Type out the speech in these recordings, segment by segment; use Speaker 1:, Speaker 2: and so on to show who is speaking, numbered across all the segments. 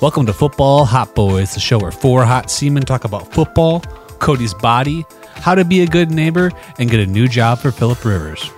Speaker 1: Welcome to Football Hot Boys, the show where four hot seamen talk about football, Cody's body, how to be a good neighbor, and get a new job for Philip Rivers.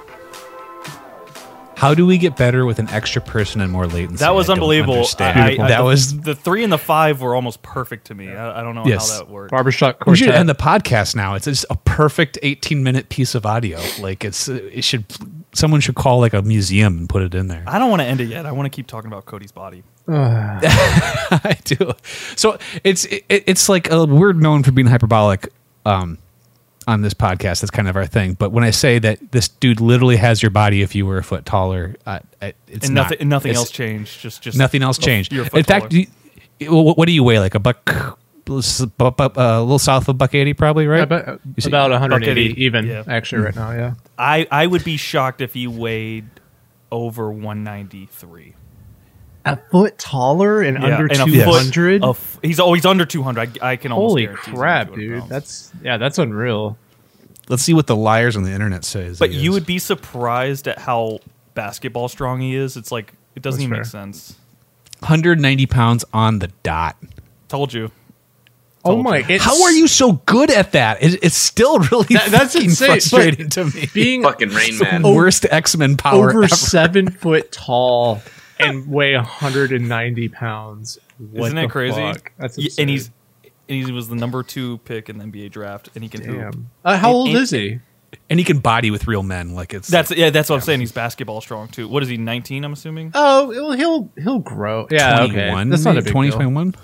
Speaker 1: How do we get better with an extra person and more latency?
Speaker 2: That was
Speaker 1: I don't
Speaker 2: unbelievable.
Speaker 1: understand. that
Speaker 2: the,
Speaker 1: was.
Speaker 2: the three and the five were almost perfect to me. I, I don't know
Speaker 1: Yes.
Speaker 2: how that worked.
Speaker 3: Barbershop
Speaker 1: We should
Speaker 3: quartet.
Speaker 1: end the podcast now. It's just a perfect 18 minute piece of audio. Like it's, it should. Someone should call like a museum and put it in there.
Speaker 2: I don't want to end it yet. I want to keep talking about Cody's body.
Speaker 1: I do. So it's it, it's like uh we're known for being hyperbolic um, on this podcast. That's kind of our thing. But when I say that this dude literally has your body if you were a foot taller, uh, I- it's
Speaker 2: and
Speaker 1: not-
Speaker 2: nothing, and nothing
Speaker 1: it's-
Speaker 2: else changed. Just, just
Speaker 1: Nothing else
Speaker 2: Oh,
Speaker 1: changed.
Speaker 2: you're a
Speaker 1: In
Speaker 2: foot
Speaker 1: fact,
Speaker 2: taller.
Speaker 1: you, what what do you weigh? Like a buck, a uh, little south of buck eighty, probably right?
Speaker 3: About,
Speaker 1: You see-
Speaker 3: about 180
Speaker 2: Bucket eight,
Speaker 3: even
Speaker 2: yeah.
Speaker 3: actually right now. Yeah,
Speaker 2: I, I would be shocked if he weighed over 193.
Speaker 3: a foot taller and
Speaker 2: Yeah,
Speaker 3: under
Speaker 2: and a foot-
Speaker 3: 200.
Speaker 2: a f- he's always under 200. I, I can almost
Speaker 3: Holy
Speaker 2: guarantee he's under
Speaker 3: crap,
Speaker 2: 200
Speaker 3: dude!
Speaker 2: pounds.
Speaker 3: That's yeah, that's unreal.
Speaker 1: Let's see what the liars on the internet says.
Speaker 2: But you would be surprised at how basketball strong he is. It's like it doesn't
Speaker 3: That's
Speaker 2: even
Speaker 3: fair.
Speaker 2: make sense.
Speaker 1: 190 pounds on the dot.
Speaker 2: Told you.
Speaker 3: Oh my! It's,
Speaker 1: How are you so good at that? It, it's still really
Speaker 3: That- that's
Speaker 1: fucking
Speaker 3: insane, but-
Speaker 1: frustrating to me.
Speaker 3: being
Speaker 4: Fucking Rain Man.
Speaker 1: worst X Men power
Speaker 3: over
Speaker 1: ever.
Speaker 3: seven foot tall and weigh 190 pounds? What
Speaker 2: Isn't that
Speaker 3: the
Speaker 2: crazy?
Speaker 3: fuck? That's
Speaker 2: Y- and he's
Speaker 3: absurd.
Speaker 2: and he was the number two pick in the NBA draft, and he can hoop.
Speaker 3: Damn. Uh, how
Speaker 2: It-
Speaker 3: old
Speaker 2: it-
Speaker 3: is he?
Speaker 1: and he can body with real men. Like it's
Speaker 2: That's yeah. That's what I'm saying. He's basketball strong too. What is he? 19? I'm assuming.
Speaker 3: Oh, well, he'll he'll grow. Yeah,
Speaker 1: twenty
Speaker 3: okay.
Speaker 1: one.
Speaker 3: That's not a big
Speaker 1: twenty
Speaker 3: deal.
Speaker 1: twenty one.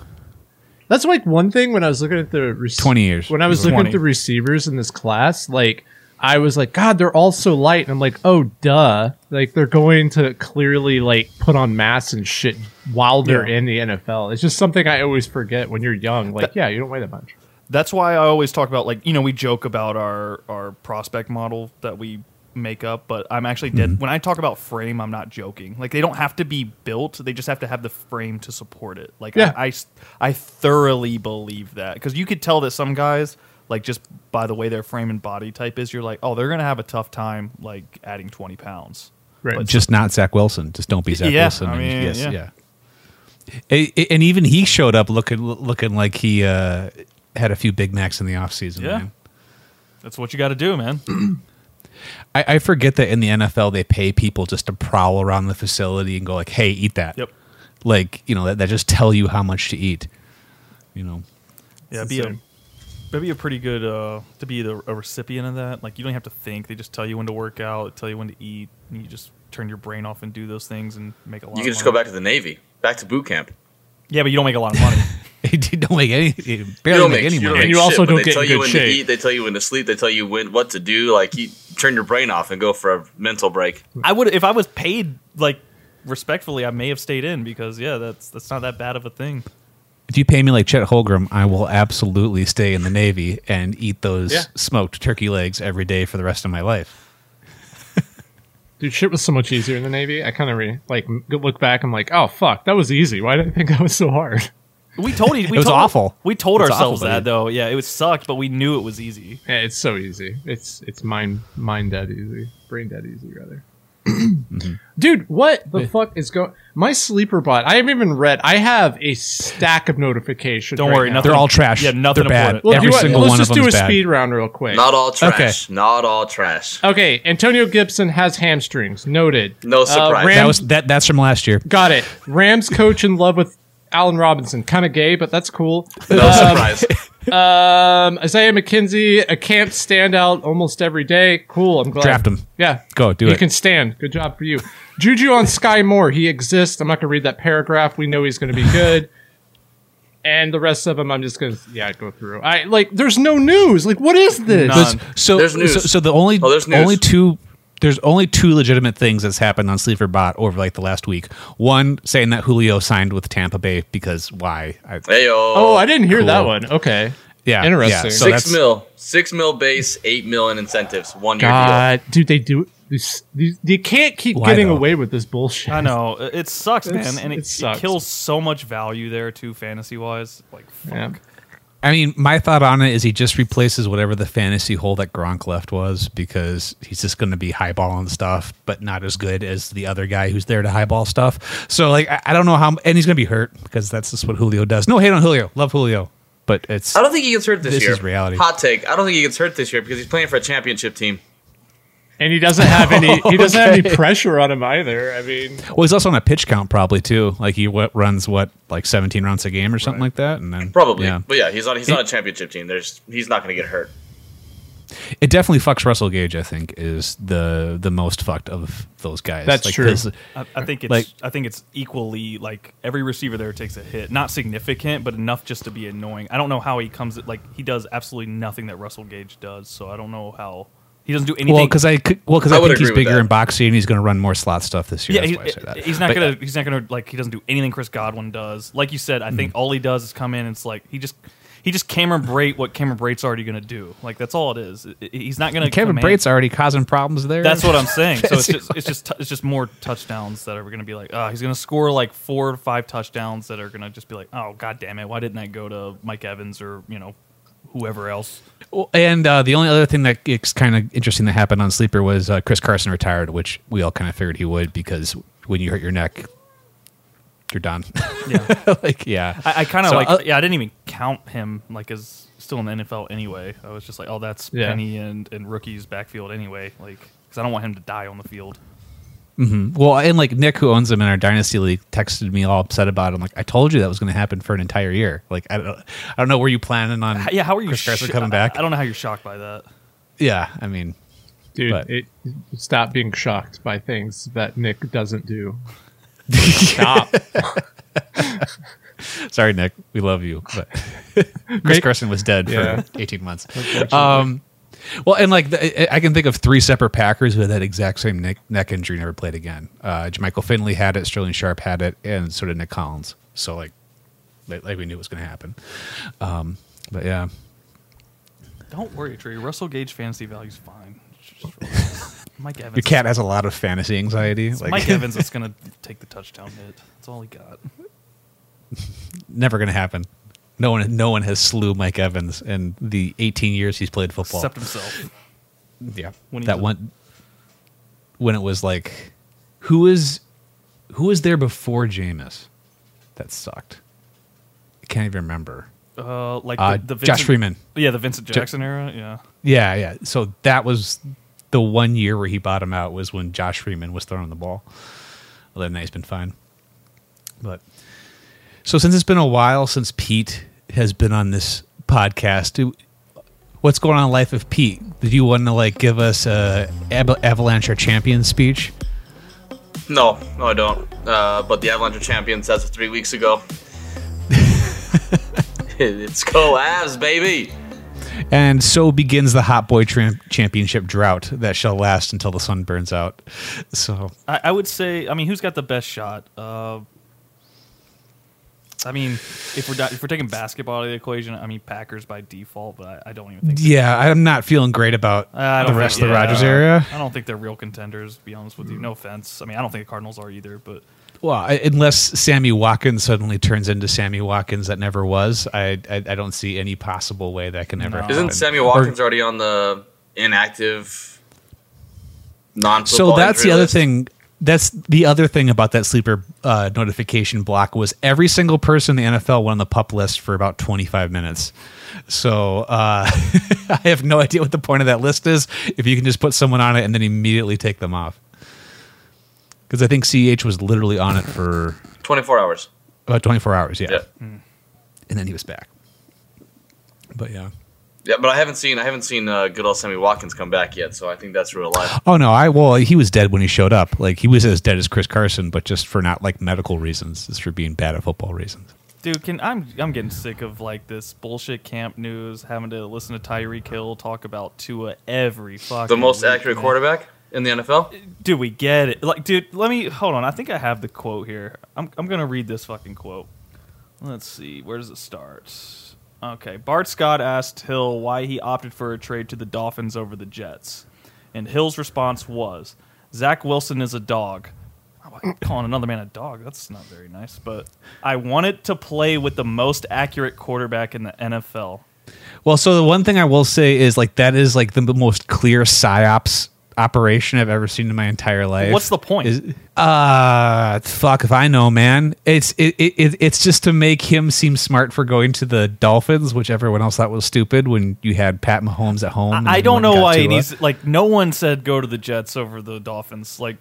Speaker 3: That's like one thing when I was looking at the rec-
Speaker 1: 20 years.
Speaker 3: When I was looking
Speaker 2: 20.
Speaker 3: at the receivers in this class, like I was like, God, they're all so light, and I'm like, oh, duh, like they're going to clearly like put on mass and shit while they're
Speaker 2: Yeah.
Speaker 3: in the NFL. It's just something I always forget when you're young. Like, yeah, you don't weigh that much.
Speaker 2: That's why I always talk about like you know we joke about our our prospect model that we make up, but I'm actually dead. When I talk about frame, I'm not joking. Like they don't have to be built; they just have to have the frame to support it. Like
Speaker 3: Yeah.
Speaker 2: I, I s- I thoroughly believe that because you could tell that some guys like just by the way their frame and body type is, you're like, oh, they're gonna have a tough time like adding 20 pounds.
Speaker 3: Right.
Speaker 2: But-
Speaker 1: Just not Zach Wilson. Just don't be Zach
Speaker 2: Yeah,
Speaker 1: Wilson.
Speaker 2: I
Speaker 1: And
Speaker 2: mean, yeah.
Speaker 1: A- a- And even he showed up looking looking like he uh, had a few Big Macs in the offseason.
Speaker 2: Yeah.
Speaker 1: man.
Speaker 2: That's what you got to do, man.
Speaker 1: I, I forget that in the NFL they pay people just to prowl around the facility and go like, "Hey, eat that."
Speaker 2: Yep.
Speaker 1: Like you know that, that just tell you how much to eat. You know.
Speaker 2: Yeah,
Speaker 3: It's
Speaker 2: be a,
Speaker 3: insane.
Speaker 2: that'd be a pretty good uh, to be the, a recipient of that. Like you don't have to think; they just tell you when to work out, tell you when to eat, and you just turn your brain off and do those things and make a lot.
Speaker 4: You
Speaker 2: of
Speaker 4: can just go
Speaker 2: money.
Speaker 4: back to the Navy, back to boot camp.
Speaker 2: Yeah, but you don't make a lot of money.
Speaker 1: It don't make any. It
Speaker 4: You
Speaker 1: barely
Speaker 4: don't
Speaker 1: make,
Speaker 4: make,
Speaker 1: any
Speaker 4: you don't
Speaker 1: money.
Speaker 4: make
Speaker 3: And you
Speaker 4: shit,
Speaker 3: also
Speaker 4: but
Speaker 3: don't
Speaker 4: they
Speaker 3: get
Speaker 4: tell
Speaker 3: in
Speaker 4: you
Speaker 3: good
Speaker 4: when
Speaker 3: shape.
Speaker 4: to eat, they tell you when to sleep, they tell you when what to do. Like you turn your brain off and go for a mental break.
Speaker 2: I would if I was paid like respectfully, I may have stayed in because yeah, that's that's not that bad of a thing.
Speaker 1: If you pay me like Chet Holgram, I will absolutely stay in the Navy and eat those
Speaker 3: Yeah.
Speaker 1: smoked turkey legs every day for the rest of my life.
Speaker 3: Dude, shit was so much easier in the Navy. I kind of re- like m- look back. I'm like, oh fuck, that was easy. Why did I think that was so hard?
Speaker 2: We told e-, we it
Speaker 1: was awful.
Speaker 2: We told
Speaker 1: It was
Speaker 2: ourselves
Speaker 1: awful,
Speaker 2: that
Speaker 1: buddy.
Speaker 2: though. Yeah, it was sucked, but we knew it was easy.
Speaker 3: Yeah, it's so easy. It's it's mind mind dead easy, brain dead easy rather. Dude, what the fuck is going? My sleeper bot. I haven't even read. I have a stack of notifications.
Speaker 2: Don't
Speaker 3: right
Speaker 2: worry,
Speaker 3: now.
Speaker 2: nothing-
Speaker 1: They're all trash.
Speaker 2: Yeah, nothing
Speaker 1: They're bad.
Speaker 2: important. Well,
Speaker 3: do
Speaker 1: every
Speaker 3: you want-
Speaker 1: single
Speaker 3: let's
Speaker 1: one
Speaker 3: just
Speaker 1: of them
Speaker 3: do
Speaker 1: is
Speaker 3: a
Speaker 1: bad.
Speaker 3: speed round real quick.
Speaker 4: Not all trash.
Speaker 1: Okay.
Speaker 4: Not all trash.
Speaker 3: okay, Antonio Gibson has hamstrings. Noted.
Speaker 4: No surprise.
Speaker 3: Ram-
Speaker 1: That was that. That's from last year.
Speaker 3: Got it. Rams coach in love with Allen Robinson. Kind of gay, but that's cool.
Speaker 4: No surprise.
Speaker 3: Um, Isaiah McKenzie, a camp standout almost every day. Cool. I'm glad.
Speaker 1: Draft him.
Speaker 3: Yeah.
Speaker 1: Go, do
Speaker 3: you
Speaker 1: it.
Speaker 3: can stand. Good job for you. Juju on Sky Moore. He exists. I'm not going to read that paragraph. We know he's going to be good. And the rest of them, I'm just going to, yeah, go through. I like, there's no news. Like, what is this?
Speaker 2: None.
Speaker 1: There's- so,
Speaker 4: There's news.
Speaker 1: so so the only
Speaker 4: Oh, there's news.
Speaker 1: only two there's only two legitimate things that's happened on Sleeper Bot over like the last week. One saying that Julio signed with Tampa Bay because why? I,
Speaker 4: hey yo.
Speaker 3: Oh, I didn't hear
Speaker 1: Cool.
Speaker 3: that one. Okay.
Speaker 1: yeah,
Speaker 3: Interesting.
Speaker 1: yeah. So
Speaker 4: Six
Speaker 1: that's-
Speaker 4: mil. Six mil base, eight mil in incentives. One year deal.
Speaker 3: God, dude, they do. these- these- They can't keep
Speaker 1: Why,
Speaker 3: getting
Speaker 1: though?
Speaker 3: away with this bullshit.
Speaker 2: I know it it sucks,
Speaker 3: It's-
Speaker 2: man, and
Speaker 3: it
Speaker 2: it, it,
Speaker 3: sucks.
Speaker 2: kills so much value there too, fantasy wise. Like, fuck.
Speaker 3: Yeah.
Speaker 1: I mean, my thought on it is he just replaces whatever the fantasy hole that Gronk left was because he's just going to be highballing stuff, but not as good as the other guy who's there to highball stuff. So, like, I, I don't know how, and he's going to be hurt because that's just what Julio does. No hate on Julio, love Julio, but it's
Speaker 4: I don't think he gets hurt this,
Speaker 1: This
Speaker 4: year.
Speaker 1: is reality.
Speaker 4: Hot take. I don't think he gets hurt this year because he's playing for a championship team.
Speaker 3: and he doesn't have any. He doesn't have any pressure on him either. I mean,
Speaker 1: well, he's also on a pitch count probably too. Like he what, runs what like seventeen rounds a game or something like that, and then
Speaker 4: Probably.
Speaker 1: yeah.
Speaker 4: But yeah, he's on he's on a championship team. There's he's not going to get hurt.
Speaker 1: It definitely fucks Russell Gage. I think is the the most fucked of those guys.
Speaker 3: That's true.
Speaker 1: this-
Speaker 2: I, I think it's
Speaker 1: Like-
Speaker 2: I think it's equally like every receiver there takes a hit, not significant, but enough just to be annoying. I don't know how he comes like he does absolutely nothing that Russell Gage does, so I don't know how he doesn't do anything.
Speaker 1: Well, because I could, well, because I,
Speaker 4: I would
Speaker 1: think he's
Speaker 4: agree with
Speaker 1: bigger
Speaker 4: that.
Speaker 1: and boxy, and he's going to run more slot stuff this year.
Speaker 2: yeah,
Speaker 1: That's
Speaker 2: he,
Speaker 1: why I say that.
Speaker 2: he's not
Speaker 1: But- uh,
Speaker 2: gonna he's not gonna like he doesn't do anything Chris Godwin does. Like you said, I think
Speaker 1: Mm-hmm.
Speaker 2: all he does is come in and it's like he just he just Cameron Brate what Cameron Brate's already gonna do. Like that's all it is. I- I- He's not gonna
Speaker 1: Kevin
Speaker 2: command-
Speaker 1: Brate's already causing problems there.
Speaker 2: That's what I'm saying. So it's just it's just t- it's just more touchdowns that are going to be like, oh, he's going to score like four or five touchdowns that are going to just be like, oh, god damn it, why didn't that go to Mike Evans or you know whoever else?
Speaker 1: Well, And uh, the only other thing that it's kind of interesting that happened on Sleeper was uh, Chris Carson retired, which we all kind of figured he would because when you hurt your neck, you're done.
Speaker 2: Yeah,
Speaker 1: like, yeah,
Speaker 2: I, I kind of
Speaker 1: So,
Speaker 2: like
Speaker 1: uh,
Speaker 2: yeah, I didn't even count him like as still in the NFL anyway. I was just like, oh, that's
Speaker 3: Yeah.
Speaker 2: Penny and and rookies backfield anyway, like because I don't want him to die on the field.
Speaker 1: well, and like Nick, who owns him in our dynasty league, texted me all upset about it. I'm like, I told you that was going to happen for an entire year. Like, I don't, I don't know where you planning on.
Speaker 2: Yeah, how are you
Speaker 1: Chris Carson
Speaker 2: sho-
Speaker 1: coming back?
Speaker 2: I, I don't know how you're shocked by that.
Speaker 1: yeah, I mean,
Speaker 3: dude,
Speaker 1: But-
Speaker 3: it stop being shocked by things that Nick doesn't do. Stop.
Speaker 1: Sorry, Nick. We love you. But Chris
Speaker 3: Make-
Speaker 1: Carson was dead
Speaker 3: Yeah.
Speaker 1: for 18 months. Um, well, and like the, I I can think of three separate Packers who had that exact same neck, neck injury, never played again. Uh, Jermichael Finley had it, Sterling Sharp had it, and so did Nick Collins. So like, like like we knew it was going to happen. Um, but yeah,
Speaker 2: Don't worry, Tree. Russell Gage fantasy value's fine. Just relax. Mike Evans.
Speaker 1: your cat has a lot of fantasy anxiety.
Speaker 2: It's Mike Evans is going to take the touchdown hit. That's all he got.
Speaker 1: never going to happen. No one, no one has slew Mike Evans in the 18 years he's played football.
Speaker 2: Except himself.
Speaker 1: Yeah,
Speaker 2: When he
Speaker 1: that
Speaker 2: was-
Speaker 1: one when it was like, who was who was there before Jameis? That sucked. I can't even remember.
Speaker 2: Uh, like
Speaker 1: Uh,
Speaker 2: the, the
Speaker 1: Josh Freeman.
Speaker 2: Yeah, the Vincent Jackson era. Yeah.
Speaker 1: Yeah, yeah. So that was the one year where he bottomed out was when Josh Freeman was throwing the ball. Other than that, he's been fine. But so since it's been a while since Pete has been on this podcast, do- what's going on in the life of Pete? Did you want to like give us a Ab- Avalanche or champion speech?
Speaker 4: No, no, I don't. Uh, but the Avalanche are champions as of three weeks ago. it's go Avs, baby.
Speaker 1: And so begins the Hot Boy tram- Championship drought that shall last until the sun burns out. So
Speaker 2: I, I would say, I mean, who's got the best shot? Uh, I mean, if we're di- if we're taking basketball out of the equation, I mean Packers by default, but I, I don't even think
Speaker 1: yeah, I'm not feeling great about
Speaker 2: I
Speaker 1: the
Speaker 2: don't
Speaker 1: rest
Speaker 2: think-
Speaker 1: of the
Speaker 2: yeah,
Speaker 1: Rogers area.
Speaker 2: I don't think they're real contenders. To be honest with you, no offense. I mean, I don't think the Cardinals are either, but
Speaker 1: Well, I, unless Sammy Watkins suddenly turns into Sammy Watkins that never was, I I, I don't see any possible way that can ever.
Speaker 2: No.
Speaker 1: happen.
Speaker 4: Isn't Sammy Watkins already on the inactive non
Speaker 1: so that's the other thing that's the other thing about that sleeper uh, notification block was every single person in the nfl went on the pup list for about 25 minutes so uh, i have no idea what the point of that list is if you can just put someone on it and then immediately take them off because i think ch was literally on it for
Speaker 4: 24 hours.
Speaker 1: about 24 hours yeah,
Speaker 4: Yeah.
Speaker 1: and then he was back but yeah
Speaker 4: Yeah, but I haven't seen I haven't seen uh, good old Sammy Watkins come back yet, so I think that's real life.
Speaker 1: Oh no, I well he was dead when he showed up. Like he was as dead as Chris Carson, but just for not like medical reasons, just for being bad at football reasons.
Speaker 2: Dude, can I'm I'm getting sick of like this bullshit camp news, having to listen to Tyreek Hill talk about Tua every fucking.
Speaker 4: The most
Speaker 2: week,
Speaker 4: accurate
Speaker 2: man.
Speaker 4: quarterback in the NFL?
Speaker 2: Dude, we get it. Like, dude, let me hold on. I think I have the quote here. I'm I'm gonna read this fucking quote. Let's see, where does it start? Okay, Bart Scott asked Hill why he opted for a trade to the Dolphins over the Jets, and Hill's response was, "Zach Wilson is a dog. Oh, I'm calling another man a dog. That's not very nice. But I wanted to play with the most accurate quarterback in the NFL.
Speaker 1: Well, so the one thing I will say is like that is like the m- most clear psyops operation I've ever seen in my entire life.
Speaker 2: What's the point?
Speaker 1: Is, uh fuck if I know, man. It's it, it, it it's just to make him seem smart for going to the Dolphins, which everyone else thought was stupid when you had Pat Mahomes at home. and
Speaker 2: I, I don't
Speaker 1: everyone
Speaker 2: know
Speaker 1: got
Speaker 2: why it
Speaker 1: Tua.
Speaker 2: needs like no one said go to the Jets over the Dolphins. Like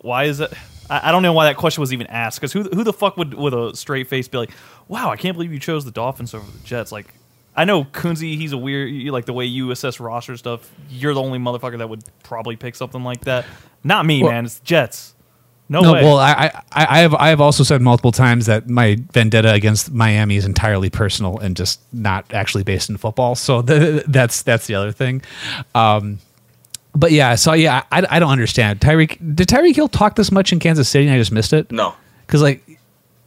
Speaker 2: why is it? I, I don't know why that question was even asked. Because who who the fuck would with a straight face be like, wow, I can't believe you chose the Dolphins over the Jets. Like I know Kunze, he's a weird you- like the way you assess roster stuff. You're the only motherfucker that would probably pick something like that. Not me,
Speaker 1: Well-
Speaker 2: man. It's Jets. No,
Speaker 1: No,
Speaker 2: way.
Speaker 1: well, I, I, I have I have also said multiple times that my vendetta against Miami is entirely personal and just not actually based in football. So th that's that's the other thing. Um, but yeah, so yeah, I, I don't understand. Tyreek did Tyreek Hill talk this much in Kansas City and I just missed it?
Speaker 4: No,
Speaker 1: because like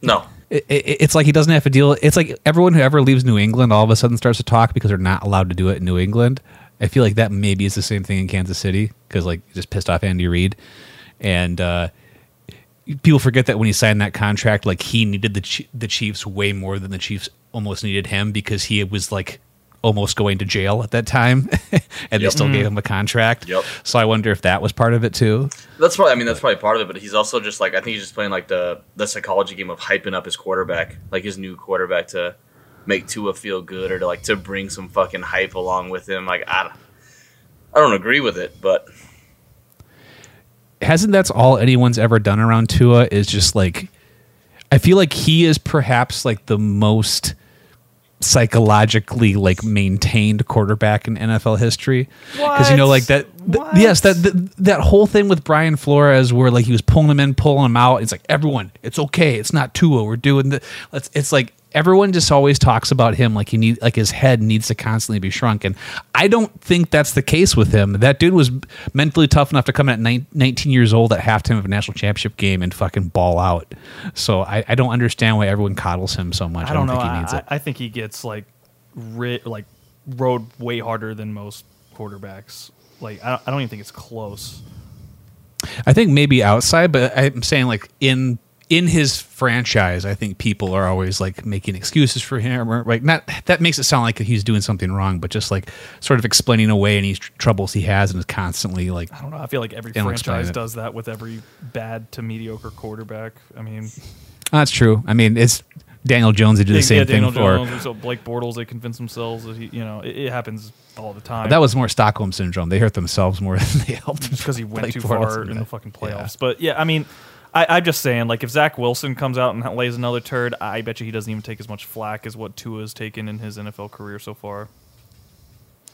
Speaker 4: no.
Speaker 1: it, it, it's like he doesn't have to deal. It's like everyone who ever leaves New England all of a sudden starts to talk because they're not allowed to do it in New England. I feel like that maybe is the same thing in Kansas City because like it just pissed off Andy Reid, and uh, people forget that when he signed that contract, like he needed the Chi- the Chiefs way more than the Chiefs almost needed him because he was like almost going to jail at that time, and they
Speaker 4: Yep. Mm-hmm.
Speaker 1: still gave him a contract.
Speaker 4: Yep.
Speaker 1: So I wonder if that was part of it too.
Speaker 4: That's probably. I mean, that's probably part of it. But he's also just like I think he's just playing like the the psychology game of hyping up his quarterback, like his new quarterback, to make Tua feel good or to like to bring some fucking hype along with him. Like I, don't- I don't agree with it, but
Speaker 1: hasn't that's all anyone's ever done around Tua is just like I feel like he is perhaps like the most psychologically like maintained quarterback in NFL history because you know
Speaker 2: What?
Speaker 1: like that th-
Speaker 2: What?
Speaker 1: yes that th- that whole thing with Brian Flores where like he was pulling him in pulling him out it's like everyone it's okay it's not Tua we're doing the let's it's like everyone just always talks about him like he need like his head needs to constantly be shrunk and I don't think that's the case with him that dude was mentally tough enough to come in at nine, 19 years old at halftime of a national championship game and fucking ball out so I, I don't understand why everyone coddles him so much I
Speaker 2: I
Speaker 1: don't,
Speaker 2: don't know.
Speaker 1: think he
Speaker 2: I,
Speaker 1: needs
Speaker 2: I,
Speaker 1: it
Speaker 2: I think he gets like ri- like rode way harder than most quarterbacks. Like I don't, I don't even think it's close.
Speaker 1: I think maybe outside, but I'm saying like in in his franchise, I think people are always like making excuses for him, or like not that makes it sound like he's doing something wrong, but just like sort of explaining away any tr- troubles he has and is constantly like
Speaker 2: I don't know. I feel like every
Speaker 1: Yeah, I'll explain
Speaker 2: franchise
Speaker 1: it.
Speaker 2: does that with every bad to mediocre quarterback. I mean,
Speaker 1: "Oh, that's true. I mean, it's Daniel Jones. They do the same
Speaker 2: yeah,
Speaker 1: thing
Speaker 2: Daniel
Speaker 1: for.
Speaker 2: Jones, so Blake Bortles, they convince themselves that he, you know, it, it happens all the time.
Speaker 1: That was more Stockholm syndrome. They hurt themselves more than they helped
Speaker 2: because he went
Speaker 1: Blake
Speaker 2: too
Speaker 1: Bortles
Speaker 2: far
Speaker 1: and
Speaker 2: in
Speaker 1: that.
Speaker 2: the fucking playoffs. But yeah, I mean, I, I'm just saying, like, if Zach Wilson comes out and lays another turd, I bet you he doesn't even take as much flack as what Tua's taken in his NFL career so far.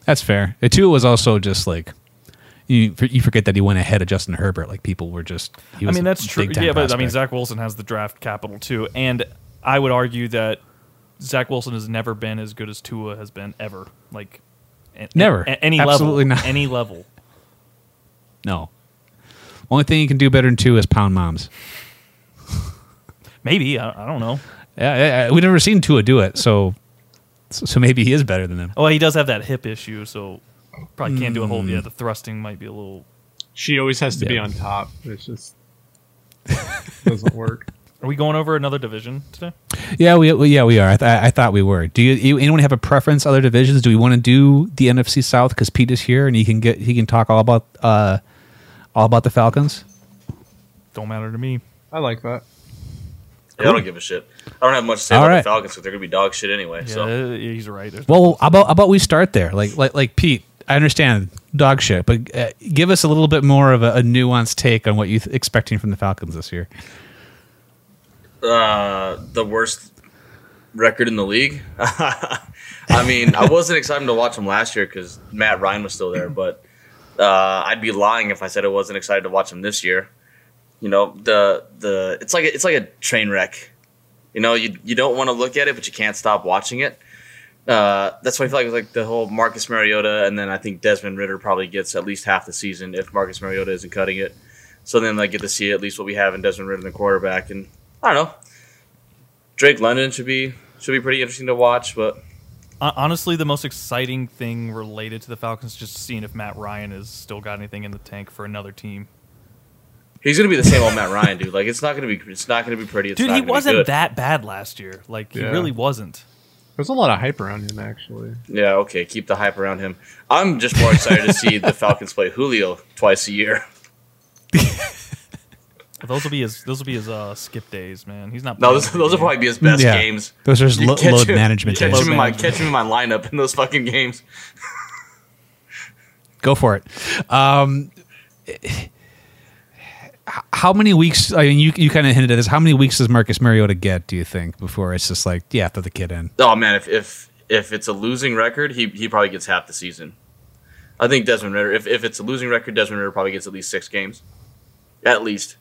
Speaker 1: That's fair. The two was also just like. You, you forget that he went ahead of Justin Herbert. Like people were just. He
Speaker 2: I
Speaker 1: was
Speaker 2: mean,
Speaker 1: a
Speaker 2: that's true.
Speaker 1: big-time
Speaker 2: Yeah, but I mean,
Speaker 1: prospect.
Speaker 2: Zach Wilson has the draft capital too, and I would argue that Zach Wilson has never been as good as Tua has been ever. Like, a-
Speaker 1: Never.
Speaker 2: a- any
Speaker 1: Absolutely
Speaker 2: level,
Speaker 1: not.
Speaker 2: any level.
Speaker 1: No. Only thing you can do better than two is pound moms.
Speaker 2: Maybe I, I don't know.
Speaker 1: Yeah, yeah, yeah, we've never seen Tua do it, so so maybe he is better than them.
Speaker 2: Oh, he does have that hip issue, so probably can't do a whole. Yeah,
Speaker 1: Hmm.
Speaker 2: the thrusting might be a little.
Speaker 3: She always has to be
Speaker 1: Yeah.
Speaker 3: on top. It's just doesn't work.
Speaker 2: Are we going over another division today?
Speaker 1: Yeah, we, we- yeah we are. I, th- I thought we were. Do you, you anyone have a preference other divisions? Do we want to do the NFC South because Pete is here and he can get he can talk all about uh all about the Falcons?
Speaker 2: Don't matter to me.
Speaker 3: I like that.
Speaker 4: yeah, I don't give a shit. I don't have much to say
Speaker 1: All
Speaker 4: about
Speaker 1: right.
Speaker 4: the Falcons because they're gonna be dog shit anyway.
Speaker 2: Yeah,
Speaker 4: So
Speaker 2: he's right. There's-
Speaker 1: Well, how about how about we start there? Like like like Pete, I understand dog shit, but uh, give us a little bit more of a, a nuanced take on what you're expecting from the Falcons this year.
Speaker 4: uh, the worst record in the league. I mean, I wasn't excited to watch them last year because Matt Ryan was still there, but uh, I'd be lying if I said I wasn't excited to watch them this year. You know, the the it's like a, it's like a train wreck. You know, you you don't want to look at it, but you can't stop watching it. Uh, that's why I feel like it was like the whole Marcus Mariota, and then I think Desmond Ritter probably gets at least half the season if Marcus Mariota isn't cutting it. So then I get to see at least what we have in Desmond Ritter, the quarterback, and I don't know. Drake London should be should be pretty interesting to watch, but
Speaker 2: Hon- Honestly, the most exciting thing related to the Falcons is just seeing if Matt Ryan has still got anything in the tank for another team.
Speaker 4: He's gonna be the same old Matt Ryan, dude. Like it's not gonna be. It's not gonna be pretty. It's
Speaker 2: Dude,
Speaker 4: not
Speaker 2: he
Speaker 4: gonna be
Speaker 2: wasn't
Speaker 4: good.
Speaker 2: that bad last year. Like he
Speaker 3: Yeah.
Speaker 2: really wasn't.
Speaker 3: There's a lot of hype around him, actually.
Speaker 4: Yeah, okay. Keep the hype around him. I'm just more excited to see the Falcons play Julio twice a year.
Speaker 2: Those will be his. Those will be his uh, skip days, man. He's not.
Speaker 4: No,
Speaker 2: playing
Speaker 4: those,
Speaker 2: every
Speaker 4: those will
Speaker 2: game.
Speaker 4: probably be his best
Speaker 1: Yeah.
Speaker 4: games.
Speaker 1: Those are just
Speaker 4: You
Speaker 1: lo-
Speaker 4: catch
Speaker 1: load
Speaker 4: him-
Speaker 1: management
Speaker 4: Catch
Speaker 1: days.
Speaker 4: him in my
Speaker 2: Load
Speaker 4: catch him in my lineup in those fucking games.
Speaker 1: Go for it. Um, h- how many weeks? I mean, you you kind of hinted at this. How many weeks does Marcus Mariota get? Do you think before it's just like, yeah, throw the kid in?
Speaker 4: Oh man, if if if it's a losing record, he he probably gets half the season. I think Desmond Ritter. If if it's a losing record, Desmond Ritter probably gets at least six games, at least.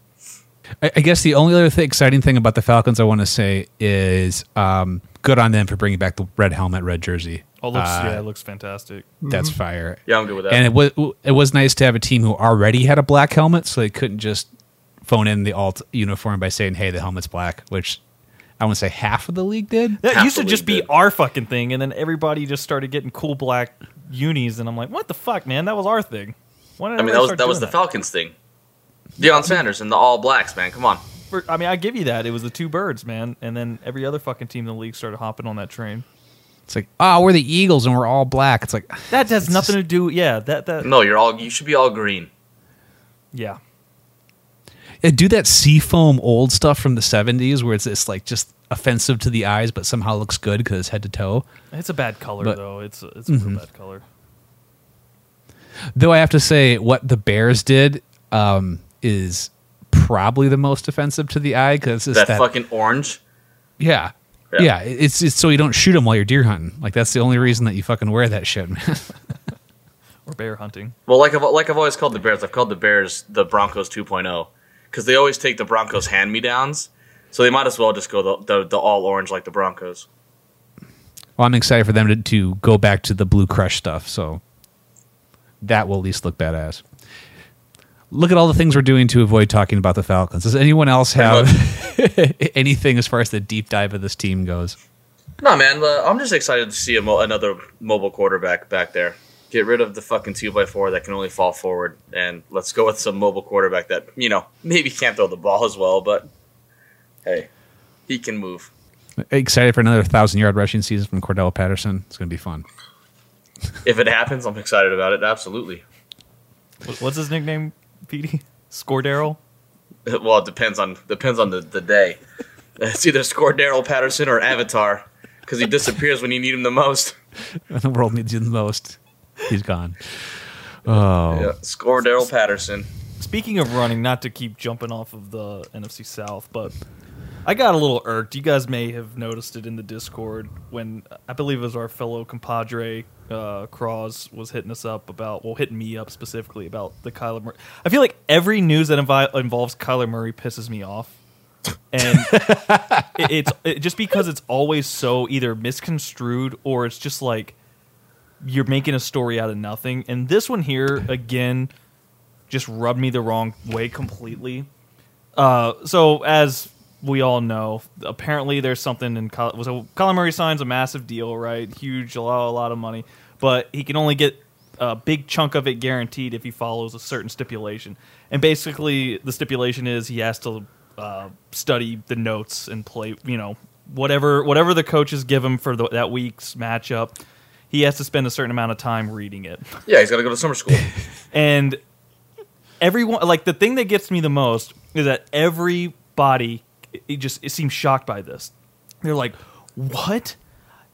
Speaker 1: I, I guess the only other th- exciting thing about the Falcons I want to say is um, good on them for bringing back the red helmet, red jersey.
Speaker 2: Oh, looks,
Speaker 1: Uh,
Speaker 2: yeah, Mm-hmm. it looks fantastic.
Speaker 1: That's fire.
Speaker 4: Yeah, I'm good with that.
Speaker 1: And it was it was nice to have a team who already had a black helmet, so they couldn't just phone in the alt uniform by saying, "Hey, the helmet's black," which I want to say half of the league did.
Speaker 2: That used to
Speaker 4: Happily
Speaker 2: just be
Speaker 4: did.
Speaker 2: our fucking thing, and then everybody just started getting cool black unis, and I'm like, what the fuck, man? That was our thing. Why did
Speaker 4: I
Speaker 2: everybody
Speaker 4: mean, that was
Speaker 2: start
Speaker 4: that was the
Speaker 2: doing
Speaker 4: Falcons thing. Deion Sanders and the All Blacks, man. Come on.
Speaker 2: For- I mean, I give you that. It was the two birds, man, and then every other fucking team in the league started hopping on that train.
Speaker 1: It's like, oh, we're the Eagles and we're all black. It's like,
Speaker 2: That has
Speaker 1: It's
Speaker 2: nothing
Speaker 1: just-
Speaker 2: to do. Yeah, that that.
Speaker 4: No, you're all. You should be all green.
Speaker 2: Yeah,
Speaker 1: eh, do that seafoam old stuff from the '70s where it's it's like just offensive to the eyes, but somehow looks good because it's head to toe.
Speaker 2: it's a bad color
Speaker 1: But-
Speaker 2: though. It's a, it's a real bad color.
Speaker 1: Though I have to say, what the Bears did um, is probably the most offensive to the eye because it's
Speaker 4: That,
Speaker 1: that,
Speaker 4: fucking orange.
Speaker 1: yeah.
Speaker 4: Yeah.
Speaker 1: yeah, It's it's so you don't shoot them while you're deer hunting. Like that's the only reason that you fucking wear that shit, man.
Speaker 2: Or bear hunting.
Speaker 4: Well, like I've, like I've always called the Bears, I've called the Bears the Broncos 2.0 because they always take the Broncos hand me downs. So they might as well just go the, the, the all orange like the Broncos.
Speaker 1: well, I'm excited for them to, to go back to the blue crush stuff. So that will at least look badass. Look at all the things we're doing to avoid talking about the Falcons. Does anyone else have anything as far as the deep dive of this team goes?
Speaker 4: No, man, uh, I'm just excited to see a mo- another mobile quarterback back there. Get rid of the fucking 2x4 that can only fall forward, and let's go with some mobile quarterback that, you know, maybe can't throw the ball as well, but hey, he can move.
Speaker 1: Excited for another thousand yard rushing season from Cordell Patterson. It's going to be fun.
Speaker 4: If it happens, I'm excited about it, absolutely.
Speaker 2: What- What's his nickname, Petey? Scordero.
Speaker 4: Well, it depends on depends on the, the day. It's either score Daryl Patterson or Avatar because he disappears when you need him the most.
Speaker 1: the world needs you the most. He's gone. Oh,
Speaker 4: Yeah, score Daryl Patterson.
Speaker 2: Speaking of running, not to keep jumping off of the NFC South, but I got a little irked. You guys may have noticed it in the Discord when I believe it was our fellow compadre uh, Cross was hitting us up about, well, hitting me up specifically about the Kyler Murray. I feel like every news that invi- involves Kyler Murray pisses me off, and it, it's it, just because it's always so either misconstrued or it's just like you're making a story out of nothing. And this one here again just rubbed me the wrong way completely. Uh, so as we all know, apparently there's something in Col- so Colin Murray signs a massive deal, right? Huge, a lot, a lot of money, but he can only get a big chunk of it guaranteed if he follows a certain stipulation. And basically, the stipulation is he has to uh, study the notes and play, you know, whatever whatever the coaches give him for the, that week's matchup. He has to spend a certain amount of time reading it
Speaker 4: Yeah, he's got to go to summer school.
Speaker 2: and everyone like the thing that gets me the most is that everybody it just it seems shocked by this they're like what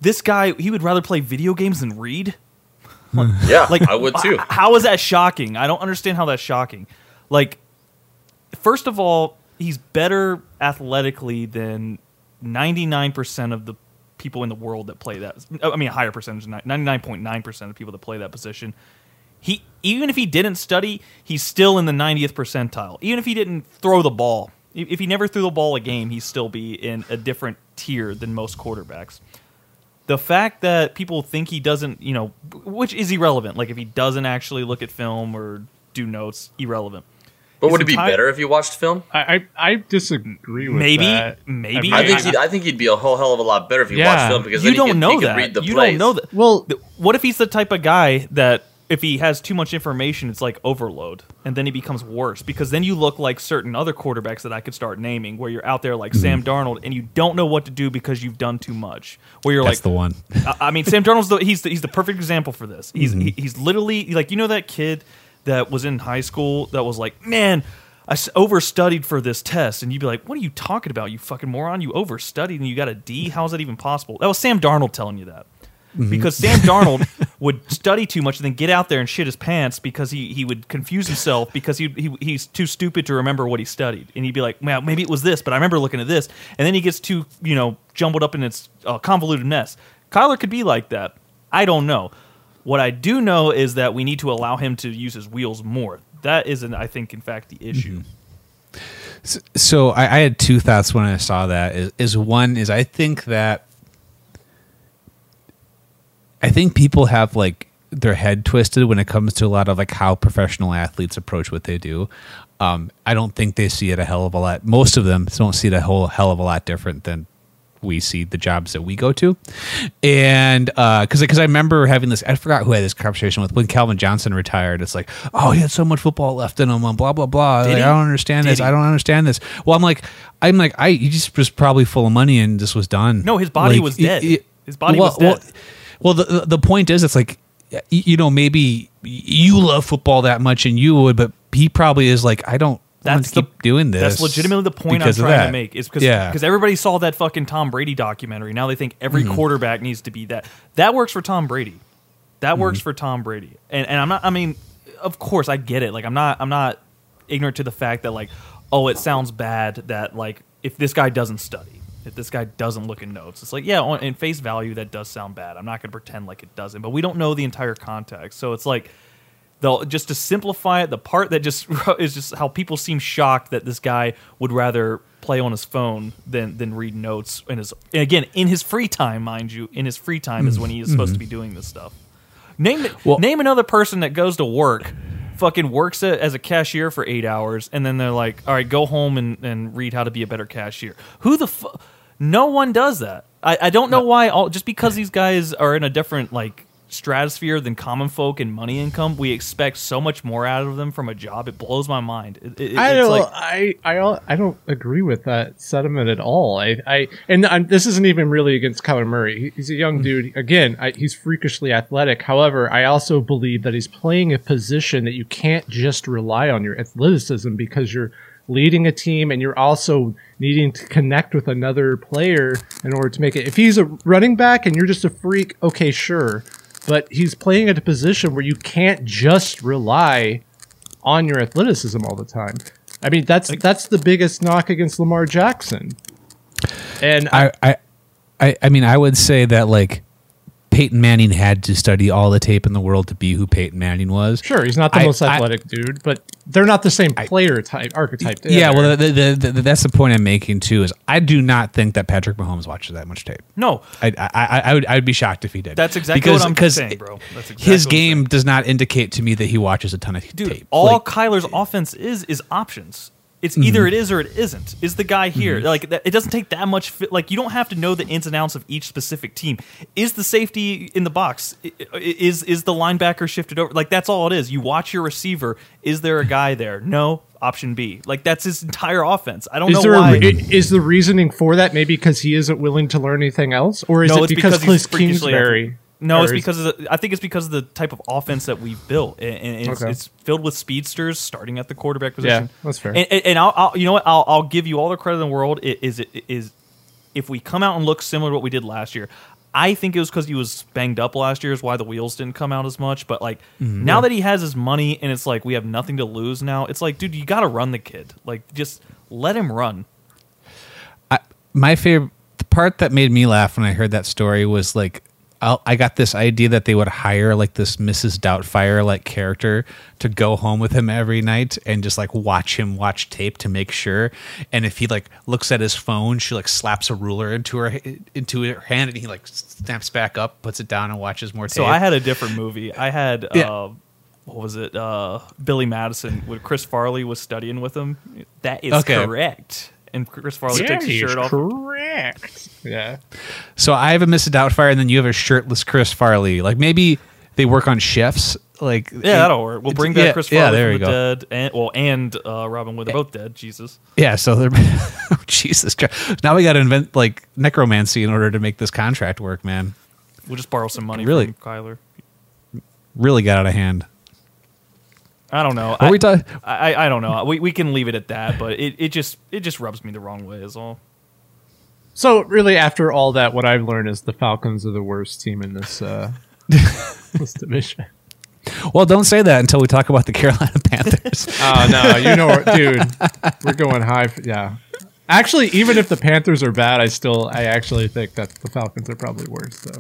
Speaker 2: this guy he would rather play video games than read
Speaker 4: Yeah,
Speaker 2: like
Speaker 4: I would too.
Speaker 2: h- How is that shocking? I don't understand how that's shocking. Like, first of all, he's better athletically than ninety nine percent of the people in the world that play that. I mean, a higher percentage, ninety nine point nine percent of people that play that position. He even if he didn't study, he's still in the ninetieth percentile. Even if he didn't throw the ball, i- if he never threw the ball a game, he'd still be in a different tier than most quarterbacks the fact that people think he doesn't, you know, which is irrelevant. Like if he doesn't actually look at film or do notes, irrelevant.
Speaker 4: But
Speaker 2: His
Speaker 4: would it be
Speaker 2: entire-
Speaker 4: better if you watched film?
Speaker 3: I I, I disagree with
Speaker 2: Maybe-
Speaker 3: that.
Speaker 2: maybe.
Speaker 3: mean,
Speaker 4: I think he'd, I think he'd be a whole hell of a lot better if you
Speaker 3: Yeah.
Speaker 4: watched film because
Speaker 2: you
Speaker 4: then
Speaker 2: don't
Speaker 4: he could,
Speaker 2: know
Speaker 4: he could
Speaker 2: that.
Speaker 4: read the
Speaker 2: you don't
Speaker 4: plays.
Speaker 2: know that.
Speaker 3: Well-
Speaker 2: Th- what if he's the type of guy that if he has too much information, it's like overload, and then he becomes worse because then you look like certain other quarterbacks that I could start naming, where you're out there like
Speaker 1: Hmm.
Speaker 2: Sam Darnold, and you don't know what to do because you've done too much. Where you're
Speaker 1: That's
Speaker 2: like
Speaker 1: the one.
Speaker 2: I, I mean, Sam Darnold's the, he's the, he's the perfect example for this. He's he, he's literally like you know that kid that was in high school that was like, man, I s- overstudied for this test, and you'd be like, what are you talking about, you fucking moron? You overstudied and you got a D. How is that even possible? That was Sam Darnold telling you that. Because Sam Darnold would study too much and then get out there and shit his pants because he, he would confuse himself because he, he he's too stupid to remember what he studied and he'd be like, well, maybe it was this, but I remember looking at this, and then he gets too you know jumbled up in its uh, convoluted mess. Kyler could be like that. I don't know. What I do know is that we need to allow him to use his wheels more. That isn't, I think, in fact, the issue.
Speaker 1: so I, I had two thoughts when I saw that. Is, is one is I think that I think people have like their head twisted when it comes to a lot of like how professional athletes approach what they do. Um, I don't think they see it a hell of a lot. Most of them don't see it a whole hell of a lot different than we see the jobs that we go to. And because because I remember having this, I forgot who I had this conversation with when Calvin Johnson retired. It's like, oh, he had so much football left in him, and blah blah blah. Like,
Speaker 2: he?
Speaker 1: I don't understand
Speaker 2: Did
Speaker 1: this.
Speaker 2: he?
Speaker 1: I don't understand this. Well, I'm like, I'm like, I he just was probably full of money and this was done.
Speaker 2: No, his body was
Speaker 1: it-
Speaker 2: dead.
Speaker 1: it-
Speaker 2: His body was dead.
Speaker 1: well, the- the the point is, it's like y- you know maybe you love football that much and you would, but he probably is like I don't. want
Speaker 2: That's
Speaker 1: to keep
Speaker 2: the-
Speaker 1: doing this.
Speaker 2: That's legitimately the point I'm
Speaker 1: because of
Speaker 2: trying to
Speaker 1: that."
Speaker 2: make. Is because
Speaker 1: yeah,
Speaker 2: everybody saw that fucking Tom Brady documentary. Now they think every
Speaker 1: Mm-hmm.
Speaker 2: quarterback needs to be that. That works for Tom Brady. That
Speaker 1: Mm-hmm.
Speaker 2: works for Tom Brady. And and I'm not. I mean, of course I get it. Like I'm not. I'm not ignorant to the fact that like, oh, it sounds bad that like if this guy doesn't study, if this guy doesn't look at notes, it's like yeah, on in face value that does sound bad. I'm not going to pretend like it doesn't. But we don't know the entire context, so it's like they'll just to simplify it the part that just is just how people seem shocked that this guy would rather play on his phone than than read notes in his and again in his free time mind you in his free time is when he is supposed to be doing this stuff name
Speaker 1: Well-
Speaker 2: name another person that goes to work fucking works a, as a cashier for 8 hours and then they're like all right go home and and read how to be a better cashier who the fu- no one does that I, I don't know why all just because these guys are in a different like stratosphere than common folk and money income. We expect so much more out of them from a job. It blows my mind. It, it,
Speaker 3: I
Speaker 2: it's
Speaker 3: don't.
Speaker 2: like,
Speaker 3: I, I don't- I don't agree with that sentiment at all. I I and i this isn't even really against Kyler Murray. He- He's a
Speaker 2: Hmm.
Speaker 3: young dude. Again, I, he's freakishly athletic. However, I also believe that he's playing a position that you can't just rely on your athleticism because you're leading a team and you're also needing to connect with another player in order to make it. If he's a running back and you're just a freak, okay, sure. But he's playing at a position where you can't just rely on your athleticism all the time. I mean, that's that's the biggest knock against Lamar Jackson. And I,
Speaker 1: I, I, I, I mean, I would say that like Peyton Manning had to study all the tape in the world to be who Peyton Manning was.
Speaker 3: sure, he's not the
Speaker 1: I-
Speaker 3: most
Speaker 1: I-
Speaker 3: athletic dude, but they're not the same player type archetype.
Speaker 1: Yeah,
Speaker 3: either.
Speaker 1: well, the, the, the, the, that's the point I'm making too. Is I do not think that Patrick Mahomes watches that much tape.
Speaker 2: no,
Speaker 1: I, I, I- I would I would be shocked if he did.
Speaker 2: That's exactly
Speaker 1: Because-
Speaker 2: what I'm
Speaker 1: 'cause
Speaker 2: saying, bro. That's exactly
Speaker 1: his
Speaker 2: what I'm
Speaker 1: game does not indicate to me that he watches a ton of
Speaker 2: dude,
Speaker 1: tape.
Speaker 2: all
Speaker 1: Like,
Speaker 2: Kyler's
Speaker 3: eh.
Speaker 2: offense is is options. It's either
Speaker 3: Mm-hmm.
Speaker 2: it is or it isn't. Is the guy here? Like that, it doesn't take that much. Fi- like you don't have to know the ins and outs of each specific team. Is the safety in the box? I- i- Is is the linebacker shifted over? Like that's all it is. You watch your receiver. Is there a guy there? No. Option B. Like that's his entire offense. I don't
Speaker 3: is
Speaker 2: know
Speaker 3: there
Speaker 2: why.
Speaker 3: a, re- is the reasoning for that maybe because he isn't willing to learn anything else, or is
Speaker 2: no,
Speaker 3: it
Speaker 2: it's
Speaker 3: because,
Speaker 2: because,
Speaker 3: Cliff
Speaker 2: he's freakishly
Speaker 3: Kingsbury?
Speaker 2: athletic. No,
Speaker 3: or
Speaker 2: it's
Speaker 3: is-
Speaker 2: because of the, I think it's because of the type of offense that we've built, and, and it's,
Speaker 3: Okay.
Speaker 2: it's filled with speedsters starting at the quarterback position.
Speaker 3: that's fair.
Speaker 2: And, and, and I'll, I'll, you know what? I'll, I'll give you all the credit in the world. It is it is if we come out and look similar to what we did last year. I think it was because he was banged up last year is why the wheels didn't come out as much. But like
Speaker 3: Mm-hmm.
Speaker 2: now that he has his money and it's like we have nothing to lose now. It's like, dude, you got to run the kid. Like just let him run.
Speaker 1: my favorite the part that made me laugh when I heard that story was like I'll, I got this idea that they would hire like this Mrs. Doubtfire like character to go home with him every night and just like watch him watch tape to make sure. And if he like looks at his phone, she like slaps a ruler into her into her hand and he like snaps back up, puts it down, and watches more tape.
Speaker 2: So I had a different movie. I had
Speaker 1: Yeah.
Speaker 2: uh, what was it? Uh, Billy Madison when Chris Farley was studying with him. That is
Speaker 1: Okay.
Speaker 2: correct. And Chris Farley
Speaker 3: yeah,
Speaker 2: takes his
Speaker 3: he's
Speaker 2: shirt off.
Speaker 3: correct. Yeah,
Speaker 1: So I have a Mrs. Doubtfire, and then you have a shirtless Chris Farley. Like maybe they work on shifts. like
Speaker 2: Yeah, that'll work. We'll bring back
Speaker 1: yeah,
Speaker 2: Chris
Speaker 1: yeah,
Speaker 2: Farley
Speaker 1: there
Speaker 2: from
Speaker 1: you
Speaker 2: the
Speaker 1: go.
Speaker 2: dead, and well, and uh, Robin Wood. They're both dead. Jesus.
Speaker 1: Yeah, so they're oh, Jesus Christ. Now we got to invent like necromancy in order to make this contract work, man.
Speaker 2: We'll just borrow some money
Speaker 1: Really?
Speaker 2: from Kyler.
Speaker 1: Really got out of hand.
Speaker 2: I don't know.
Speaker 1: Are
Speaker 2: I,
Speaker 1: we ta-
Speaker 2: I, I I don't know. We we can leave it at that, but it, it just it just rubs me the wrong way is all.
Speaker 3: So really, after all that, what I've learned is the Falcons are the worst team in this uh, this division.
Speaker 1: Well, don't say that until we talk about the Carolina Panthers.
Speaker 3: Oh no, you know, dude, we're going high. For, yeah, actually, even if the Panthers are bad, I still, I actually think that the Falcons are probably worse. Though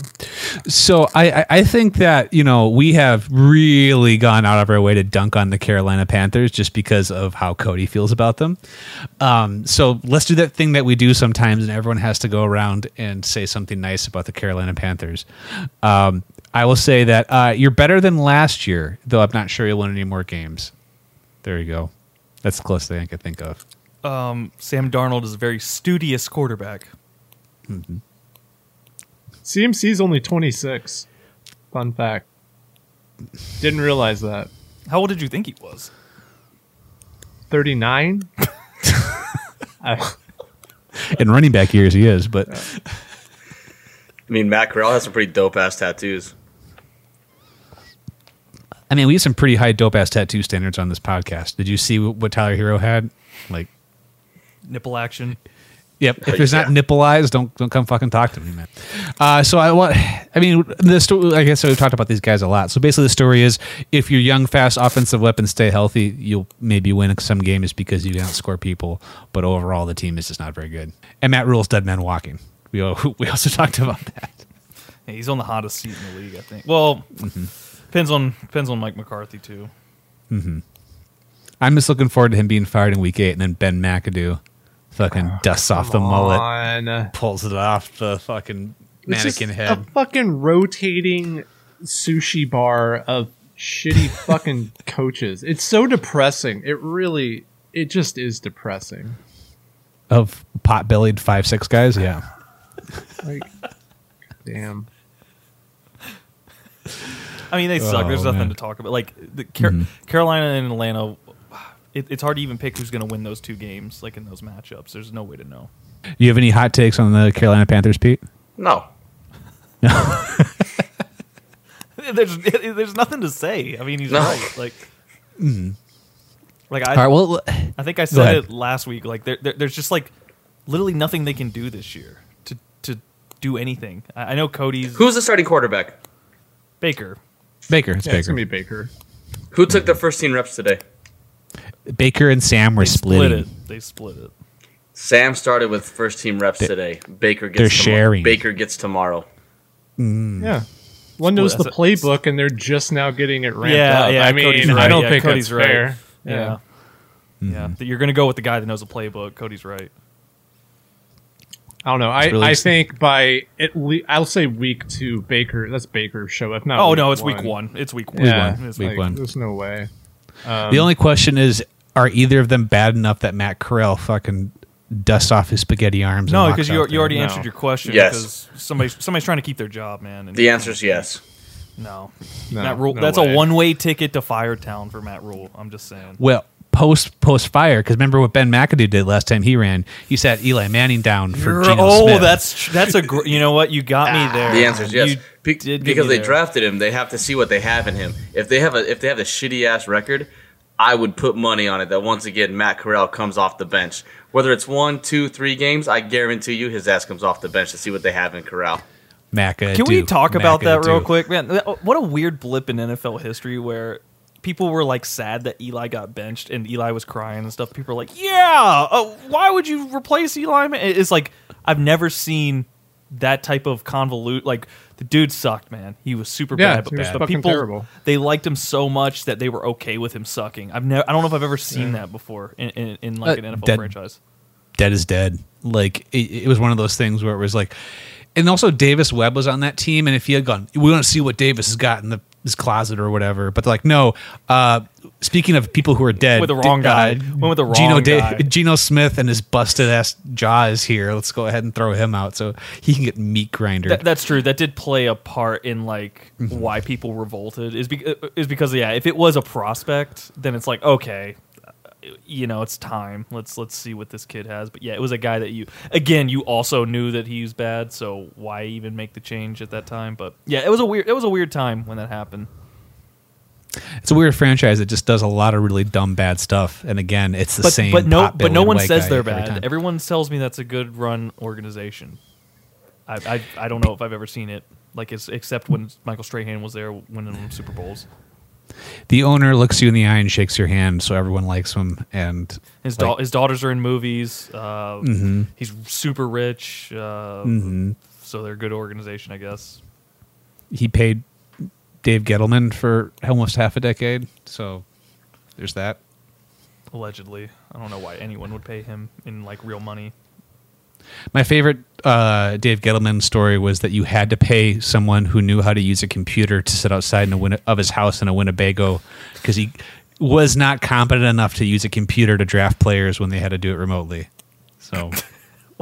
Speaker 1: so I, I, I think that, you know, we have really gone out of our way to dunk on the Carolina Panthers just because of how Cody feels about them. Um, so let's do that thing that we do sometimes and everyone has to go around and say something nice about the Carolina Panthers. Um, I will say that uh, you're better than last year, though I'm not sure you'll win any more games. There you go. That's the closest thing I could think of.
Speaker 2: Um, Sam Darnold is a very studious quarterback.
Speaker 3: CMC's only twenty six. Fun fact. Didn't realize that.
Speaker 2: How old did you think he was?
Speaker 3: Thirty nine.
Speaker 1: In running back years, he is, but
Speaker 4: I mean, Matt Corral has some pretty dope ass tattoos.
Speaker 1: I mean, we have some pretty high dope ass tattoo standards on this podcast. Did you see what what Tyler Hero had? Like,
Speaker 2: Nipple action.
Speaker 1: yep. If there's not
Speaker 4: Yeah.
Speaker 1: nipple eyes, don't don't come fucking talk to me, man. Uh, so I want. I mean, the story. I guess we've talked about these guys a lot. So basically, the story is if your young, fast offensive weapons stay healthy, you'll maybe win some games because you can outscore people. But overall, the team is just not very good. And Matt rules dead men walking. We al- we also talked about that.
Speaker 2: Yeah, he's on the hottest seat in the league, I think. Well, depends on depends on Mike McCarthy too.
Speaker 1: I'm just looking forward to him being fired in week eight, and then Ben McAdoo fucking dusts off the mullet.
Speaker 3: On.
Speaker 1: pulls it off the fucking
Speaker 3: It's just
Speaker 1: mannequin
Speaker 3: A
Speaker 1: head.
Speaker 3: fucking rotating sushi bar of shitty fucking coaches. It's so depressing. It really, it just is depressing.
Speaker 1: of pot bellied five six guys. Yeah.
Speaker 3: Like, damn.
Speaker 2: I mean, they suck.
Speaker 1: Oh,
Speaker 2: There's nothing
Speaker 1: man. Mm-hmm.
Speaker 2: to talk about. Like the Car- Carolina and Atlanta, it, it's hard to even pick who's going to win those two games. Like in those matchups, there's no way to know.
Speaker 1: Do you have any hot takes on the Carolina Panthers, Pete?
Speaker 4: No.
Speaker 2: there's there's nothing to say. I mean, he's
Speaker 4: No.
Speaker 2: right. Like, like I,
Speaker 1: Mm-hmm. All right. Well,
Speaker 2: I think I said
Speaker 1: ahead.
Speaker 2: it last week. Like there, there, there's just like literally nothing they can do this year to to do anything. I, I know Cody's
Speaker 4: Who's the starting quarterback?
Speaker 2: Baker.
Speaker 1: Baker. It's
Speaker 3: Yeah, it's
Speaker 1: Baker.
Speaker 3: gonna be Baker.
Speaker 4: Who took the first team reps today?
Speaker 1: Baker and Sam were
Speaker 2: They split
Speaker 1: splitting.
Speaker 2: it. They split it.
Speaker 4: Sam started with first team reps today. Baker gets
Speaker 1: they're
Speaker 4: tomo-
Speaker 1: sharing.
Speaker 4: Baker gets tomorrow.
Speaker 3: Yeah. One knows
Speaker 2: Well, Hmm.
Speaker 3: the
Speaker 2: that's a-
Speaker 3: playbook, and they're just now getting it ramped
Speaker 2: Yeah,
Speaker 3: up.
Speaker 2: yeah,
Speaker 3: I mean,
Speaker 2: Cody's
Speaker 3: I
Speaker 2: right.
Speaker 3: don't
Speaker 2: Yeah,
Speaker 3: think
Speaker 2: Cody's
Speaker 3: that's
Speaker 2: right.
Speaker 3: fair.
Speaker 2: Yeah. Yeah.
Speaker 3: Mm-hmm.
Speaker 2: That You're going to go with the guy that knows the playbook. Cody's right.
Speaker 3: I don't know. I,
Speaker 1: really
Speaker 3: I
Speaker 1: s-
Speaker 3: think by at least I'll say week two Baker. That's Baker's show. If not,
Speaker 2: Oh, no, it's week one. It's week one.
Speaker 3: Yeah,
Speaker 1: one.
Speaker 2: It's
Speaker 1: Week
Speaker 3: like,
Speaker 1: one.
Speaker 3: There's no way.
Speaker 1: the only question is, are either of them bad enough that Matt Corral fucking dusts off his spaghetti arms?
Speaker 2: No,
Speaker 1: and
Speaker 2: because
Speaker 1: walks
Speaker 2: you,
Speaker 1: out
Speaker 2: you
Speaker 1: there?
Speaker 2: already
Speaker 3: No.
Speaker 2: answered your question.
Speaker 4: Yes.
Speaker 2: Because somebody, somebody's trying to keep their job, man. And
Speaker 4: The answer is yes.
Speaker 2: no.
Speaker 3: No,
Speaker 2: Matt Rule.
Speaker 3: no
Speaker 2: that's
Speaker 3: way.
Speaker 2: a one way ticket to Firetown for Matt Rule. I'm just saying.
Speaker 1: Well. Post post fire because remember what Ben McAdoo did last time he ran. He sat Eli Manning down for
Speaker 2: You're-
Speaker 1: Geno
Speaker 2: oh,
Speaker 1: Smith.
Speaker 2: that's that's a gr- you know what you got me there.
Speaker 4: The answer is yes.
Speaker 2: You
Speaker 4: Be-
Speaker 2: did get
Speaker 4: because
Speaker 2: me
Speaker 4: they
Speaker 2: there.
Speaker 4: drafted him, they have to see what they have in him. If they have a if they have a shitty ass record, I would put money on it that once again Matt Corral comes off the bench. Whether it's one, two, three games, I guarantee you his ass comes off the bench to see what they have in Corral.
Speaker 1: Maca.
Speaker 2: Can we talk about that real quick, man? that- What a weird blip in NFL history where people were like sad that Eli got benched and Eli was crying and stuff. People were like, "Yeah, uh, why would you replace Eli?" man?" It- It's like I've never seen that type of convolute. Like the dude sucked, man. He was super
Speaker 3: Yeah,
Speaker 2: bad, but,
Speaker 3: he was
Speaker 2: but
Speaker 3: fucking
Speaker 2: people
Speaker 3: terrible.
Speaker 2: they liked him so much that they were okay with him sucking. I've never. I don't know if I've ever seen that before in, in, in like
Speaker 1: Uh,
Speaker 2: an NFL
Speaker 1: that-
Speaker 2: franchise.
Speaker 1: dead is dead. Like it, it was one of those things where it was like, and also Davis Webb was on that team, and if he had gone, we want to see what Davis has got in the his closet or whatever. But they're like, no. Uh, speaking of people who are dead, uh,
Speaker 2: With the wrong guy. Went with the wrong
Speaker 1: Gino
Speaker 2: guy.
Speaker 1: Gino Smith and his busted ass jaw is here. Let's go ahead and throw him out so he can get meat grinder.
Speaker 2: That, that's true. That did play a part in like
Speaker 1: Mm-hmm.
Speaker 2: why people revolted is be- uh, is because yeah, if it was a prospect, then it's like okay, uh, you know, it's time. Let's let's see what this kid has. But yeah, it was a guy that you again you also knew that he was bad, so why even make the change at that time? But yeah, it was a weird it was a weird time when that happened.
Speaker 1: it's a weird franchise that just does a lot of really dumb bad stuff. And again, it's the
Speaker 2: But
Speaker 1: same.
Speaker 2: but no but
Speaker 1: pot-bellied
Speaker 2: no one
Speaker 1: white
Speaker 2: says
Speaker 1: guy
Speaker 2: they're
Speaker 1: every
Speaker 2: bad.
Speaker 1: time.
Speaker 2: Everyone tells me that's a good run organization. I I, I don't know if I've ever seen it. Like it's, except when Michael Strahan was there winning them Super Bowls.
Speaker 1: the owner looks you in the eye and shakes your hand, so everyone likes him. And
Speaker 2: His
Speaker 1: like, Mm-hmm.
Speaker 2: da- his daughters are in movies. Uh, He's super rich, uh, so they're a good organization, I guess.
Speaker 1: he paid Dave Gettleman for almost half a decade. So there's that.
Speaker 2: Allegedly, I don't know why anyone would pay him in like real money.
Speaker 1: My favorite uh, Dave Gettleman story was that you had to pay someone who knew how to use a computer to sit outside in a win- of his house in a Winnebago because he was not competent enough to use a computer to draft players when they had to do it remotely. So,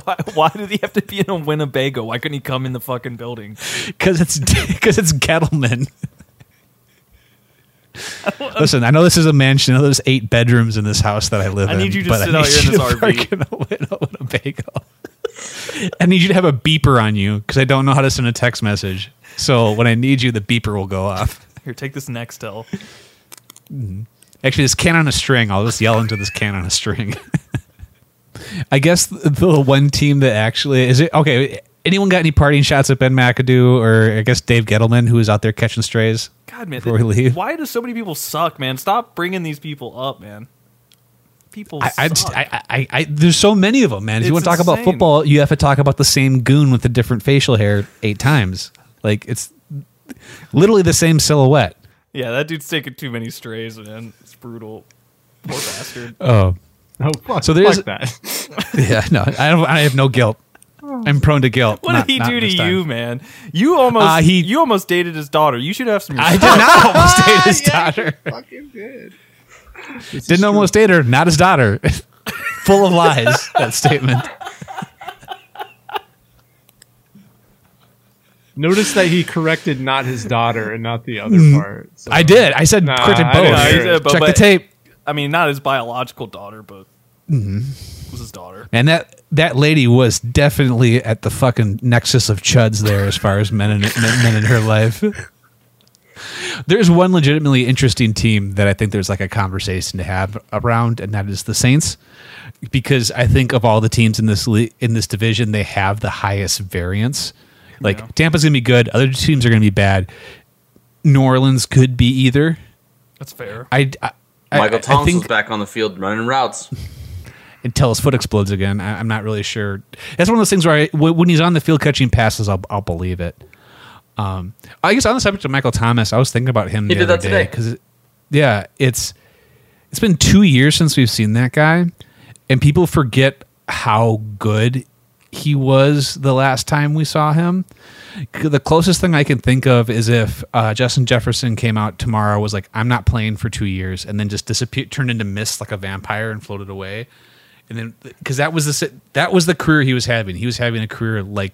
Speaker 2: Why, why did he have to be in a Winnebago? Why couldn't he come in the fucking building?
Speaker 1: because it's because it's Gettleman. Listen, I know this is a mansion. I know there's eight bedrooms in this house that I live
Speaker 2: I
Speaker 1: in.
Speaker 2: need you to
Speaker 1: but
Speaker 2: sit out
Speaker 1: need
Speaker 2: here in
Speaker 1: you
Speaker 2: this
Speaker 1: to
Speaker 2: RV.
Speaker 1: park in a Win- a Winnebago. I need you to have a beeper on you because I don't know how to send a text message. So when I need you, the beeper will go off.
Speaker 2: Here, take this Nextel.
Speaker 1: Actually, this can on a string. I'll just yell into this can on a string. I guess the, the one team that actually is it okay. Anyone got any partying shots at Ben McAdoo or I guess Dave Gettleman, who was out there catching strays?
Speaker 2: God, man,
Speaker 1: Before we leave.
Speaker 2: why do so many people suck, man? Stop bringing these people up, man. People,
Speaker 1: I, I, just,
Speaker 2: suck.
Speaker 1: I, I, I, there's so many of them, man. If you want
Speaker 2: It's
Speaker 1: to talk about
Speaker 2: insane.
Speaker 1: football, you have to talk about the same goon with a different facial hair eight times. Like it's literally the same silhouette.
Speaker 2: yeah, that dude's taking too many strays, man. It's brutal. Poor bastard.
Speaker 1: Oh,
Speaker 3: Oh, fuck,
Speaker 1: So there's-
Speaker 3: fuck that.
Speaker 1: yeah. No, I don't. I have no guilt. I'm prone to guilt.
Speaker 2: What
Speaker 1: Not-
Speaker 2: did
Speaker 1: not
Speaker 2: he do to
Speaker 1: this time.
Speaker 2: you, man? You almost
Speaker 1: Uh, he-
Speaker 2: you almost dated his daughter. You should have some.
Speaker 1: I did not almost date his daughter.
Speaker 3: Fucking good.
Speaker 1: Didn't almost date her. Not his daughter. Full of lies. that statement.
Speaker 3: Notice that he corrected not his daughter and not the
Speaker 2: Mm,
Speaker 3: other part. so-
Speaker 1: I did. I said
Speaker 3: Nah,
Speaker 1: corrected
Speaker 3: I
Speaker 1: both.
Speaker 3: didn't hear
Speaker 2: it. But-
Speaker 1: Check the
Speaker 2: but-
Speaker 1: tape.
Speaker 2: I mean, not his biological daughter, but
Speaker 1: Mm-hmm.
Speaker 2: it was his daughter.
Speaker 1: And that that lady was definitely at the fucking nexus of chuds there as far as men in men, men in her life. There's one legitimately interesting team that I think there's like a conversation to have around, and that is the Saints, because I think of all the teams in this le- in this division, they have the highest variance. Like Tampa's gonna be good, other teams are gonna be bad. New Orleans could be either.
Speaker 2: That's fair.
Speaker 1: I, I I-
Speaker 4: Michael
Speaker 1: I
Speaker 4: Thomas
Speaker 1: think-
Speaker 4: was back on the field running routes.
Speaker 1: until his foot explodes again. I, I'm not really sure. That's one of those things where I, w- when he's on the field catching passes, I'll, I'll believe it. Um, I guess on the subject of Michael Thomas, I was thinking about him.
Speaker 4: He
Speaker 1: the
Speaker 4: did
Speaker 1: other
Speaker 4: that
Speaker 1: day
Speaker 4: today.
Speaker 1: 'cause it- yeah, it's it's been two years since we've seen that guy, and people forget how good he was the last time we saw him. C- The closest thing I can think of is if uh, Justin Jefferson came out tomorrow, was like, "I'm not playing for two years," and then just disappeared, turned into mist like a vampire, and floated away. And then because that was the si- that was the career he was having. He was having a career like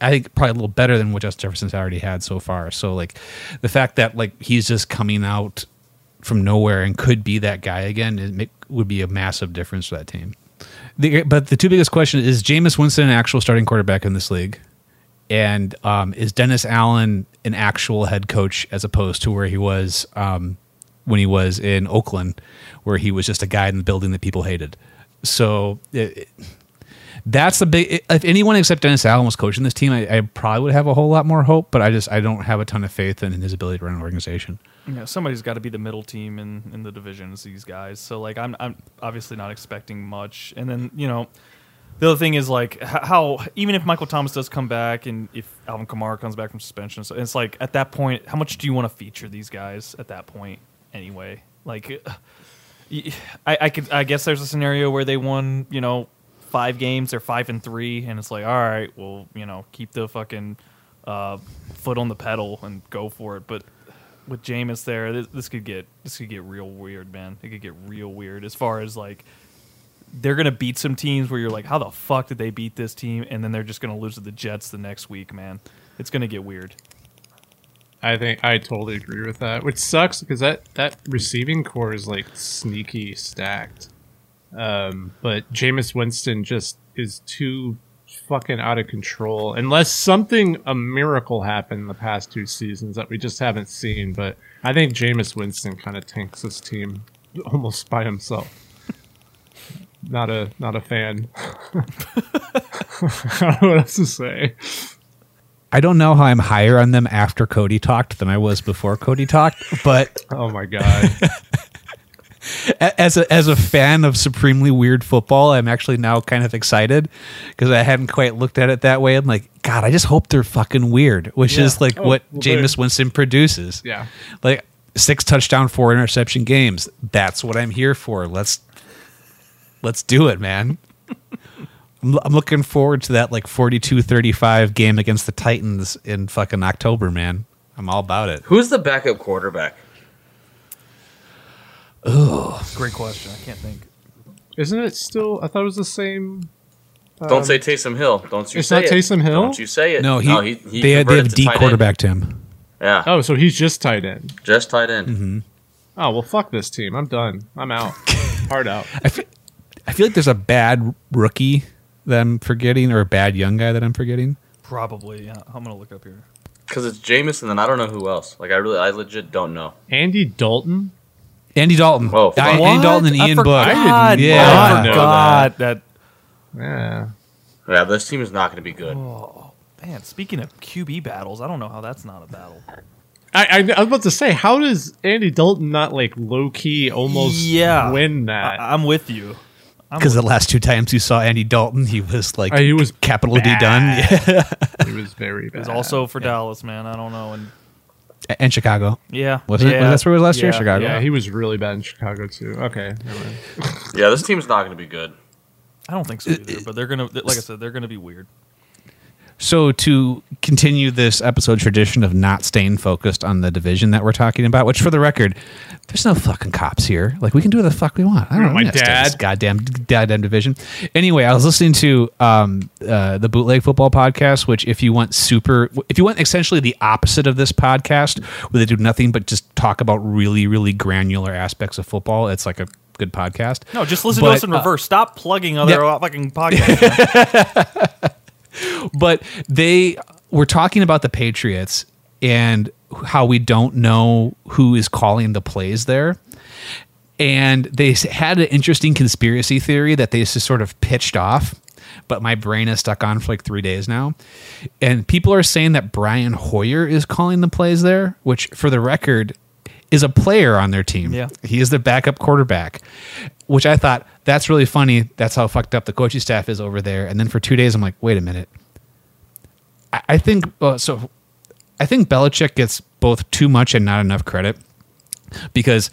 Speaker 1: I think probably a little better than what Justin Jefferson's already had so far. So like the fact that like he's just coming out from nowhere and could be that guy again it make, would be a massive difference for that team. The, but the two biggest question is Jameis Winston an actual starting quarterback in this league, and um, is Dennis Allen an actual head coach as opposed to where he was um, when he was in Oakland, where he was just a guy in the building that people hated. So it, it- that's the big. If anyone except Dennis Allen was coaching this team, I, I probably would have a whole lot more hope. But I just I don't have a ton of faith in his ability to run an organization.
Speaker 2: Yeah, somebody's got to be the middle team in, in the divisions. These guys. So like, I'm I'm obviously not expecting much. And then you know, the other thing is like h- how even if Michael Thomas does come back and if Alvin Kamara comes back from suspension, so it's like at that point, how much do you want to feature these guys at that point anyway? Like, uh, y- I, I could I guess there's a scenario where they won you know five games, they're five and three, and it's like all right, well you know keep the fucking uh, foot on the pedal and go for it, but with Jameis there, this, this could get this could get real weird, man. It could get real weird as far as like they're gonna beat some teams where you're like, how the fuck did they beat this team? And then they're just gonna lose to the Jets the next week, man. It's gonna get weird.
Speaker 3: I think I totally agree with that, which sucks because that that receiving core is like sneaky stacked. Um, but Jameis Winston just is too fucking out of control. Unless something a miracle happened in the past two seasons that we just haven't seen, but I think Jameis Winston kind of tanks this team almost by himself. Not a not a fan. I don't know what else to say.
Speaker 1: I don't know how I'm higher on them after Cody talked than I was before Cody talked, but
Speaker 3: Oh my god.
Speaker 1: a- as a, as a fan of supremely weird football, I'm actually now kind of excited because I hadn't quite looked at it that way. I'm like, God, I just hope they're fucking weird, which is
Speaker 3: Yeah.
Speaker 1: like
Speaker 3: Oh,
Speaker 1: what
Speaker 3: well, they're-
Speaker 1: Jameis Winston produces.
Speaker 3: Yeah.
Speaker 1: like six touchdown, four interception games. That's what I'm here for. Let's let's do it, man. I'm, I'm looking forward to that like 42-35 game against the Titans in fucking October, man. I'm all about it.
Speaker 4: Who's the backup quarterback?
Speaker 2: Great question. I can't think.
Speaker 3: Isn't it still? I thought it was the same.
Speaker 4: Don't say Taysom Hill. Don't you
Speaker 3: Um, it's
Speaker 4: say
Speaker 3: not
Speaker 4: it.
Speaker 3: Taysom Hill?
Speaker 4: Don't you say it.
Speaker 1: No, he,
Speaker 4: Oh, he
Speaker 1: they, they
Speaker 4: converted
Speaker 1: have
Speaker 4: to
Speaker 1: D
Speaker 4: tight end.
Speaker 1: quarterback Tim.
Speaker 4: Yeah,
Speaker 3: Oh, so he's just tight end.
Speaker 4: just tight end.
Speaker 1: Mm-hmm.
Speaker 3: Oh well, fuck this team. I'm done. I'm out. Hard out.
Speaker 1: I feel, I feel like there's a bad rookie that I'm forgetting or a bad young guy that I'm forgetting.
Speaker 2: Probably. Yeah. I'm gonna look up here.
Speaker 4: Because it's Jameis, and then I don't know who else. Like I really, I legit don't know.
Speaker 3: Andy Dalton.
Speaker 1: Andy Dalton.
Speaker 4: Oh, fuck.
Speaker 1: Andy
Speaker 2: What?
Speaker 1: Dalton and
Speaker 2: I
Speaker 1: Ian
Speaker 2: forgot.
Speaker 1: Book.
Speaker 2: I didn't-
Speaker 1: Yeah.
Speaker 2: I
Speaker 4: know
Speaker 2: forgot Oh, that.
Speaker 3: Yeah.
Speaker 4: Yeah, this team is not going to be good.
Speaker 2: Oh man. Speaking of QB battles, I don't know how that's not a battle.
Speaker 3: I, I, I was about to say, how does Andy Dalton not like low key almost
Speaker 2: Yeah. Uh,
Speaker 3: win that?
Speaker 2: I, I'm with you. I'm
Speaker 1: Because
Speaker 2: with
Speaker 1: the last two times you saw Andy Dalton, he was like
Speaker 3: Uh, he was
Speaker 1: capital D done. Yeah.
Speaker 3: he was very bad.
Speaker 2: It was also for Dallas, man. I don't know. And
Speaker 1: and Chicago.
Speaker 2: yeah,
Speaker 1: Was it-
Speaker 2: Yeah.
Speaker 1: that's where it was last year,
Speaker 2: Yeah,
Speaker 1: Chicago?
Speaker 3: yeah,
Speaker 2: yeah.
Speaker 3: he was really bad in Chicago too. Okay, never mind.
Speaker 4: Yeah, this team's not going to be good.
Speaker 2: I don't think so either. But they're gonna, like I said, they're gonna be weird.
Speaker 1: So to continue this episode tradition of not staying focused on the division that we're talking about, which for the record, there's no fucking cops here. Like we can do what the fuck we want. I don't
Speaker 3: You're
Speaker 1: know
Speaker 3: my
Speaker 1: I'm not staying in this
Speaker 3: dad.
Speaker 1: goddamn goddamn division. Anyway, I was listening to um, uh, the Bootleg Football podcast, which if you want super, if you want essentially the opposite of this podcast, where they do nothing but just talk about really really granular aspects of football, it's like a good podcast.
Speaker 2: No, just listen
Speaker 1: But, uh,
Speaker 2: to us in reverse. Stop plugging other
Speaker 1: yeah.
Speaker 2: fucking podcasts.
Speaker 1: but they were talking about the Patriots and how we don't know who is calling the plays there. And they s- had an interesting conspiracy theory that they just sort of pitched off, but my brain is stuck on for like three days now. And people are saying that Brian Hoyer is calling the plays there, which for the record is a player on their team.
Speaker 2: Yeah.
Speaker 1: He is their backup quarterback, which I thought that's really funny. That's how fucked up the coaching staff is over there. And then for two days, I'm like, wait a minute. I- I think uh, so. I think Belichick gets both too much and not enough credit because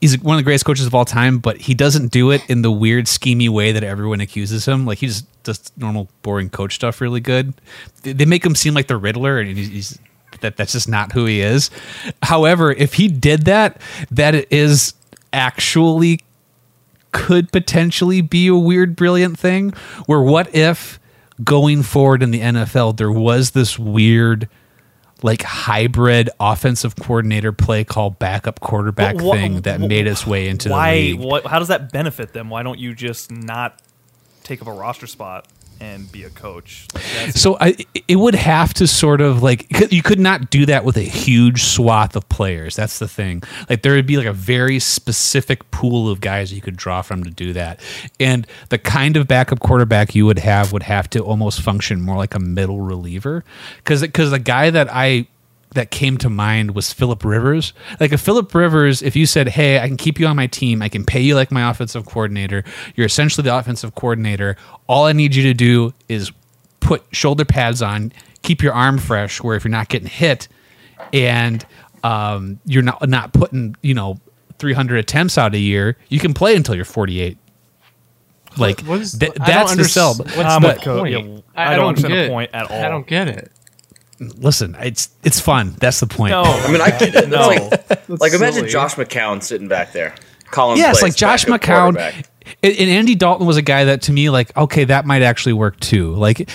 Speaker 1: he's one of the greatest coaches of all time, but he doesn't do it in the weird schemy way that everyone accuses him. Like he just does normal boring coach stuff really good. They- They make him seem like the Riddler, and he's, he's that that's just not who he is. However, if he did that, that is actually could potentially be a weird, brilliant thing. Where what if going forward in the NFL, there was this weird, like hybrid offensive coordinator play call backup quarterback
Speaker 2: But wha-
Speaker 1: thing that
Speaker 2: wha-
Speaker 1: made its way into the
Speaker 2: Why?
Speaker 1: league.
Speaker 2: What, how does that benefit them? Why don't you just not take up a roster spot and be a coach? Like, that's-
Speaker 1: So I, it would have to sort of like c- you could not do that with a huge swath of players. That's the thing. Like there would be like a very specific pool of guys you could draw from to do that, and the kind of backup quarterback you would have would have to almost function more like a middle reliever, because because the guy that I that came to mind was Philip Rivers. Like if Philip Rivers, if you said, "Hey, I can keep you on my team. I can pay you like my offensive coordinator. You're essentially the offensive coordinator. All I need you to do is put shoulder pads on, keep your arm fresh, where if you're not getting hit, and um, you're not not putting you know 300 attempts out a year, you can play until you're 48." Like
Speaker 3: What is-
Speaker 1: th-
Speaker 3: I don't
Speaker 1: that's the
Speaker 3: unders-
Speaker 1: sell.
Speaker 2: Um,
Speaker 3: what's
Speaker 1: But-
Speaker 2: I'm
Speaker 3: the
Speaker 2: with Cody.
Speaker 3: point?
Speaker 2: Yeah, I don't understand the point at all.
Speaker 3: I don't get it.
Speaker 1: listen, it's it's fun. That's the point.
Speaker 2: No,
Speaker 4: I mean, I get it.
Speaker 2: no.
Speaker 4: That's like, like imagine
Speaker 3: silly.
Speaker 4: Josh McCown sitting back there. Colin
Speaker 1: yes,
Speaker 4: Place,
Speaker 1: like Josh
Speaker 4: backup
Speaker 1: McCown
Speaker 4: quarterback.
Speaker 1: and, and Andy Dalton was a guy that to me like okay that might actually work too. Like,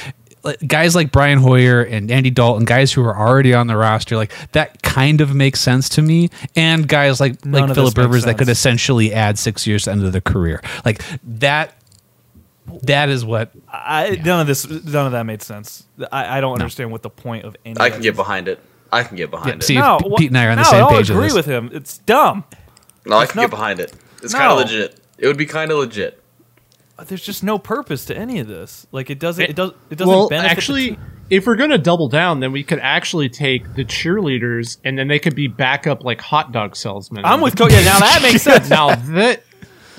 Speaker 1: like, guys like Brian Hoyer and Andy Dalton, guys who are already on the roster, like that kind of makes sense to me. And guys like
Speaker 2: None
Speaker 1: like
Speaker 2: of
Speaker 1: Philip
Speaker 2: this makes
Speaker 1: Rivers that could
Speaker 2: sense.
Speaker 1: essentially add six years to the end of their career. Like that. That is what
Speaker 2: I, None of this, none of that made sense. I, I don't understand what the point of any.
Speaker 4: I
Speaker 2: of
Speaker 4: can
Speaker 2: it
Speaker 4: get
Speaker 2: is.
Speaker 4: behind it. I can get behind
Speaker 1: Yeah,
Speaker 4: it.
Speaker 1: see- P-
Speaker 2: wha-
Speaker 1: Pete and I are on the
Speaker 2: no,
Speaker 1: same
Speaker 2: I don't
Speaker 1: page on
Speaker 2: agree
Speaker 1: this.
Speaker 2: with him. It's dumb.
Speaker 4: no, I
Speaker 2: it's
Speaker 4: can
Speaker 2: not-
Speaker 4: get behind it. It's kind
Speaker 2: No.
Speaker 4: of legit. It would be kind of legit.
Speaker 2: There's just no purpose to any of this. Like it doesn't. It, does. It doesn't
Speaker 3: Well,
Speaker 2: benefit. the
Speaker 3: actually,
Speaker 2: team.
Speaker 3: if we're going to double down, then we could actually take the cheerleaders, and then they could be backup like hot dog salesmen.
Speaker 2: I'm with Cody. Yeah, now that makes sense.
Speaker 3: now that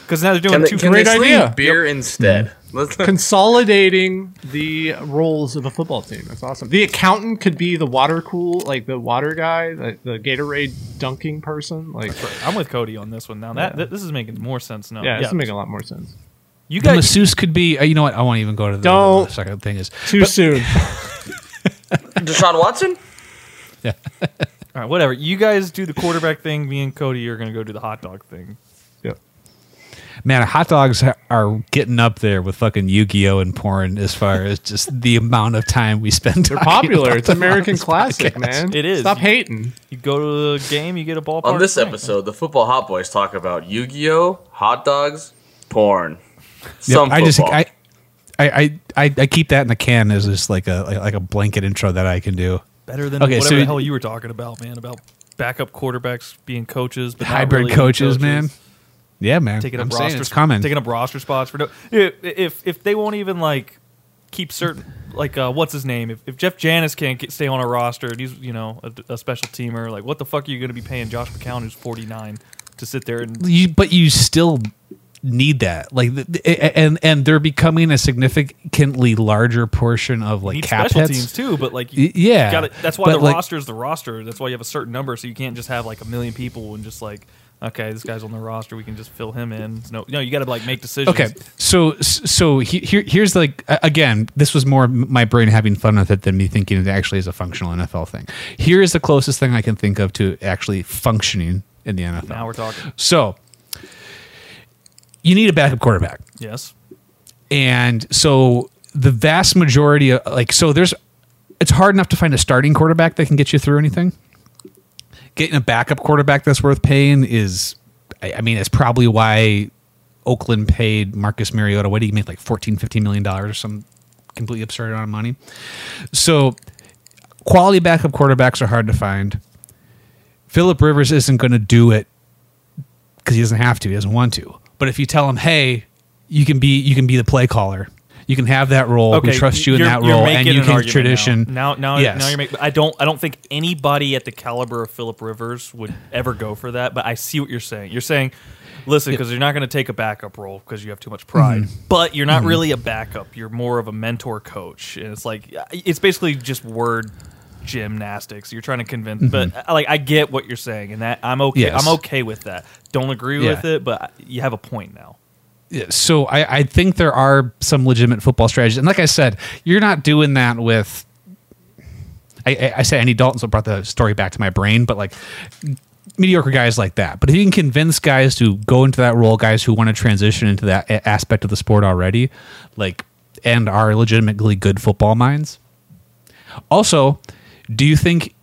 Speaker 2: because now they're doing
Speaker 4: Can they,
Speaker 2: two.
Speaker 4: can
Speaker 3: great
Speaker 4: they sleeve
Speaker 3: idea.
Speaker 4: beer
Speaker 1: Mm.
Speaker 4: instead? Let's
Speaker 3: consolidating the roles of a football team. That's awesome. The accountant could be the water cool, like the water guy, the, the Gatorade dunking person. Like,
Speaker 2: I'm with Cody on this one. Now that th- this is making more sense now.
Speaker 3: yeah, this would make a lot more sense.
Speaker 2: you
Speaker 1: the
Speaker 2: guys.
Speaker 1: masseuse could be. uh, You know what? I won't even go to the,
Speaker 3: Don't.
Speaker 1: the second thing. Is
Speaker 3: Too soon.
Speaker 4: Deshaun Watson?
Speaker 2: all right, whatever. You guys do the quarterback thing. Me and Cody are gonna go do the hot dog thing.
Speaker 3: Yep.
Speaker 1: man, hot dogs ha- are getting up there with fucking Yu Gi Oh and porn as far as just the amount of time we spend. They're
Speaker 3: Popular. It's American classic, man.
Speaker 2: It is.
Speaker 3: Stop hating.
Speaker 2: You go to the game. You get a ballpark.
Speaker 4: On this
Speaker 2: drink.
Speaker 4: episode, the football hot boys talk about Yu-Gi-Oh, hot dogs, porn. Some
Speaker 1: I just
Speaker 4: football.
Speaker 1: I, I I I I keep that in the can as just like a like, like a blanket intro that I can do.
Speaker 2: better than
Speaker 1: Okay,
Speaker 2: whatever
Speaker 1: so-
Speaker 2: the hell you were talking about, man. About backup quarterbacks being coaches, but not
Speaker 1: Hybrid
Speaker 2: really
Speaker 1: coaches, man. Yeah, man.
Speaker 2: taking
Speaker 1: I'm
Speaker 2: up
Speaker 1: saying
Speaker 2: roster
Speaker 1: it's coming.
Speaker 2: taking up roster spots for no if if, if they won't even like keep certain like uh, what's his name if, if Jeff Janis can't get, stay on a roster and he's you know a, a special teamer like what the fuck are you going to be paying Josh McCown who's 49 to sit there and
Speaker 1: you, but you still need that like th- th- and and they're becoming a significantly larger portion of like
Speaker 2: need
Speaker 1: cap
Speaker 2: special
Speaker 1: hits.
Speaker 2: teams too but like you,
Speaker 1: Y- yeah,
Speaker 2: you gotta, that's why
Speaker 1: but,
Speaker 2: the
Speaker 1: like-
Speaker 2: roster is the roster that's why you have a certain number so you can't just have like a million people and just like okay this guy's on the roster we can just fill him in no no you got to like make decisions
Speaker 1: Okay, so so he, here here's like a- again, this was more m- my brain having fun with it than me thinking it actually is a functional NFL thing. Here is the closest thing I can think of to actually functioning in the NFL.
Speaker 2: now we're talking
Speaker 1: so you need a backup quarterback,
Speaker 2: yes
Speaker 1: and so the vast majority of like so there's it's hard enough to find a starting quarterback that can get you through anything. Getting a backup quarterback that's worth paying is, I, I mean, it's probably why Oakland paid Marcus Mariota. What did he make? Like 14, 15 million dollars or some completely absurd amount of money. So quality backup quarterbacks are hard to find. Philip Rivers isn't going to do it because he doesn't have to. He doesn't want to. But if you tell him, hey, you can be you can be the play caller. You can have that role. we trust you in
Speaker 2: you're-
Speaker 1: that
Speaker 2: you're
Speaker 1: role, and
Speaker 2: making
Speaker 1: you
Speaker 2: an
Speaker 1: can
Speaker 2: argument
Speaker 1: tradition.
Speaker 2: Now, now, now,
Speaker 1: Yes.
Speaker 2: now you're making. I don't. I don't think anybody at the caliber of Philip Rivers would ever go for that. But I see what you're saying. You're saying, listen, because you're not going to take a backup role because you have too much pride.
Speaker 1: Mm-hmm.
Speaker 2: But you're not really a backup. You're more of a mentor coach, and it's like it's basically just word gymnastics. You're trying to convince. But I- like, I get what you're saying, and that I'm okay.
Speaker 1: Mm-hmm. Yes.
Speaker 2: I'm okay with that. Don't agree
Speaker 1: Yeah.
Speaker 2: with it, but I- you have a point now.
Speaker 1: so I, I think there are some legitimate football strategies. And like I said, you're not doing that with. I, I, I said Andy Dalton, so it brought the story back to my brain, but like mediocre guys like that. But if you can convince guys to go into that role, guys who want to transition into that a- aspect of the sport already, like, and are legitimately good football minds. Also, do you think,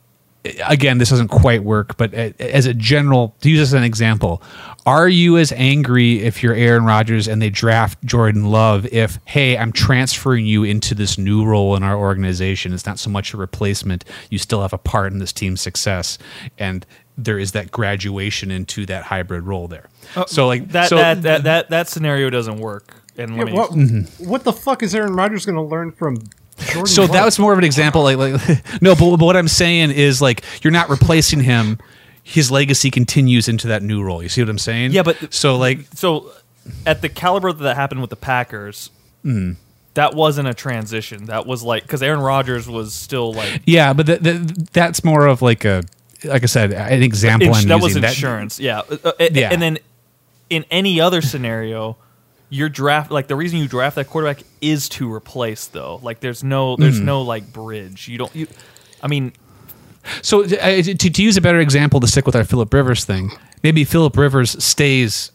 Speaker 1: again, this doesn't quite work, but a- as a general, to use this as an example, are you as angry if you're Aaron Rodgers and they draft Jordan Love if, hey, I'm transferring you into this new role in our organization? It's not so much a replacement, you still have a part in this team's success. And there is that graduation into that hybrid role there. so, like,
Speaker 2: Uh, That
Speaker 1: so,
Speaker 2: that, that that that scenario doesn't work. And let me
Speaker 3: what, what the fuck is Aaron Rodgers going to learn from Jordan?
Speaker 1: So that
Speaker 3: Love?
Speaker 1: was more of an example. Like, like no, but, but what I'm saying is like you're not replacing him. His legacy continues into that new role. You see what I'm saying?
Speaker 2: Yeah, but-
Speaker 1: so like
Speaker 2: so at the caliber that happened with the Packers,
Speaker 1: Hmm.
Speaker 2: that wasn't a transition. That was like because Aaron Rodgers was still like
Speaker 1: yeah, but th- th- that's more of like a like I said an example.
Speaker 2: ins-
Speaker 1: I'm
Speaker 2: that was
Speaker 1: using.
Speaker 2: insurance. yeah. Uh, uh,
Speaker 1: Yeah.
Speaker 2: and then in any other scenario. Your draft, like the reason you
Speaker 1: Hmm.
Speaker 2: draft that quarterback is to replace, though. Like, there's no, there's no like bridge. You don't, you, I mean,
Speaker 1: So uh, to, to use a better example to stick with our Philip Rivers thing, maybe Philip Rivers stays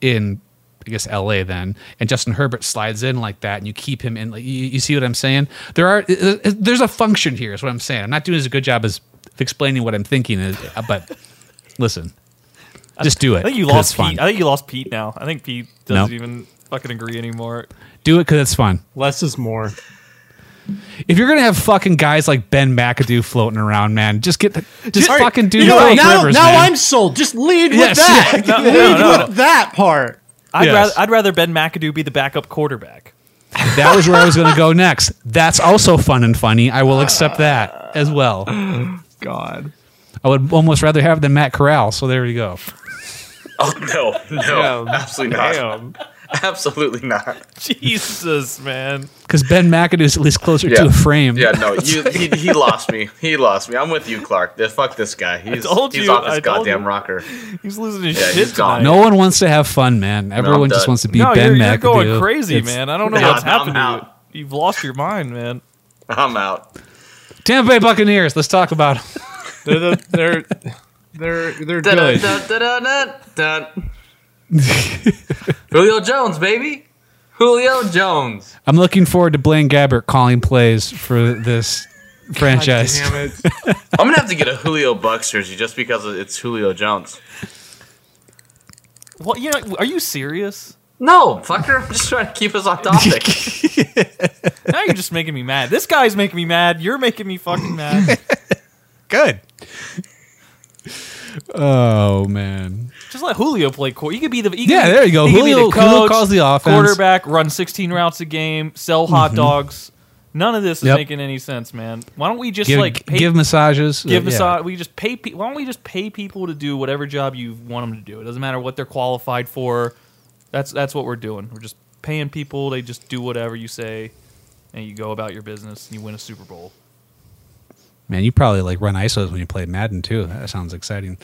Speaker 1: in, I guess, L.A. then, and Justin Herbert slides in like that, and you keep him in. Like, you, you see what I'm saying? There are uh, uh, there's a function here, is what I'm saying. I'm not doing as good job as of explaining what I'm thinking, is, uh, but listen, just do it.
Speaker 2: I think you
Speaker 1: 'cause
Speaker 2: lost
Speaker 1: it's fun.
Speaker 2: Pete. I think you lost Pete now. I think Pete doesn't
Speaker 1: No.
Speaker 2: even fucking agree anymore.
Speaker 1: Do it because it's fun.
Speaker 3: Less is more.
Speaker 1: If you're gonna have fucking guys like Ben McAdoo floating around, man, just get the, just
Speaker 3: All right,
Speaker 1: fucking do
Speaker 3: you know what?
Speaker 1: Philip
Speaker 3: now,
Speaker 1: Rivers.
Speaker 3: now
Speaker 1: man.
Speaker 3: I'm sold. Just lead
Speaker 1: Yes,
Speaker 3: with that.
Speaker 2: yeah. No,
Speaker 3: lead
Speaker 2: no, no.
Speaker 3: with that part.
Speaker 2: I'd
Speaker 1: Yes.
Speaker 2: rather I'd rather Ben McAdoo be the backup quarterback.
Speaker 1: That was where I was going to go next. That's also fun and funny. I will accept that as well. I
Speaker 3: God.
Speaker 1: would almost rather have than Matt Corral. So there you go.
Speaker 4: Oh no, no, absolutely not,
Speaker 3: Damn.
Speaker 4: absolutely not.
Speaker 2: Jesus, man.
Speaker 1: Because Ben McAdoo is at least closer to a frame.
Speaker 4: Yeah, no, you, he, he lost me. He lost me. I'm with you, Clark. The- Fuck this guy. He's,
Speaker 2: told
Speaker 4: he's
Speaker 2: you,
Speaker 4: off his
Speaker 2: I told
Speaker 4: goddamn
Speaker 2: you.
Speaker 4: rocker.
Speaker 2: He's losing his
Speaker 4: Yeah,
Speaker 2: shit.
Speaker 4: he's gone.
Speaker 2: tonight.
Speaker 1: No one wants to have fun, man. Everyone just
Speaker 4: done.
Speaker 1: wants to be
Speaker 2: No,
Speaker 1: Ben
Speaker 2: you're, you're
Speaker 1: McAdoo.
Speaker 2: going crazy,
Speaker 1: It's-
Speaker 2: man. I don't know
Speaker 4: Yeah,
Speaker 2: what's
Speaker 4: I'm-
Speaker 2: happened
Speaker 4: I'm
Speaker 2: to
Speaker 4: out.
Speaker 2: you. You've lost your mind, man.
Speaker 4: I'm out.
Speaker 1: Tampa Bay Buccaneers. Let's talk about 'em.
Speaker 3: They're the, they're they're they're
Speaker 4: Dun,
Speaker 3: good.
Speaker 4: dun, dun, dun, dun. Julio Jones, baby. Julio Jones.
Speaker 1: I'm looking forward to Blaine Gabbert calling plays for this franchise.
Speaker 3: Damn it.
Speaker 4: I'm gonna have to get a Julio Bucks jersey just because it's Julio Jones.
Speaker 2: What? You know? Are you serious?
Speaker 4: No, fucker. I'm just trying to keep us on topic.
Speaker 2: Now you're just making me mad. This guy's making me mad. You're making me fucking mad.
Speaker 1: Good. Oh man.
Speaker 2: Just let Julio play court. He could be the he could
Speaker 1: Yeah,
Speaker 2: be-
Speaker 1: there you go.
Speaker 2: he could be
Speaker 1: Julio-
Speaker 2: the
Speaker 1: Julio
Speaker 2: coach,
Speaker 1: calls the offense. Mm-hmm.
Speaker 2: Quarterback run 16 routes a game. Sell hot dogs. None of this is
Speaker 1: Yep.
Speaker 2: making any sense, man. Why don't we just
Speaker 1: Give,
Speaker 2: like pay,
Speaker 1: give massages.
Speaker 2: give
Speaker 1: Yeah.
Speaker 2: us a- we just pay pe- why don't we just pay people to do whatever job you want them to do? It doesn't matter what they're qualified for. That's that's what we're doing. We're just paying people. They just do whatever you say, and you go about your business and you win a Super Bowl.
Speaker 1: Man, you probably like run ISOs when you played Madden too. That sounds exciting.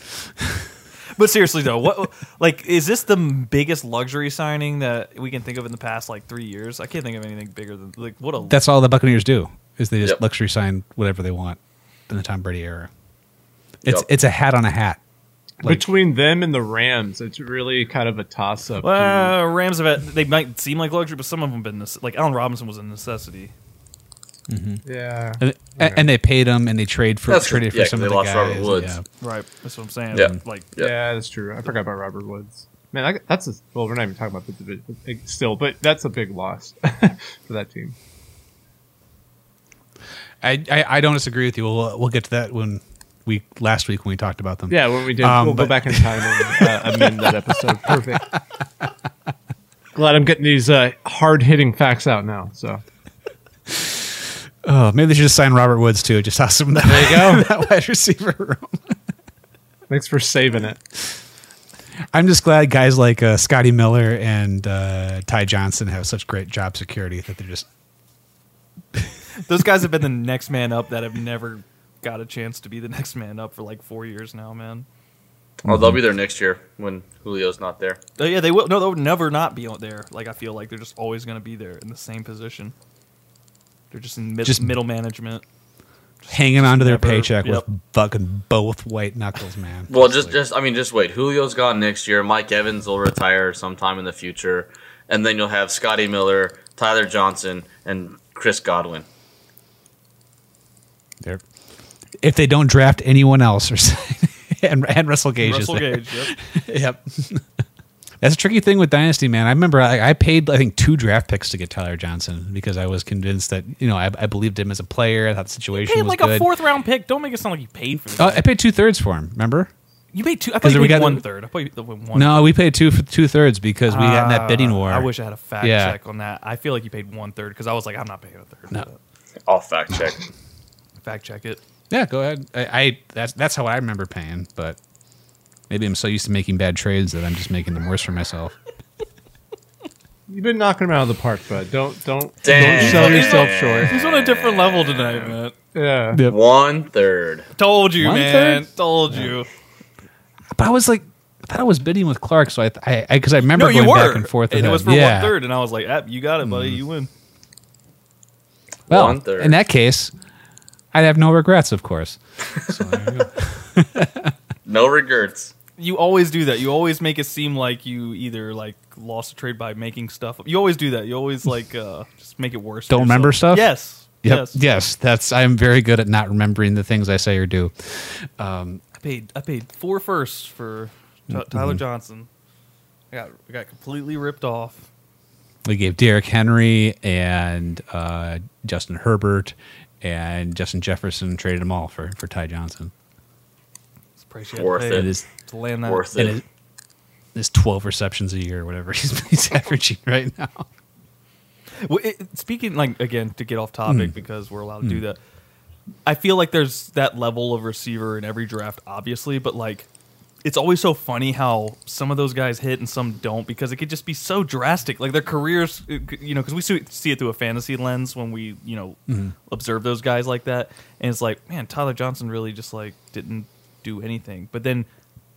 Speaker 2: But seriously though, what like is this the m- biggest luxury signing that we can think of in the past like three years? I can't think of anything bigger than like what a
Speaker 1: That's all the Buccaneers do is they just
Speaker 4: Yep.
Speaker 1: luxury sign whatever they want in the Tom Brady era. It's
Speaker 4: Yep.
Speaker 1: it's a hat on a hat. Like-
Speaker 3: Between them and the Rams, it's really kind of a toss up.
Speaker 2: well, Rams have had- they might seem like luxury, but some of them have been this like Allen Robinson was a necessity.
Speaker 3: yeah.
Speaker 1: And,
Speaker 3: Yeah.
Speaker 1: and they paid him and they trade for
Speaker 4: That's-
Speaker 1: traded for
Speaker 4: yeah,
Speaker 1: some
Speaker 4: 'cause
Speaker 1: of
Speaker 4: they
Speaker 1: the
Speaker 4: lost
Speaker 1: guys.
Speaker 4: Robert Woods.
Speaker 1: Yeah.
Speaker 2: Right, that's what I'm saying.
Speaker 4: Yeah.
Speaker 2: Like
Speaker 4: Yeah.
Speaker 3: Yeah, that's true. I forgot about Robert Woods. Man, I, that's a well. We're not even talking about the division still, but that's a big loss for that team.
Speaker 1: I, I I don't disagree with you. We'll we'll get to that when we last week when we talked about them.
Speaker 3: Yeah, when we did,
Speaker 1: Um,
Speaker 3: we'll
Speaker 1: but-
Speaker 3: go back in time and uh, amend that episode. Perfect. Glad I'm getting these uh, hard hitting facts out now. So
Speaker 1: Oh, maybe they should just sign Robert Woods too. Just toss him in that, there you go. that wide receiver room.
Speaker 3: thanks for saving it.
Speaker 1: I'm just glad guys like uh, Scotty Miller and uh, Ty Johnson have such great job security that they're just
Speaker 2: those guys have been the next man up that have never got a chance to be the next man up for like four years now, man.
Speaker 4: Oh, they'll be there next year when Julio's not there.
Speaker 2: Uh, yeah, they will. No, they'll never not be out there. Like I feel like they're just always going to be there in the same position. They're just in mid-
Speaker 1: Just-
Speaker 2: middle management.
Speaker 1: hanging onto their
Speaker 2: Never-
Speaker 1: paycheck
Speaker 2: yep.
Speaker 1: with fucking both white knuckles, man.
Speaker 4: Well, just just I mean, just wait. Julio's gone next year. Mike Evans will retire sometime in the future, and then you'll have Scotty Miller, Tyler Johnson, and Chris Godwin.
Speaker 1: They're- if they don't draft anyone else or something- and and Russell Gage
Speaker 2: Russell
Speaker 1: is there.
Speaker 2: Gage. Yep.
Speaker 1: Yep. That's a tricky thing with Dynasty, man. I remember I, I paid, I think, two draft picks to get Tyler Johnson because I was convinced that, you know, I, I believed him as a player. I thought the situation
Speaker 2: Paid
Speaker 1: was
Speaker 2: like
Speaker 1: good.
Speaker 2: a fourth round pick. Don't make it sound like you paid for this.
Speaker 1: Uh, I paid two thirds for him, remember?
Speaker 2: you paid two. I
Speaker 1: Is
Speaker 2: thought
Speaker 1: there-
Speaker 2: you
Speaker 1: we
Speaker 2: paid
Speaker 1: got-
Speaker 2: one third. I thought you paid one.
Speaker 1: No, we paid two for two thirds because we had that bidding
Speaker 2: Ah,
Speaker 1: war.
Speaker 2: I wish I had a fact
Speaker 1: Yeah.
Speaker 2: check on that. I feel like you paid one third because I was like, I'm not paying a third.
Speaker 1: No.
Speaker 2: But
Speaker 4: I'll fact check.
Speaker 2: Fact check it.
Speaker 1: Yeah, go ahead. I, I that's that's how I remember paying, but maybe I'm so used to making bad trades that I'm just making them worse for myself.
Speaker 3: You've been knocking them out of the park, bud. Don't don't
Speaker 4: Damn.
Speaker 3: don't sell yourself short.
Speaker 2: He's on a different level tonight, man.
Speaker 3: Yeah.
Speaker 1: Yeah.
Speaker 4: One third.
Speaker 2: Told you,
Speaker 1: One
Speaker 2: man. Told you.
Speaker 1: But I was like, I thought I was bidding with Clark, so I because I, because I remember
Speaker 2: no, you
Speaker 1: going
Speaker 2: were.
Speaker 1: back and forth. with
Speaker 2: and it
Speaker 1: him.
Speaker 2: was for
Speaker 1: yeah. Mm-hmm.
Speaker 2: one third, and I was like, ah, "You got it, buddy. You win."
Speaker 1: Well,
Speaker 4: One third.
Speaker 1: in that case, I'd have no regrets, of course. So there you go.
Speaker 4: No regrets.
Speaker 2: You always do that. You always make it seem like you either like lost a trade by making stuff. You always do that. You always like uh just make it worse. for
Speaker 1: Don't remember
Speaker 2: yourself.
Speaker 1: stuff?
Speaker 2: Yes.
Speaker 1: Yep.
Speaker 2: Yes.
Speaker 1: Yes, that's I'm very good at not remembering the things I say or do. Um,
Speaker 2: I paid I paid four firsts for T-
Speaker 1: Mm-hmm.
Speaker 2: Tyler Johnson. I got I got completely ripped off.
Speaker 1: we gave Derrick Henry and uh, Justin Herbert and Justin Jefferson traded them all for for Ty Johnson.
Speaker 2: It's the price you had to
Speaker 4: Worth
Speaker 2: pay
Speaker 1: It is
Speaker 2: to land that.
Speaker 4: Worth
Speaker 1: it
Speaker 4: it.
Speaker 1: is it's 12 receptions a year or whatever he's, he's averaging right now.
Speaker 2: Well, it, speaking like again to get off topic because we're allowed to do that. I feel like there's that level of receiver in every draft, obviously, but like it's always so funny how some of those guys hit and some don't because it could just be so drastic. Like their careers, it could- you know, because we see see it through a fantasy lens when we you know observe those guys like that, and it's like, man, Tyler Johnson really just like didn't do anything. But then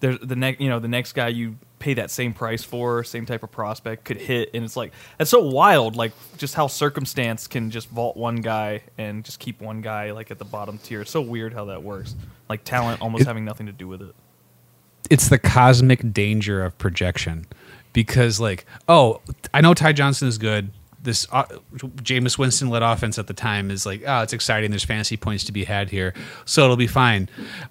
Speaker 2: there's the next, you know, the next guy you pay that same price for, same type of prospect could hit, and it's like that's so wild. Like just how circumstance can just vault one guy and just keep one guy like at the bottom tier. It's so weird how that works. Like talent almost
Speaker 1: It-
Speaker 2: having nothing to do with it.
Speaker 1: it's the cosmic danger of projection because like oh i know ty johnson is good this uh, Jameis Winston led offense at the time is like, oh, it's exciting. There's fantasy points to be had here, so it'll be fine.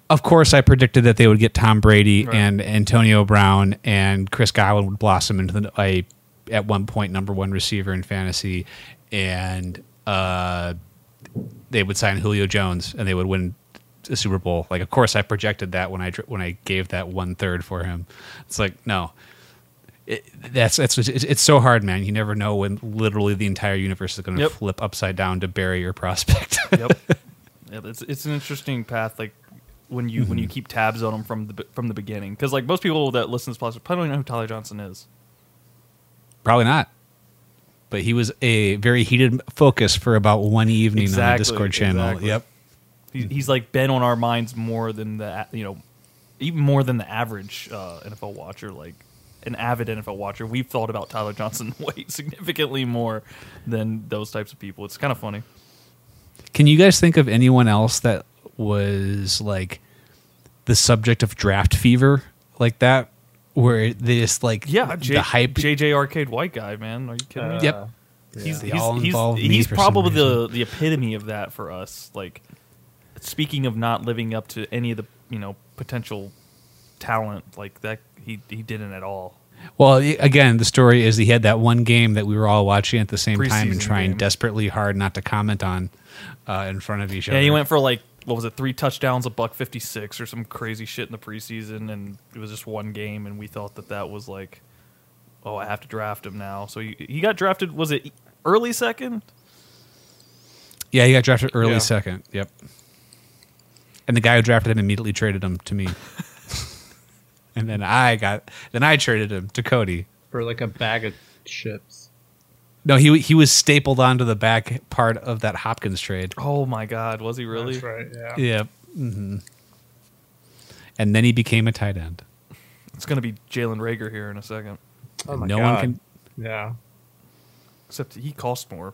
Speaker 1: Of course, I predicted that they would get Tom Brady
Speaker 2: Right.
Speaker 1: and Antonio Brown and Chris Godwin would blossom into the, a at one point number one receiver in fantasy, and uh, they would sign Julio Jones and they would win a Super Bowl. Like, of course, I projected that when I dr- when I gave that one third for him. It's like no, it, that's that's it's, it's so hard, man. You never know when literally the entire universe is going to
Speaker 2: Yep.
Speaker 1: flip upside down to bury your prospect.
Speaker 2: yep. yep. It's it's an interesting path. Like when you when you keep tabs on them from the be- from the beginning, because like most people that listen to this podcast probably don't know who Tyler Johnson is.
Speaker 1: Probably not. But he was a very heated focus for about one evening on the
Speaker 2: Exactly,
Speaker 1: Discord channel.
Speaker 2: exactly.
Speaker 1: Yep.
Speaker 2: He, he's like been on our minds more than the a- you know, even more than the average uh, NFL watcher. Like an avid NFL watcher, we've thought about Tyler Johnson way significantly more than those types of people. It's kind of funny.
Speaker 1: Can you guys think of anyone else that was like the subject of draft fever like that, where they just like
Speaker 2: Yeah, uh, J-
Speaker 1: the hype?
Speaker 2: JJ Arcade White guy, man. Are you kidding me?
Speaker 1: yep.
Speaker 2: he's
Speaker 1: They
Speaker 2: he's,
Speaker 1: all
Speaker 2: he's,
Speaker 1: involve me
Speaker 2: he's
Speaker 1: for some
Speaker 2: probably the the epitome of that for us. Like speaking of not living up to any of the you know potential talent, like that he he didn't at all.
Speaker 1: Well, i- again, the story is he had that one game that we were all watching at the same time and
Speaker 2: Preseason
Speaker 1: trying
Speaker 2: game.
Speaker 1: desperately hard not to comment on uh, in front of each
Speaker 2: Yeah,
Speaker 1: other.
Speaker 2: he went for like what was it, three touchdowns, a buck fifty six, or some crazy shit in the preseason, and it was just one game, and we thought that that was like, oh, I have to draft him now. So he he got drafted. Was it early second?
Speaker 1: Yeah, he got drafted early
Speaker 3: Yeah.
Speaker 1: second. Yep. And the guy who drafted him immediately traded him to me. and then I got then I traded him to Cody.
Speaker 3: for like a bag of chips.
Speaker 1: No, he he was stapled onto the back part of that Hopkins trade.
Speaker 2: Oh my God, was he really?
Speaker 3: That's right. Yeah.
Speaker 1: Yep. hmm And then he became a tight end.
Speaker 2: It's gonna be Jalen Rager here in a second.
Speaker 3: Oh my
Speaker 1: no
Speaker 3: God.
Speaker 1: one can
Speaker 3: Yeah.
Speaker 2: Except he cost more.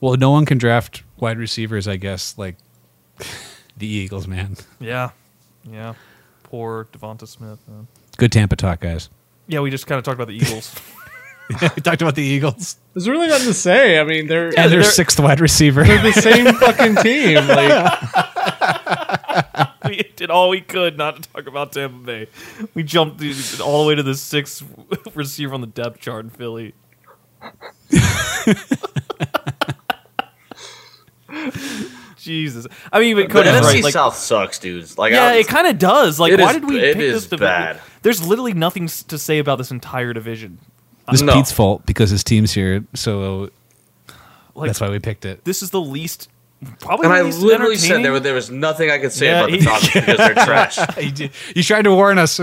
Speaker 1: well, no one can draft wide receivers, I guess, like the Eagles, man.
Speaker 2: Yeah, yeah. Poor Devonta Smith. Man.
Speaker 1: Good Tampa talk, guys.
Speaker 2: Yeah, we just kind of talked about the Eagels.
Speaker 1: we talked about the Eagles.
Speaker 3: There's really nothing to say. I mean, they're
Speaker 1: and their
Speaker 2: they're-
Speaker 1: sixth wide receiver.
Speaker 3: they're the same fucking team. Like,
Speaker 2: we did all we could not to talk about Tampa Bay. We jumped the- all the way to the sixth receiver on the depth chart in Philly. Jesus, I mean, but
Speaker 4: But
Speaker 2: Cody's
Speaker 4: NFC
Speaker 2: right. Like,
Speaker 4: South sucks, dudes. Like,
Speaker 2: yeah,
Speaker 4: I,
Speaker 2: it kind of does. Like,
Speaker 4: It
Speaker 2: why
Speaker 4: is-
Speaker 2: did we
Speaker 4: it
Speaker 2: pick
Speaker 4: is
Speaker 2: this division?
Speaker 4: bad.
Speaker 2: There's literally nothing s- to say about this entire division.
Speaker 1: This
Speaker 4: No.
Speaker 1: Pete's fault because his team's here, so
Speaker 2: Like,
Speaker 1: that's why we picked it.
Speaker 2: this is the least. Probably
Speaker 4: and I
Speaker 2: the least
Speaker 4: literally said
Speaker 2: entertaining.
Speaker 4: there, was- there was nothing I could say
Speaker 2: Yeah,
Speaker 4: about the
Speaker 2: he-
Speaker 4: Falcons because they're trash.
Speaker 1: you, did- you tried to warn us.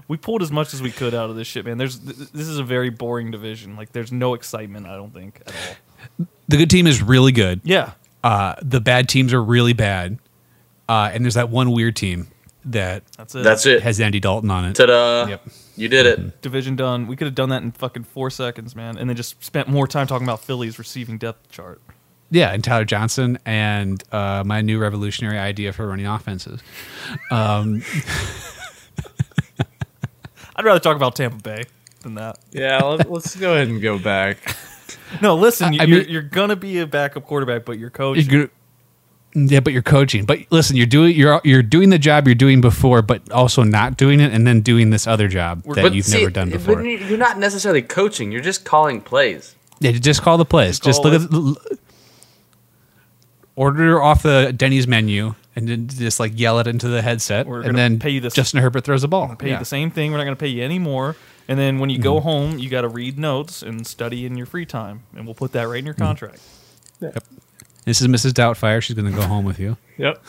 Speaker 2: we pulled as much as we could out of this shit, man. There's th- this is a very boring division. Like there's no excitement, I don't think at all.
Speaker 1: the good team is really good.
Speaker 2: Yeah,
Speaker 1: Uh, the bad teams are really bad. Uh, and there's that one weird team that
Speaker 2: that's it.
Speaker 4: That's it.
Speaker 1: has Andy Dalton on it.
Speaker 4: Ta-da.
Speaker 1: Yep.
Speaker 4: You did it.
Speaker 2: division done. We could have done that in fucking four seconds, man, and then just spent more time talking about Philly's receiving depth chart.
Speaker 1: yeah, and Tyler Johnson and uh, my new revolutionary idea for running offenses.
Speaker 2: I'd rather talk about Tampa Bay than that.
Speaker 3: Yeah, let, let's go ahead and go back.
Speaker 2: No, listen,
Speaker 1: I- I
Speaker 2: you're,
Speaker 1: mean-
Speaker 2: you're gonna be a backup quarterback, but your coach.
Speaker 1: You're gonna- yeah, but you're coaching. But listen, you're doing you're you're doing the job you're doing before, but also not doing it, and then doing this other job that
Speaker 4: But
Speaker 1: you've
Speaker 4: see,
Speaker 1: never done
Speaker 4: but
Speaker 1: before.
Speaker 4: you- You're not necessarily coaching. You're just calling plays.
Speaker 1: Yeah, just call the place. Just
Speaker 2: Just call
Speaker 1: look at l- l- order off the Denny's menu and then just like yell it into the headset,
Speaker 2: We're
Speaker 1: and
Speaker 2: gonna
Speaker 1: then
Speaker 2: pay you this-
Speaker 1: Justin Herbert throws the ball.
Speaker 2: pay
Speaker 1: Yeah. Mm-hmm.
Speaker 2: you the same thing. We're not going to pay you any more. And then when you go home, you got to read notes and study in your free time, and we'll put that right in your
Speaker 1: Mm-hmm.
Speaker 2: contract.
Speaker 1: This is Mrs. Doubtfire. She's gonna go home with you.
Speaker 3: Yep.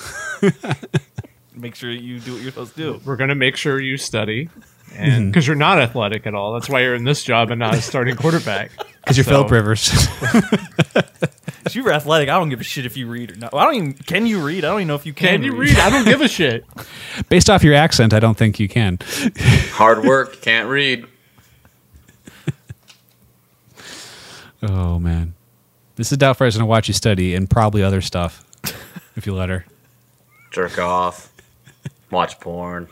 Speaker 2: Make sure you do what you're supposed to do.
Speaker 3: We're gonna make sure you study,
Speaker 2: Mm-hmm.
Speaker 3: and because you're not athletic at all, that's why you're in this job and not a starting quarterback.
Speaker 1: Because you're
Speaker 3: So-
Speaker 1: Philip Rivers.
Speaker 2: 'Cause you were athletic. I don't give a shit if you read or not. I don't even. Can you read? I don't even know if you can.
Speaker 3: Can you read? I don't give a shit.
Speaker 1: Based off your accent, I don't think you can.
Speaker 4: Hard work. can't read.
Speaker 1: Oh man, this is Doubtfire's gonna watch you study and probably other stuff if you let her.
Speaker 4: Jerk off. Watch porn.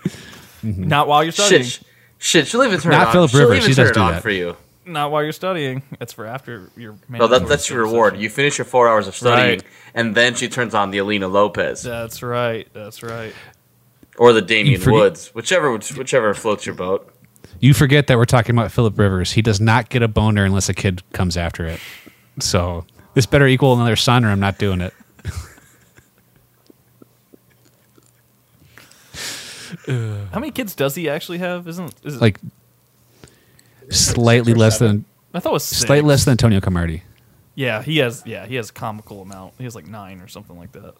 Speaker 2: Not while you're studying.
Speaker 4: Shit. sh- Shit. She'll even turn
Speaker 1: Not
Speaker 4: it on.
Speaker 1: Philip
Speaker 4: she'll
Speaker 1: Rivers,
Speaker 4: even
Speaker 1: she
Speaker 4: turn
Speaker 1: does
Speaker 4: it
Speaker 1: do
Speaker 4: on
Speaker 1: that.
Speaker 4: for you.
Speaker 2: Not while you're studying. That's for after your.
Speaker 4: No, that,
Speaker 2: mandatory
Speaker 4: that's your
Speaker 2: study
Speaker 4: reward.
Speaker 2: session.
Speaker 4: You finish your four hours of studying,
Speaker 2: Right.
Speaker 4: and then she turns on the Alina Lopez
Speaker 2: That's right. That's right.
Speaker 4: or the Damien
Speaker 1: forget-
Speaker 4: Woods, whichever whichever floats your boat.
Speaker 1: You forget that we're talking about Philip Rivers. He does not get a boner unless a kid comes after it. So this better equal another son, or I'm not doing it.
Speaker 2: How many kids does he actually have? Isn't is it,
Speaker 1: Like slightly
Speaker 3: six or
Speaker 1: less
Speaker 3: seven.
Speaker 1: than
Speaker 2: I thought it was six.
Speaker 1: slightly less than Antonio Camardi.
Speaker 2: Yeah, he has. Yeah, he has a comical amount. He has like nine or something like that.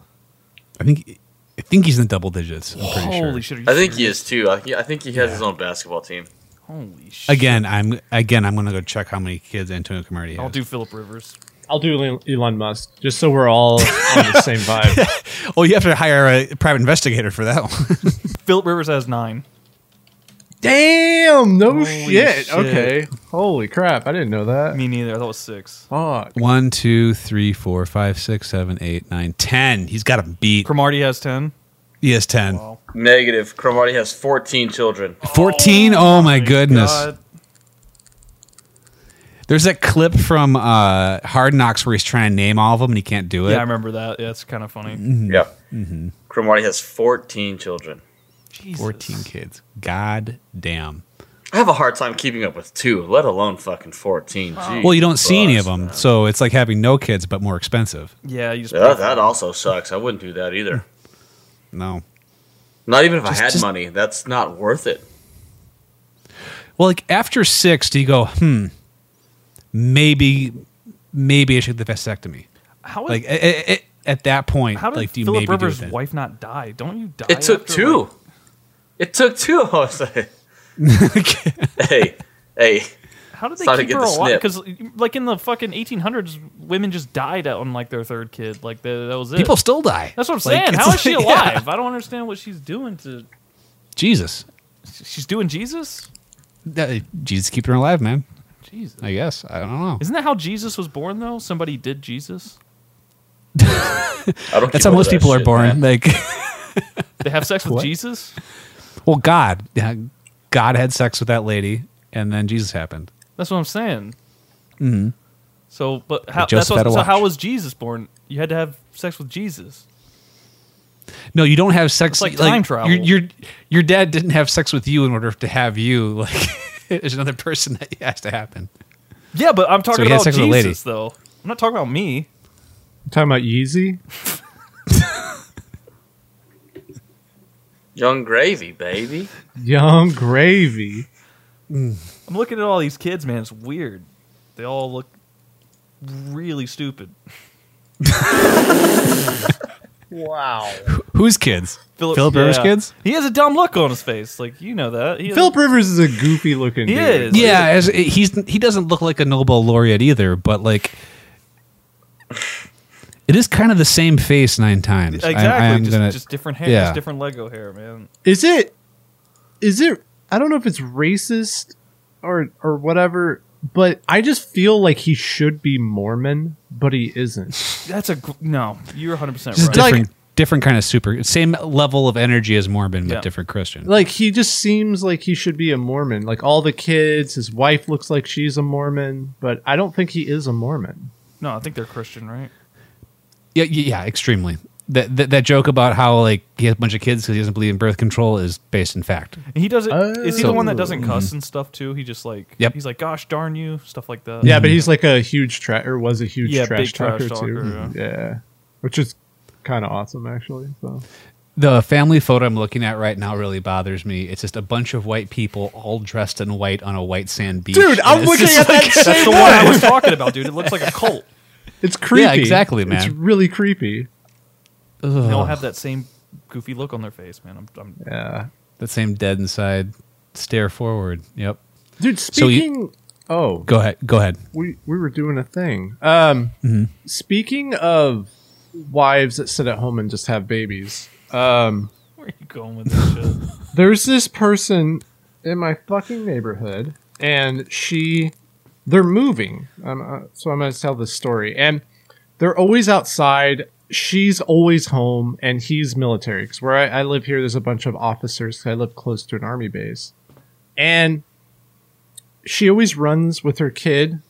Speaker 1: I think I think he's in the double digits. I'm pretty
Speaker 2: Holy
Speaker 1: sure.
Speaker 2: shit! Are you
Speaker 4: I think he
Speaker 2: serious?
Speaker 4: is too. I, I think he has his own basketball team.
Speaker 2: Holy shit!
Speaker 1: Again, I'm again. I'm gonna go check how many kids Antonio Camardi has.
Speaker 2: I'll do Philip Rivers.
Speaker 3: I'll do Elon- Elon Musk just so we're all on the same vibe.
Speaker 1: oh, you have to hire a private investigator for that one.
Speaker 2: Philip Rivers has nine.
Speaker 3: Damn, no shit.
Speaker 2: shit.
Speaker 3: Okay. Holy crap. I didn't know that.
Speaker 2: Me neither. I thought it was six.
Speaker 3: Fuck.
Speaker 1: One, two, three, four, five, six, seven, eight, nine, ten. He's got a beat.
Speaker 2: Cromartie has ten.
Speaker 1: He has ten.
Speaker 2: Wow.
Speaker 4: Negative. Cromartie has 14 children.
Speaker 1: 14 oh, my goodness
Speaker 2: God.
Speaker 1: there's that clip from uh hard knocks where he's trying to name all of them and he can't do it
Speaker 2: Yeah, I remember that. Yeah, it's kind of
Speaker 1: Mm,
Speaker 2: funny.
Speaker 1: Mm-hmm.
Speaker 4: Yeah. Cromartie has 14 children.
Speaker 2: Jesus.
Speaker 1: 14 kids god damn
Speaker 4: I have a hard time keeping up with two, let alone fucking 14. Jeez.
Speaker 1: well you don't see any of
Speaker 4: Christ,
Speaker 1: them
Speaker 4: man.
Speaker 1: so it's like having no kids but more expensive
Speaker 2: Yeah, you just
Speaker 4: Yeah, that, that also sucks. I wouldn't do that either.
Speaker 1: no
Speaker 4: Not even if
Speaker 1: Just-
Speaker 4: I had
Speaker 1: just-
Speaker 4: money. That's not worth it.
Speaker 1: well like after six do you go hmm maybe maybe i should get the vasectomy
Speaker 2: how is,
Speaker 1: like a- a- a- at that point
Speaker 2: how did
Speaker 1: like do you
Speaker 2: Philip
Speaker 1: maybe
Speaker 2: Rivers'
Speaker 1: do it then?
Speaker 2: wife not die? Don't you die?
Speaker 4: It took
Speaker 2: after,
Speaker 4: two.
Speaker 2: like-
Speaker 4: it took two. I was like, hey, hey.
Speaker 2: how did they
Speaker 4: Started
Speaker 2: keep
Speaker 4: to
Speaker 2: her
Speaker 4: get the
Speaker 2: alive?
Speaker 4: snip.
Speaker 2: Because like in the fucking 1800s, women just died on like their third kid. Like that, that was it.
Speaker 1: people still die
Speaker 2: That's what I'm
Speaker 1: Like,
Speaker 2: saying.
Speaker 1: it's
Speaker 2: How is she
Speaker 1: like,
Speaker 2: alive?
Speaker 1: yeah.
Speaker 2: I don't understand what she's doing to.
Speaker 1: jesus
Speaker 2: She's doing Jesus.
Speaker 1: That- jesus keeping her alive man
Speaker 2: Jesus.
Speaker 1: i guess i don't know
Speaker 2: Isn't that how Jesus was born though? Somebody did Jesus.
Speaker 4: I
Speaker 1: That's
Speaker 4: don't keep
Speaker 1: how
Speaker 4: up
Speaker 1: most
Speaker 4: with that
Speaker 1: people are
Speaker 4: shit,
Speaker 1: born.
Speaker 4: man.
Speaker 1: Like,
Speaker 2: They have sex with
Speaker 1: What?
Speaker 2: Jesus.
Speaker 1: well, God, yeah, God had sex with that lady, and then Jesus happened.
Speaker 2: That's what I'm saying. Mm-hmm. So, but how, that's
Speaker 1: Joseph
Speaker 2: what,
Speaker 1: had a
Speaker 2: so
Speaker 1: watch.
Speaker 2: how was Jesus born? You had to have sex with Jesus.
Speaker 1: No, you don't have sex.
Speaker 2: It's like time travel.
Speaker 1: Your, your your dad didn't have sex with you in order to have you. Like, there's another person that has to happen.
Speaker 2: Yeah, but I'm
Speaker 1: So
Speaker 2: talking
Speaker 1: he had
Speaker 2: about
Speaker 1: sex
Speaker 2: Jesus
Speaker 1: with a lady.
Speaker 2: though. I'm not talking about me.
Speaker 3: You talking about Yeezy?
Speaker 4: Young gravy, baby.
Speaker 3: Young gravy.
Speaker 2: I'm looking at all these kids, man. It's weird. They all look really stupid.
Speaker 3: Wow.
Speaker 1: Whose kids? Philip Rivers
Speaker 2: yeah.
Speaker 1: kids.
Speaker 2: He has a dumb look on his face. Like you know that. He has-
Speaker 3: Philip Rivers is a goofy looking
Speaker 2: He
Speaker 3: dude.
Speaker 2: is.
Speaker 1: Yeah, as he's he doesn't look like a Nobel laureate either, but like. It is kind of the same face nine times. I- I
Speaker 2: Exactly.
Speaker 1: am
Speaker 2: just,
Speaker 1: gonna-
Speaker 2: just different hair.
Speaker 1: yeah.
Speaker 2: Just different Lego hair, man.
Speaker 3: Is it is it I don't know if it's racist or or whatever, but I just feel like he should be Mormon, but he isn't.
Speaker 2: That's a gr- no. You're 100 percent
Speaker 1: Just
Speaker 2: right.
Speaker 3: like-
Speaker 1: different, different kind of super, same level of energy as Mormon, but
Speaker 2: Yeah.
Speaker 1: different Christian.
Speaker 3: Like he just seems like he should be a Mormon. Like all the kids, his wife looks like she's a Mormon, but I don't think he is a Mormon.
Speaker 2: no, I think they're Christian, right?
Speaker 1: Yeah, yeah, yeah, extremely. That, that that joke about how like he has a bunch of kids because he doesn't believe in birth control is based in fact.
Speaker 2: And he doesn't. is he
Speaker 3: Oh.
Speaker 2: the one that doesn't cuss and stuff too? He just like
Speaker 1: Yep.
Speaker 2: he's like, gosh darn you, stuff like that.
Speaker 3: Yeah, but he's like a huge trash or was a huge
Speaker 2: Yeah,
Speaker 3: trash
Speaker 2: big trash
Speaker 3: talker
Speaker 2: talker,
Speaker 3: too. Yeah. which is kind of awesome actually. So
Speaker 1: The family photo I'm looking at right now really bothers me. It's just a bunch of white people all dressed in white on a white sand beach.
Speaker 3: Dude,
Speaker 1: And
Speaker 3: I'm
Speaker 1: it's
Speaker 3: looking
Speaker 1: just
Speaker 3: at that shit.
Speaker 2: that's the one I was talking about, dude. It looks like a cult.
Speaker 3: it's creepy.
Speaker 1: exactly,
Speaker 3: It's
Speaker 1: man.
Speaker 3: really creepy.
Speaker 2: They all have that same goofy look on their face, man. I'm, I'm
Speaker 3: Yeah,
Speaker 1: That same dead inside stare forward. Yep.
Speaker 3: dude.
Speaker 1: So you-
Speaker 3: Speaking. oh,
Speaker 1: Go ahead. Go ahead.
Speaker 3: we we were doing a thing. Um, Speaking of wives that sit at home and just have babies, um,
Speaker 2: where are you going with this shit?
Speaker 3: there's this person in my fucking neighborhood, and she, they're moving. Um, uh, so I'm going to tell this story, and they're always outside. She's always home, and he's military. Because where I, I live here, there's a bunch of officers. 'cause I live close to an army base, and she always runs with her kid,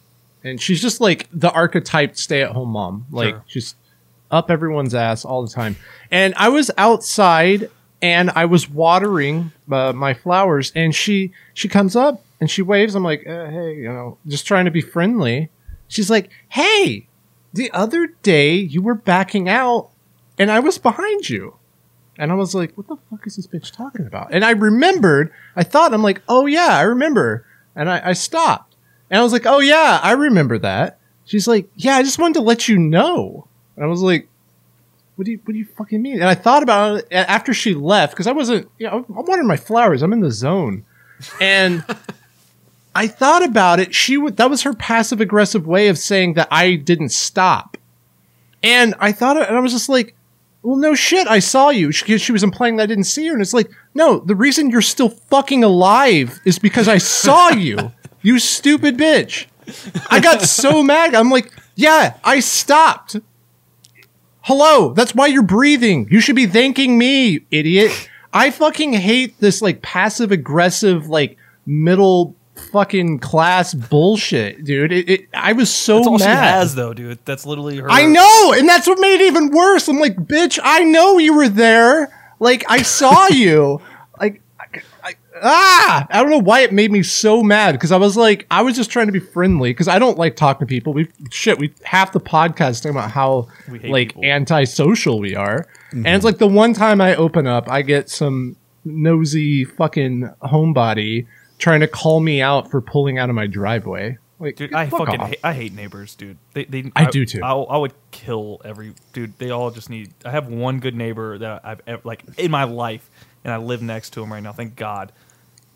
Speaker 3: and she's just like the archetype stay-at-home mom. Like
Speaker 2: Sure.
Speaker 3: she's up everyone's ass all the time. And I was outside and I was watering uh, my flowers, and she she comes up and she waves. I'm like, uh, hey, you know, just trying to be friendly. She's like, hey, the other day you were backing out, and I was behind you. And I was like, what the fuck is this bitch talking about? And I remembered, I thought, I'm like, oh yeah, I remember. And I, I stopped. And I was like, oh yeah, I remember that. She's like, yeah, I just wanted to let you know. And I was like, what do you, what do you fucking mean? And I thought about it a- after she left, because I wasn't, you know, I'm watering my flowers. I'm in the zone. And I thought about it. She would, that was her passive aggressive way of saying that I didn't stop. And I thought, and I was just like, well, no shit. I saw you. She, she was implying that I didn't see her. And it's like, no, the reason you're still fucking alive is because I saw you, you stupid bitch. I got so mad. I'm like, yeah, I stopped. Hello, that's why you're breathing. You should be thanking me, you idiot. I fucking hate this like passive aggressive, like middle fucking class bullshit, dude. It, it, I was so
Speaker 2: That's all
Speaker 3: mad.
Speaker 2: she has, though, dude. That's literally her.
Speaker 3: I know, and that's what made it even worse. I'm like, bitch, I know you were there. Like, I saw you. Like, I, I, ah, I don't know why it made me so mad because I was like, I was just trying to be friendly because I don't like talking to people. We shit, we half the podcast talking about how
Speaker 2: We hate
Speaker 3: like
Speaker 2: people. Mm-hmm.
Speaker 3: antisocial we are, and it's like the one time I open up, I get some nosy fucking homebody trying to call me out for pulling out of my driveway. Like,
Speaker 2: Dude,
Speaker 3: get
Speaker 2: I
Speaker 3: the fuck
Speaker 2: fucking
Speaker 3: off.
Speaker 2: hate, I hate neighbors, dude. They, they
Speaker 3: I do too.
Speaker 2: I, I would kill every dude. They all just need. I have one good neighbor that I've ever, like in my life, and I live next to him right now. Thank God.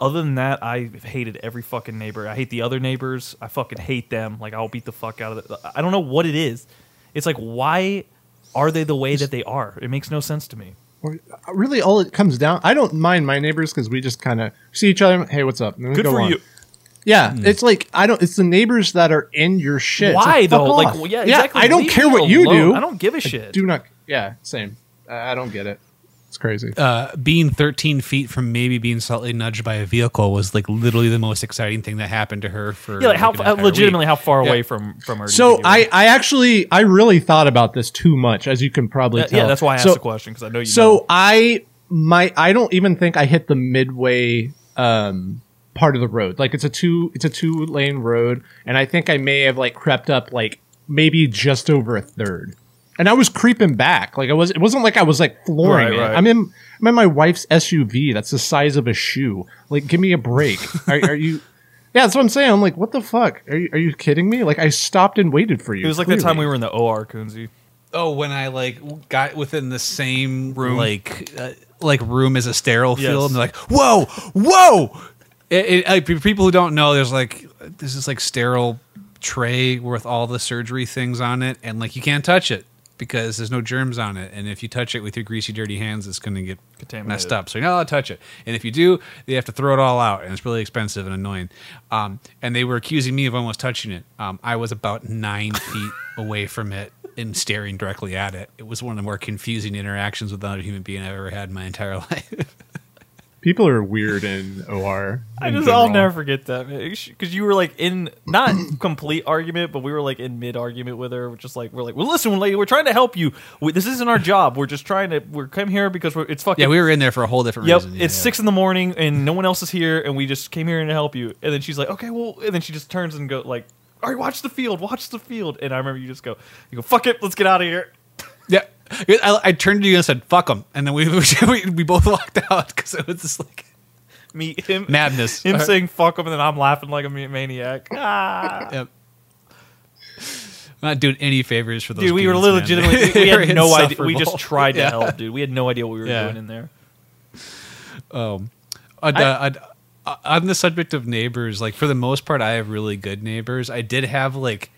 Speaker 2: Other than that, I hated every fucking neighbor. I hate the other neighbors. I fucking hate them. Like I'll beat the fuck out of. The, I don't know what it is. It's like why are they the way that they are? It makes no sense to me.
Speaker 3: Or- uh, really all it comes down i don't mind my neighbors because we just kind of see each other hey what's up and then we
Speaker 2: Good
Speaker 3: go
Speaker 2: for
Speaker 3: on.
Speaker 2: you.
Speaker 3: yeah it's like i don't it's the neighbors that are in your shit It's
Speaker 2: Why
Speaker 3: like, fuck
Speaker 2: though? Like
Speaker 3: off.
Speaker 2: well, yeah, exactly.
Speaker 3: i don't
Speaker 2: Leave
Speaker 3: care
Speaker 2: me
Speaker 3: what you
Speaker 2: alone.
Speaker 3: do
Speaker 2: I don't give a shit.
Speaker 3: do not yeah same i I don't get it it's crazy
Speaker 1: Uh, being 13 feet from maybe being slightly nudged by a vehicle was like literally the most exciting thing that happened to her for
Speaker 2: yeah, like how
Speaker 1: like, an
Speaker 2: uh,
Speaker 1: entire
Speaker 2: legitimately
Speaker 1: week.
Speaker 2: how far away from from her? do you
Speaker 3: so
Speaker 2: think you were?
Speaker 3: i i actually i really thought about this too much as you can probably
Speaker 2: Yeah,
Speaker 3: tell
Speaker 2: yeah, that's why I asked
Speaker 3: So-
Speaker 2: the question because I know you.
Speaker 3: So
Speaker 2: know.
Speaker 3: I my I don't even think I hit the midway um part of the road. Like it's a two it's a two lane road and I think I may have like crept up like maybe just over a third. And I was creeping back. Like I was it wasn't like I was like flooring
Speaker 2: Right,
Speaker 3: it.
Speaker 2: right.
Speaker 3: I'm in I'm in my wife's SUV. That's the size of a shoe. Like give me a break. are, are you yeah, that's what I'm saying. I'm like, what the fuck? Are you, are you kidding me? Like, I stopped and waited for you.
Speaker 2: it was like
Speaker 3: clearly.
Speaker 2: that time we were in the OR, Coonsy.
Speaker 1: Oh, when I like got within the same room, like uh, like room as a sterile
Speaker 2: Yes.
Speaker 1: field, and they're like, "Whoa, whoa!" It, it, like, for people who don't know, there's like this is like sterile tray with all the surgery things on it, and like you can't touch it. because there's no germs on it, and if you touch it with your greasy, dirty hands, it's going to get
Speaker 2: Contaminated.
Speaker 1: messed up. So you're not allowed to touch it, and if you do, they have to throw it all out, and it's really expensive and annoying. Um, and they were accusing me of almost touching it. Um, I was about nine feet away from it and staring directly at it. It was one of the more confusing interactions with another human being I've ever had in my entire life.
Speaker 3: People are weird in OR.
Speaker 2: I
Speaker 3: in
Speaker 2: just I'll
Speaker 3: general.
Speaker 2: never forget that because you were like in not complete argument, but we were like in mid argument with her. We're just like we're like, well, listen, lady, we're trying to help you. We, this isn't our job. We're just trying to we're come here because we're, it's fucking.
Speaker 1: yeah, we were in there for a whole different
Speaker 2: Yep,
Speaker 1: reason.
Speaker 2: it's six in the morning and no one else is here, and we just came here to help you. And then she's like, okay, well, and then she just turns and go like, all right, watch the field, watch the field. And I remember you just go, you go, fuck it, let's get out of here.
Speaker 1: Yeah. I, I turned to you and said, fuck them. And then we, we, we both walked out because it was just like
Speaker 2: Me him
Speaker 1: madness.
Speaker 2: him saying fuck him, and then I'm laughing like a ma- maniac. Ah.
Speaker 1: Yep. I'm not doing any favors for those
Speaker 2: dude, we were
Speaker 1: beings, man.
Speaker 2: legitimately we, we
Speaker 1: They're
Speaker 2: had no idea. We
Speaker 1: insufferable.
Speaker 2: just tried to
Speaker 1: Yeah.
Speaker 2: help, dude. We had no idea what we were
Speaker 1: Yeah.
Speaker 2: doing in there.
Speaker 1: I'd, uh, I'd, uh, on the subject of neighbors, like for the most part, I have really good neighbors. I did have like,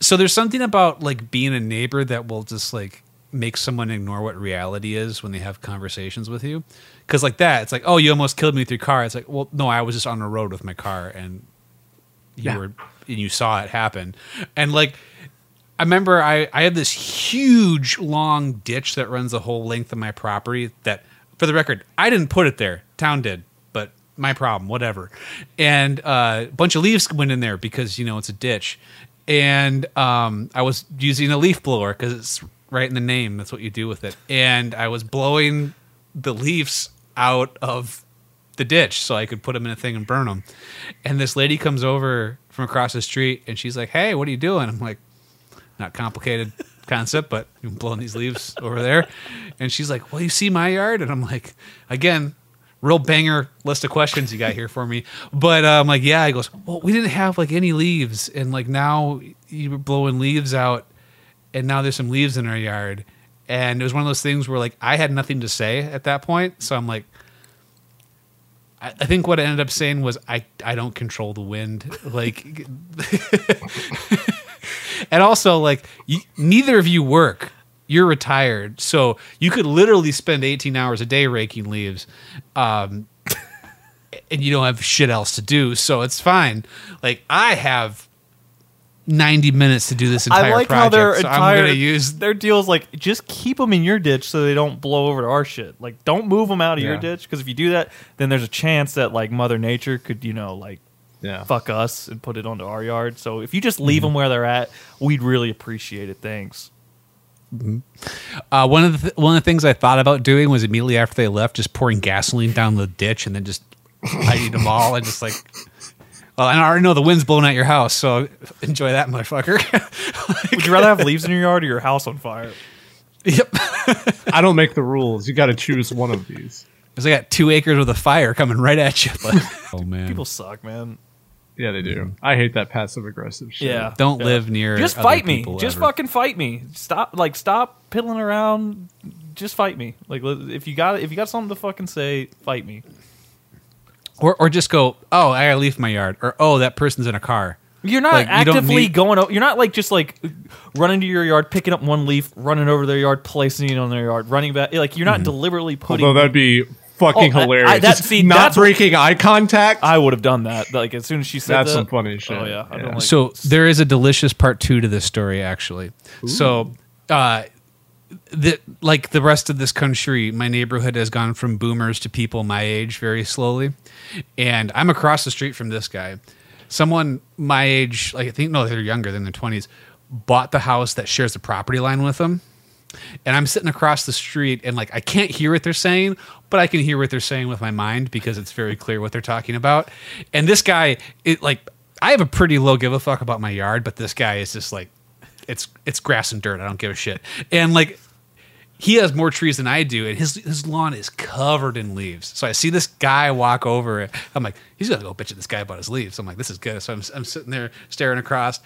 Speaker 1: so there's something about like being a neighbor that will just like make someone ignore what reality is when they have conversations with you. Cause like that, it's like, oh, you almost killed me with your car. It's like, well, no, I was just on the road with my car and you
Speaker 3: Yeah.
Speaker 1: were, and you saw it happen. And like, I remember I, I had this huge long ditch that runs the whole length of my property that for the record, I didn't put it there. Town did, but my problem, whatever. And uh, a bunch of leaves went in there because you know it's a ditch. And um, I was using a leaf blower because it's right in the name. That's what you do with it. And I was blowing the leaves out of the ditch so I could put them in a thing and burn them. And this lady comes over from across the street and she's like, "Hey, what are you doing?" I'm like, not complicated concept, but I'm blowing these leaves over there. And she's like, Well, you see my yard? And I'm like, Again, real banger list of questions you got here for me. But uh, I'm like, Yeah. He goes, Well, we didn't have like any leaves. And like now you're blowing leaves out. And now there's some leaves in our yard. And it was one of those things where like I had nothing to say at that point. So I'm like, I I think what I ended up saying was I, I don't control the wind. Like and also like you, neither of you work you're retired so you could literally spend 18 hours a day raking leaves um, and you don't have shit else to do so it's fine like i have 90 minutes to do this entire
Speaker 2: I like
Speaker 1: project
Speaker 2: how their
Speaker 1: so i'm
Speaker 2: entire
Speaker 1: gonna use
Speaker 2: their deals like just keep them in your ditch so they don't blow over to our shit. Like don't move them out of your
Speaker 3: Yeah.
Speaker 2: ditch because if you do that, then there's a chance that like Mother Nature could you know like
Speaker 3: Yeah.
Speaker 2: fuck us and put it onto our yard. So if you just leave them where they're at, we'd really appreciate it. Thanks.
Speaker 1: uh, one of the th- one of the things i thought about doing was immediately after they left just pouring gasoline down the ditch and then just hiding them all and just like well and i already know the wind's blowing at your house so enjoy that motherfucker
Speaker 2: Would you rather have leaves in your yard or your house on fire?
Speaker 1: yep
Speaker 3: I don't make the rules. You got to choose one of these.
Speaker 1: Because I got two acres with a fire coming right at you. oh man!
Speaker 2: People suck, man.
Speaker 3: Yeah, they do. I hate that passive aggressive shit.
Speaker 2: Mm-hmm. Yeah.
Speaker 1: don't
Speaker 2: Yeah.
Speaker 1: live near.
Speaker 2: just
Speaker 1: other
Speaker 2: fight me
Speaker 1: people
Speaker 2: just
Speaker 1: ever.
Speaker 2: fucking fight me stop like stop piddling around just fight me like li- if you got if you got something to fucking say fight me
Speaker 1: Or or just go. Oh, I gotta leave my yard. Or oh, that person's in a car.
Speaker 2: you're not
Speaker 1: Like, you don't
Speaker 2: actively
Speaker 1: need-
Speaker 2: going o- you're not like just like running to your yard picking up one leaf running over their yard placing it on their yard running back like
Speaker 1: Mm-hmm.
Speaker 2: you're not deliberately putting
Speaker 3: Although that'd be fucking
Speaker 2: Oh, I- I-
Speaker 3: hilarious.
Speaker 2: that-
Speaker 3: Just
Speaker 2: see,
Speaker 3: not
Speaker 2: that's what-
Speaker 3: breaking eye contact.
Speaker 2: i would have done that like as soon as she said
Speaker 3: That's
Speaker 2: that,
Speaker 3: some funny shit.
Speaker 2: oh yeah, I don't
Speaker 3: Yeah.
Speaker 2: like-
Speaker 1: so there is a delicious part two to this story, actually. So, uh, the like the rest of this country, my neighborhood has gone from boomers to people my age very slowly, and I'm across the street from this guy. Someone my age, like I think no, they're younger than their twenties, bought the house that shares the property line with them. and I'm sitting across the street and like I can't hear what they're saying, but I can hear what they're saying with my mind because it's very clear what they're talking about. And this guy, it like I have a pretty low give a fuck about my yard, but this guy is just like it's it's grass and dirt. I don't give a shit. And like he has more trees than I do, and his his lawn is covered in leaves. So I see this guy walk over. it. I'm like, he's gonna go bitch at this guy about his leaves. I'm like, this is good. So I'm I'm sitting there staring across.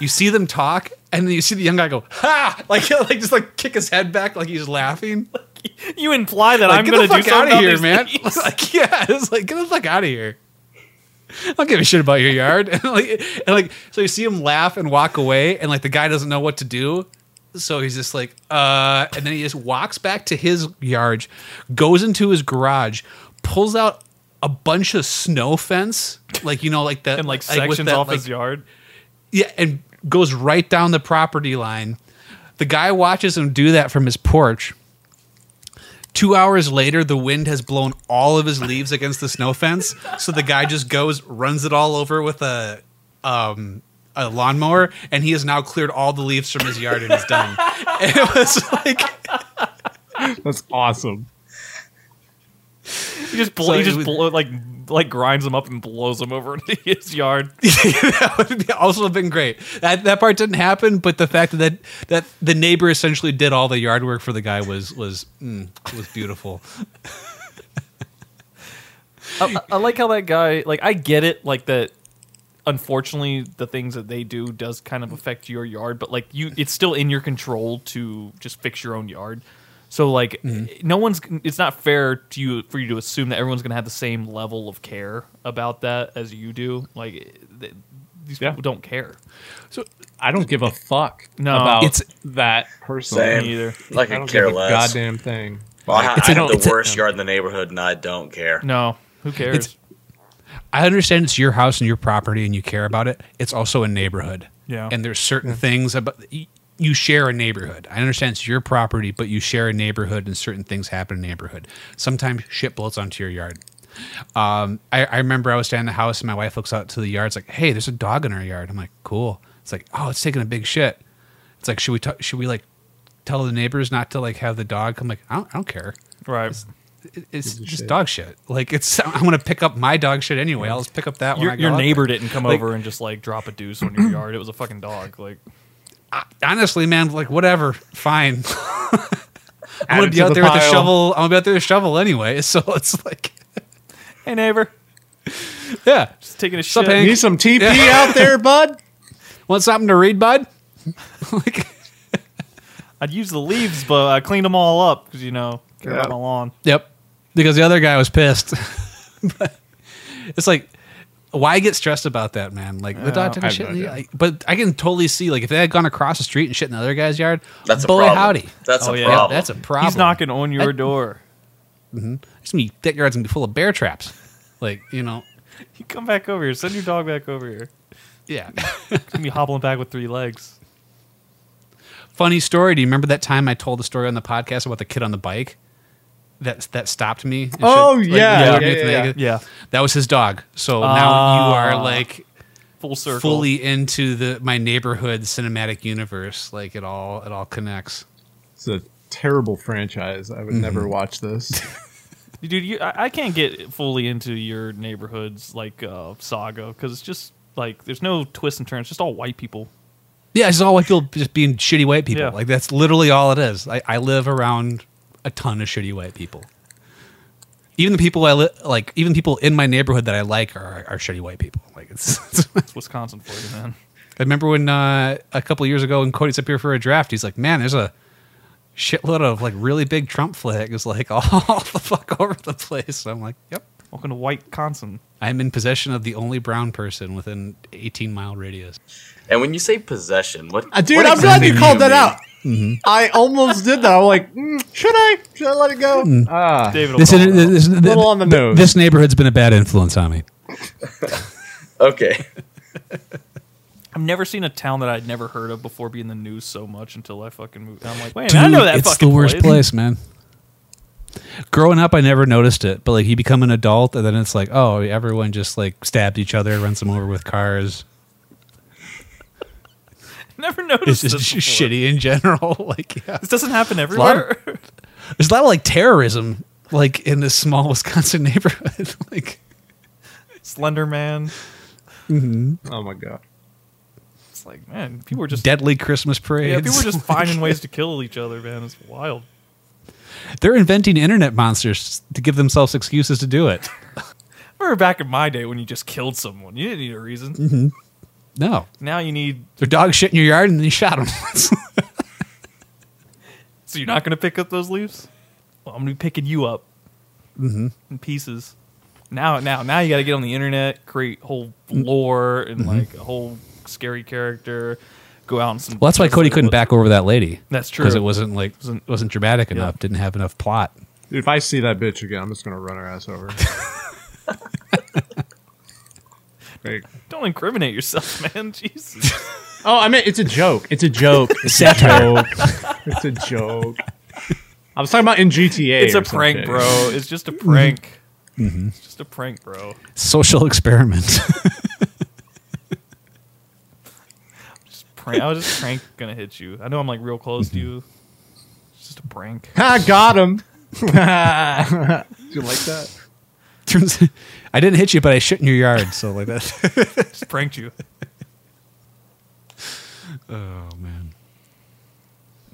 Speaker 1: You see them talk, and then you see the young guy go, "Ha!" Like, like just like kick his head back, like he's laughing. Like,
Speaker 2: you imply that i'm
Speaker 1: get
Speaker 2: gonna
Speaker 1: the fuck
Speaker 2: do
Speaker 1: out
Speaker 2: something
Speaker 1: of
Speaker 2: about
Speaker 1: here, man!
Speaker 2: these leaves.
Speaker 1: like, yeah, it's like get the fuck out of here. I don't give a shit about your yard. and, like, and like, so you see him laugh and walk away, and like the guy doesn't know what to do. So he's just like, uh, and then he just walks back to his yard, goes into his garage, pulls out a bunch of snow fence, like you know, like that,
Speaker 2: and like
Speaker 1: with
Speaker 2: sections
Speaker 1: that,
Speaker 2: off
Speaker 1: like-
Speaker 2: his yard.
Speaker 1: yeah, and goes right down the property line. The guy watches him do that from his porch. Two hours later, the wind has blown all of his leaves against the snow fence. So the guy just goes, runs it all over with a um, a lawnmower, and he has now cleared all the leaves from his yard and is done. And it was like
Speaker 3: That's awesome.
Speaker 2: He just bl-
Speaker 1: So
Speaker 2: he
Speaker 1: it
Speaker 2: just
Speaker 1: was-
Speaker 2: blow, like like grinds them up and blows them over into his yard.
Speaker 1: that would be also have been great. That that part didn't happen, but the fact that that the neighbor essentially did all the yard work for the guy was was mm, was beautiful.
Speaker 2: I, I like how that guy. Like I get it. Like that. Unfortunately, the things that they do does kind of affect your yard, but like you, it's still in your control to just fix your own yard. So like, no one's. It's not fair to you for you to assume that everyone's going to have the same level of care about that as you do. Like, th- these
Speaker 3: Yeah.
Speaker 2: people don't care.
Speaker 3: I don't give a fuck
Speaker 2: No.
Speaker 3: about
Speaker 1: It's-
Speaker 3: that person.
Speaker 4: Same.
Speaker 2: Me either.
Speaker 4: Like
Speaker 3: I
Speaker 4: I
Speaker 3: don't
Speaker 4: care
Speaker 3: give a
Speaker 4: less.
Speaker 3: goddamn thing.
Speaker 4: Well, I, ha-
Speaker 1: It's
Speaker 4: I
Speaker 1: a-
Speaker 4: have
Speaker 1: it's
Speaker 4: the
Speaker 1: a-
Speaker 4: worst yard in the neighborhood, and I don't care.
Speaker 2: No, who cares?
Speaker 1: It's- I understand it's your house and your property and you care about it. It's also a neighborhood.
Speaker 2: Yeah.
Speaker 1: And there's certain things about y- you share a neighborhood. I understand it's your property, but you share a neighborhood and certain things happen in a neighborhood. Sometimes shit blows onto your yard. Um, I, I remember I was standing in the house and my wife looks out to the yard. It's like, hey, there's a dog in our yard. I'm like, cool. It's like, oh, it's taking a big shit. It's like, should we, t- should we like tell the neighbors not to like have the dog? I'm like, I don't, I don't care
Speaker 2: right.
Speaker 1: it- it's
Speaker 3: Gives a
Speaker 1: just
Speaker 3: shit.
Speaker 1: dog shit. Like it's I'm gonna pick up my dog shit anyway. I'll just pick up that
Speaker 2: Your,
Speaker 1: one.
Speaker 2: your neighbor didn't come over and just like drop a deuce on your yard. It was a fucking dog. Like
Speaker 1: Honestly, man, like whatever, fine. I'm
Speaker 3: Add
Speaker 1: gonna
Speaker 3: it
Speaker 1: be
Speaker 3: to
Speaker 1: out
Speaker 3: the
Speaker 1: there with a
Speaker 3: pile.
Speaker 1: shovel. I'm gonna be out there with a shovel anyway. So it's like,
Speaker 2: Hey neighbor,
Speaker 1: yeah,
Speaker 2: just taking a
Speaker 1: Sup,
Speaker 2: shit.
Speaker 1: Hank?
Speaker 3: Need some TP out there, bud?
Speaker 1: want something to read, bud? like,
Speaker 2: I'd use the leaves, but I cleaned them all up because you know care about
Speaker 3: Yeah.
Speaker 2: my lawn.
Speaker 1: yep, because the other guy was pissed. But it's like, why get stressed about that, man? Like the dog took
Speaker 3: Uh, I
Speaker 1: a
Speaker 3: have
Speaker 1: shit.
Speaker 3: no
Speaker 1: in the,
Speaker 3: idea.
Speaker 1: like, but I can totally see, like, if they had gone across the street and shit in the other guy's yard,
Speaker 4: That's a
Speaker 1: boy
Speaker 4: problem.
Speaker 1: howdy.
Speaker 4: That's
Speaker 2: Oh,
Speaker 4: a
Speaker 2: yeah.
Speaker 4: problem.
Speaker 1: That's a problem.
Speaker 2: He's knocking on your
Speaker 1: That-
Speaker 2: door.
Speaker 1: It's gonna be, that yard's gonna be full of bear traps. Like you know,
Speaker 2: You come back over here. Send your dog back over here.
Speaker 1: yeah.
Speaker 2: It's gonna be hobbling back with three legs.
Speaker 1: Funny story. Do you remember that time I told the story on the podcast about the kid on the bike that that stopped me? and
Speaker 3: Oh,
Speaker 1: shit?
Speaker 3: yeah,
Speaker 1: yelled at me
Speaker 3: yeah,
Speaker 1: at the
Speaker 3: yeah,
Speaker 1: naked-
Speaker 2: Yeah,
Speaker 1: That was his dog. So now you are
Speaker 2: Ah.
Speaker 1: like
Speaker 2: full circle.
Speaker 1: fully into the my neighborhood cinematic universe. Like it all it all connects.
Speaker 3: It's a terrible franchise. I would
Speaker 2: Mm-hmm.
Speaker 3: never watch this.
Speaker 2: dude. You, I, I can't get fully into your neighborhood's like uh, saga because it's just like there's no twists and turns. It's just all white people.
Speaker 1: Yeah, it's all white people just being shitty white people.
Speaker 2: Yeah.
Speaker 1: Like that's literally all it is. I, I live around a ton of shitty white people. Even the people I li- like, even people in my neighborhood that I like are, are shitty white people. Like it's, it's- I
Speaker 2: It's Wisconsin for you, man.
Speaker 1: remember when uh, a couple years ago when Cody's up here for a draft, he's like, "Man, there's a shitload of like really big Trump flags like all, the fuck over the place." I'm like, "Yep,
Speaker 2: Welcome to White Conson.
Speaker 1: I'm in possession of the only brown person within 18 mile radius."
Speaker 4: And when you say possession, what?
Speaker 3: Uh, dude,
Speaker 4: what
Speaker 3: I'm glad
Speaker 4: exactly
Speaker 3: you
Speaker 4: do
Speaker 3: called that
Speaker 4: mean?
Speaker 3: out.
Speaker 2: Mm-hmm.
Speaker 3: I almost did that. I'm like, mm, should I? Should I let it go?
Speaker 2: Mm.
Speaker 3: Ah,
Speaker 2: David, will
Speaker 1: This,
Speaker 2: call it out.
Speaker 1: this,
Speaker 3: little on the nose.
Speaker 1: this neighborhood's been a bad influence on me.
Speaker 4: Okay.
Speaker 2: I've never seen a town that I'd never heard of before be in the news so much until I fucking moved. I'm like, wait, a minute, I know
Speaker 1: Dude,
Speaker 2: that
Speaker 1: it's
Speaker 2: fucking
Speaker 1: the worst place. man. Growing up, I never noticed it, but like you become an adult, and then it's like, oh, everyone just like stabbed each other, runs them over with cars.
Speaker 2: Never noticed
Speaker 1: It's
Speaker 2: this
Speaker 1: just
Speaker 2: before.
Speaker 1: shitty in general. Like, yeah.
Speaker 2: This doesn't happen everywhere.
Speaker 1: there's a lot of like terrorism, like in this small Wisconsin neighborhood. like,
Speaker 2: Slender Man.
Speaker 3: Oh my god.
Speaker 2: It's like, man, people are just
Speaker 1: deadly Christmas parades.
Speaker 2: yeah, people are just finding ways to kill each other, man. It's wild.
Speaker 1: They're inventing internet monsters to give themselves excuses to do it.
Speaker 2: I remember back in my day when you just killed someone, you didn't need a reason.
Speaker 1: Mm-hmm. No,
Speaker 2: Now you need.
Speaker 1: their dog shit in your yard, and then you shot them.
Speaker 2: So you're not going to pick up those leaves? Well, I'm going to be picking you up
Speaker 1: Mm-hmm.
Speaker 2: in pieces. Now, now, now you got to
Speaker 1: Mm-hmm.
Speaker 2: get on the internet, create whole lore and like a whole scary character, go out and some.
Speaker 1: Well, that's why Cody couldn't back over that lady.
Speaker 2: That's true.
Speaker 1: because it wasn't like
Speaker 2: Wasn't-
Speaker 1: wasn't dramatic enough. Didn't have enough plot.
Speaker 3: If I see that bitch again, I'm just gonna run her ass over. Like-
Speaker 2: Don't incriminate yourself, man. Jesus.
Speaker 3: oh, I mean, it's a joke. It's a joke. It's a joke. It's a joke. I was talking about in GTA.
Speaker 2: it's a
Speaker 3: or some
Speaker 2: prank,
Speaker 3: shit.
Speaker 2: bro. It's just a
Speaker 1: Mm-hmm.
Speaker 2: prank. It's just a prank, bro.
Speaker 1: Social experiment.
Speaker 2: Just prank. I was just prank gonna hit you. I know I'm like real close
Speaker 1: Mm-hmm.
Speaker 2: to you. It's just a prank.
Speaker 3: I got him. Do you like that?
Speaker 1: Turns, I didn't hit you, but I shit in your yard. So like that.
Speaker 2: Just pranked you.
Speaker 1: oh man.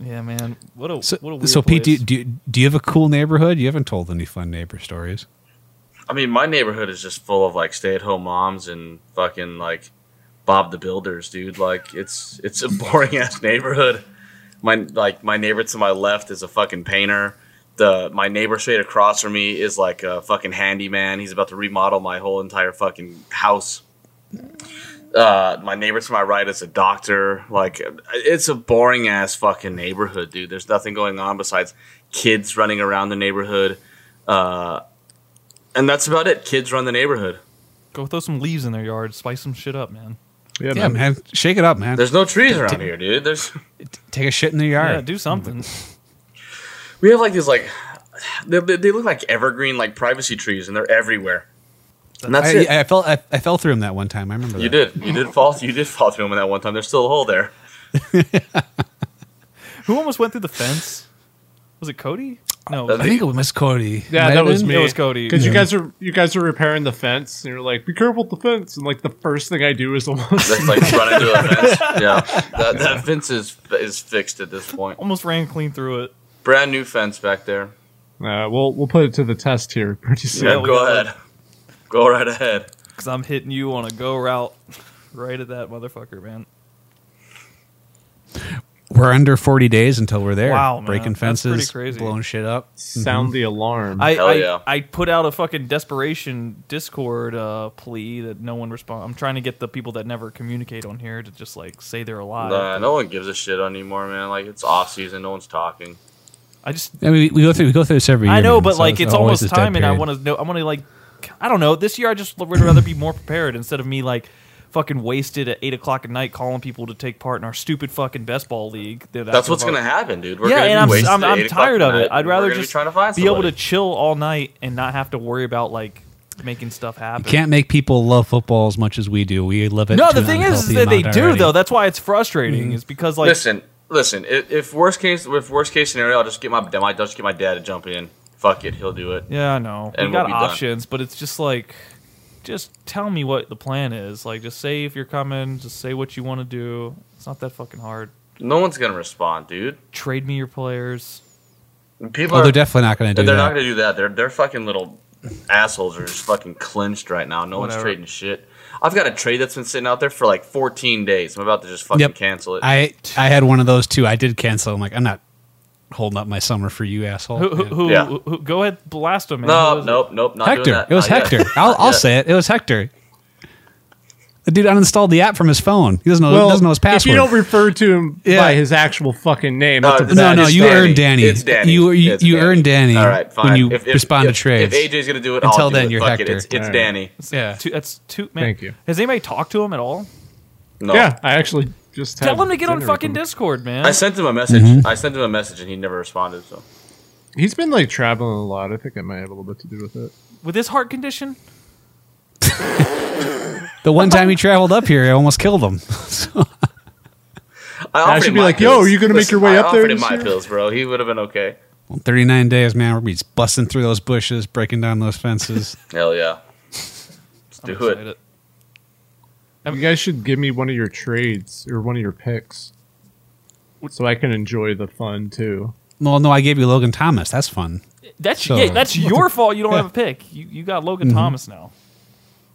Speaker 2: Yeah, man. What a
Speaker 1: So,
Speaker 2: what a weird
Speaker 1: so Pete, do you,
Speaker 2: place.
Speaker 1: do, you, do you have a cool neighborhood? You haven't told any fun neighbor stories.
Speaker 4: I mean, my neighborhood is just full of like stay-at-home moms and fucking like Bob the Builders, dude. Like it's it's a boring ass neighborhood. My like my neighbor to my left is a fucking painter. The my neighbor straight across from me is like a fucking handyman. He's about to remodel my whole entire fucking house. Uh, my neighbor to my right is a doctor. Like it's a boring ass fucking neighborhood, dude. There's nothing going on besides kids running around the neighborhood. Uh, and that's about it. Kids run the neighborhood.
Speaker 2: Go throw some leaves in their yard. Spice some shit up, man.
Speaker 3: Yeah,
Speaker 1: Yeah, man, shake it up, man.
Speaker 4: There's no trees around here, dude. There's
Speaker 1: T- Take a shit in the yard.
Speaker 2: Yeah, do something.
Speaker 4: we have like these like they, they they look like evergreen like privacy trees, and they're everywhere. And that's it.
Speaker 1: I, I fell. I, I fell through him that one time. I remember.
Speaker 4: you
Speaker 1: that.
Speaker 4: did. You did fall. You did fall through them that one time. There's still a hole there.
Speaker 2: Who almost went through the fence? Was it Cody? No.
Speaker 1: I think it was Miss Cody. Might
Speaker 3: Yeah, that
Speaker 1: have
Speaker 3: was
Speaker 1: been.
Speaker 3: me.
Speaker 2: That was Cody.
Speaker 3: Because you
Speaker 1: Yeah.
Speaker 3: guys are you guys are repairing the fence, and you're like, "Be careful with the fence!" And like the first thing I do is almost
Speaker 4: That's like running into a fence. Yeah, that, that fence is is fixed at this point.
Speaker 2: almost ran clean through it.
Speaker 4: Brand new fence back there.
Speaker 3: Uh, we'll we'll put it to the test here pretty
Speaker 4: Yeah,
Speaker 3: soon.
Speaker 2: we
Speaker 4: go
Speaker 2: got
Speaker 4: ahead. Go right ahead.
Speaker 2: Cause I'm hitting you on a go route, right at that motherfucker, man.
Speaker 1: We're under forty days until we're there.
Speaker 2: Wow, man.
Speaker 1: breaking
Speaker 2: That's pretty
Speaker 1: fences,
Speaker 2: crazy.
Speaker 1: blowing shit up.
Speaker 3: Sound the alarm.
Speaker 2: I
Speaker 4: Hell
Speaker 2: I,
Speaker 4: yeah.
Speaker 2: I put out a fucking desperation Discord uh, plea that no one respond. I'm trying to get the people that never communicate on here to just like say they're alive.
Speaker 4: Nah, no one gives a shit anymore, man. Like it's off season. No one's talking.
Speaker 2: I just
Speaker 1: I mean, we, we go through. We go through this every year.
Speaker 2: I know,
Speaker 1: man,
Speaker 2: but
Speaker 1: so
Speaker 2: like
Speaker 1: always
Speaker 2: it's almost
Speaker 1: this dead
Speaker 2: time, and I
Speaker 1: period.
Speaker 2: want to know. I want to like, I don't know. This year, I just would rather be more prepared instead of me like fucking wasted at eight o'clock at night calling people to take part in our stupid fucking best ball league. that I
Speaker 4: That's what's
Speaker 2: promote.
Speaker 4: gonna happen, dude. We're
Speaker 2: yeah,
Speaker 4: gonna
Speaker 2: and
Speaker 4: be
Speaker 2: I'm,
Speaker 4: wasted
Speaker 2: I'm,
Speaker 4: at
Speaker 2: I'm
Speaker 4: 8 o'clock
Speaker 2: tired of
Speaker 4: tonight,
Speaker 2: it. I'd
Speaker 4: and
Speaker 2: rather
Speaker 4: we're gonna
Speaker 2: just
Speaker 4: be trying to find
Speaker 2: be able
Speaker 4: somebody.
Speaker 2: to chill all night and not have to worry about like making stuff happen.
Speaker 1: You can't make people love football as much as we do. We love it.
Speaker 2: no,
Speaker 1: to
Speaker 2: the
Speaker 1: an
Speaker 2: thing is,
Speaker 1: unhealthy
Speaker 2: is that they
Speaker 1: amount
Speaker 2: do
Speaker 1: already. Mm-hmm.
Speaker 2: though. That's why it's frustrating. Is because like
Speaker 4: listen, listen. If, if worst case, if worst case scenario, I'll just get my, my just get my dad to jump in. Fuck it, he'll do it.
Speaker 2: Yeah, I know.
Speaker 4: And
Speaker 2: we
Speaker 4: we'll
Speaker 2: got
Speaker 4: be done.
Speaker 2: options, but it's just like, just tell me what the plan is. Like, just say if you're coming. Just say what you want to do. It's not that fucking hard.
Speaker 4: No one's gonna respond, dude.
Speaker 2: Trade me your players.
Speaker 4: People
Speaker 1: Oh,
Speaker 4: are.
Speaker 1: they're definitely not going to
Speaker 4: they're
Speaker 1: do that.
Speaker 4: not gonna do that. They're they're fucking little assholes are just fucking clenched right now. No one's
Speaker 2: Whatever.
Speaker 4: trading shit. I've got a trade that's been sitting out there for like 14 days. I'm about to just fucking
Speaker 1: Yep.
Speaker 4: cancel it.
Speaker 1: I I had one of those too. I did cancel. I'm like, I'm not holding up my summer for you, asshole.
Speaker 2: Who? Who?
Speaker 1: Yeah.
Speaker 2: who,
Speaker 4: Yeah.
Speaker 2: who, who- go ahead, blast them. Man. Who
Speaker 4: no,
Speaker 2: is it?
Speaker 4: nope, nope, not doing
Speaker 1: Hector.
Speaker 4: that.
Speaker 1: It was
Speaker 4: Not yet.
Speaker 1: Hector. I'll,
Speaker 4: Not
Speaker 1: I'll
Speaker 4: yet.
Speaker 1: say it. It was Hector. The dude uninstalled the app from his phone. He doesn't know. doesn't know his
Speaker 3: if you
Speaker 1: password.
Speaker 3: don't refer to him
Speaker 1: Yeah.
Speaker 3: by his actual fucking name,
Speaker 4: No,
Speaker 3: that's a
Speaker 4: Uh, it's-
Speaker 1: no,
Speaker 3: bad
Speaker 1: no,
Speaker 4: it's
Speaker 1: you
Speaker 4: Danny.
Speaker 1: earned Danny.
Speaker 4: It's Danny.
Speaker 1: You you,
Speaker 4: It's
Speaker 1: you earned Danny.
Speaker 4: All right, fine.
Speaker 1: When you
Speaker 4: If- if-
Speaker 1: respond
Speaker 4: if-
Speaker 1: to trades,
Speaker 4: If AJ's gonna do it,
Speaker 1: Until
Speaker 4: I'll do
Speaker 1: then,
Speaker 4: it.
Speaker 1: you're
Speaker 4: Fuck it.
Speaker 1: Hector.
Speaker 4: It's, it's
Speaker 3: All right.
Speaker 4: Danny.
Speaker 1: yeah.
Speaker 2: Two, that's two. Man,
Speaker 3: Thank you.
Speaker 2: Has anybody talked to him at all?
Speaker 4: No.
Speaker 3: Yeah, I actually just
Speaker 2: Tell
Speaker 3: had
Speaker 2: him to get on
Speaker 3: dinner with
Speaker 2: fucking
Speaker 3: him.
Speaker 2: Discord, man.
Speaker 4: I sent him a message. I sent him a message and he never responded. So
Speaker 3: He's been like traveling a lot. I think it might have a little bit to do with it.
Speaker 2: With his heart condition,
Speaker 1: The one time he traveled up here, I almost killed him. So,
Speaker 4: I,
Speaker 3: should be like, yo, are you gonna make your way up there
Speaker 4: I offered him
Speaker 3: this
Speaker 4: my
Speaker 3: year?
Speaker 4: pills, bro. He would have been okay.
Speaker 1: 39 days, man. We're just busting through those bushes, breaking down those fences.
Speaker 4: Hell yeah. Let's
Speaker 2: I'm
Speaker 4: do it.
Speaker 2: excited.
Speaker 3: You guys should give me one of your trades or one of your picks, so I can enjoy the fun too.
Speaker 1: Well, no, I gave you Logan Thomas. That's fun.
Speaker 2: That's
Speaker 1: So-
Speaker 2: yeah, that's your fault. You don't
Speaker 1: Yeah.
Speaker 2: have a pick. You you got Logan Thomas now.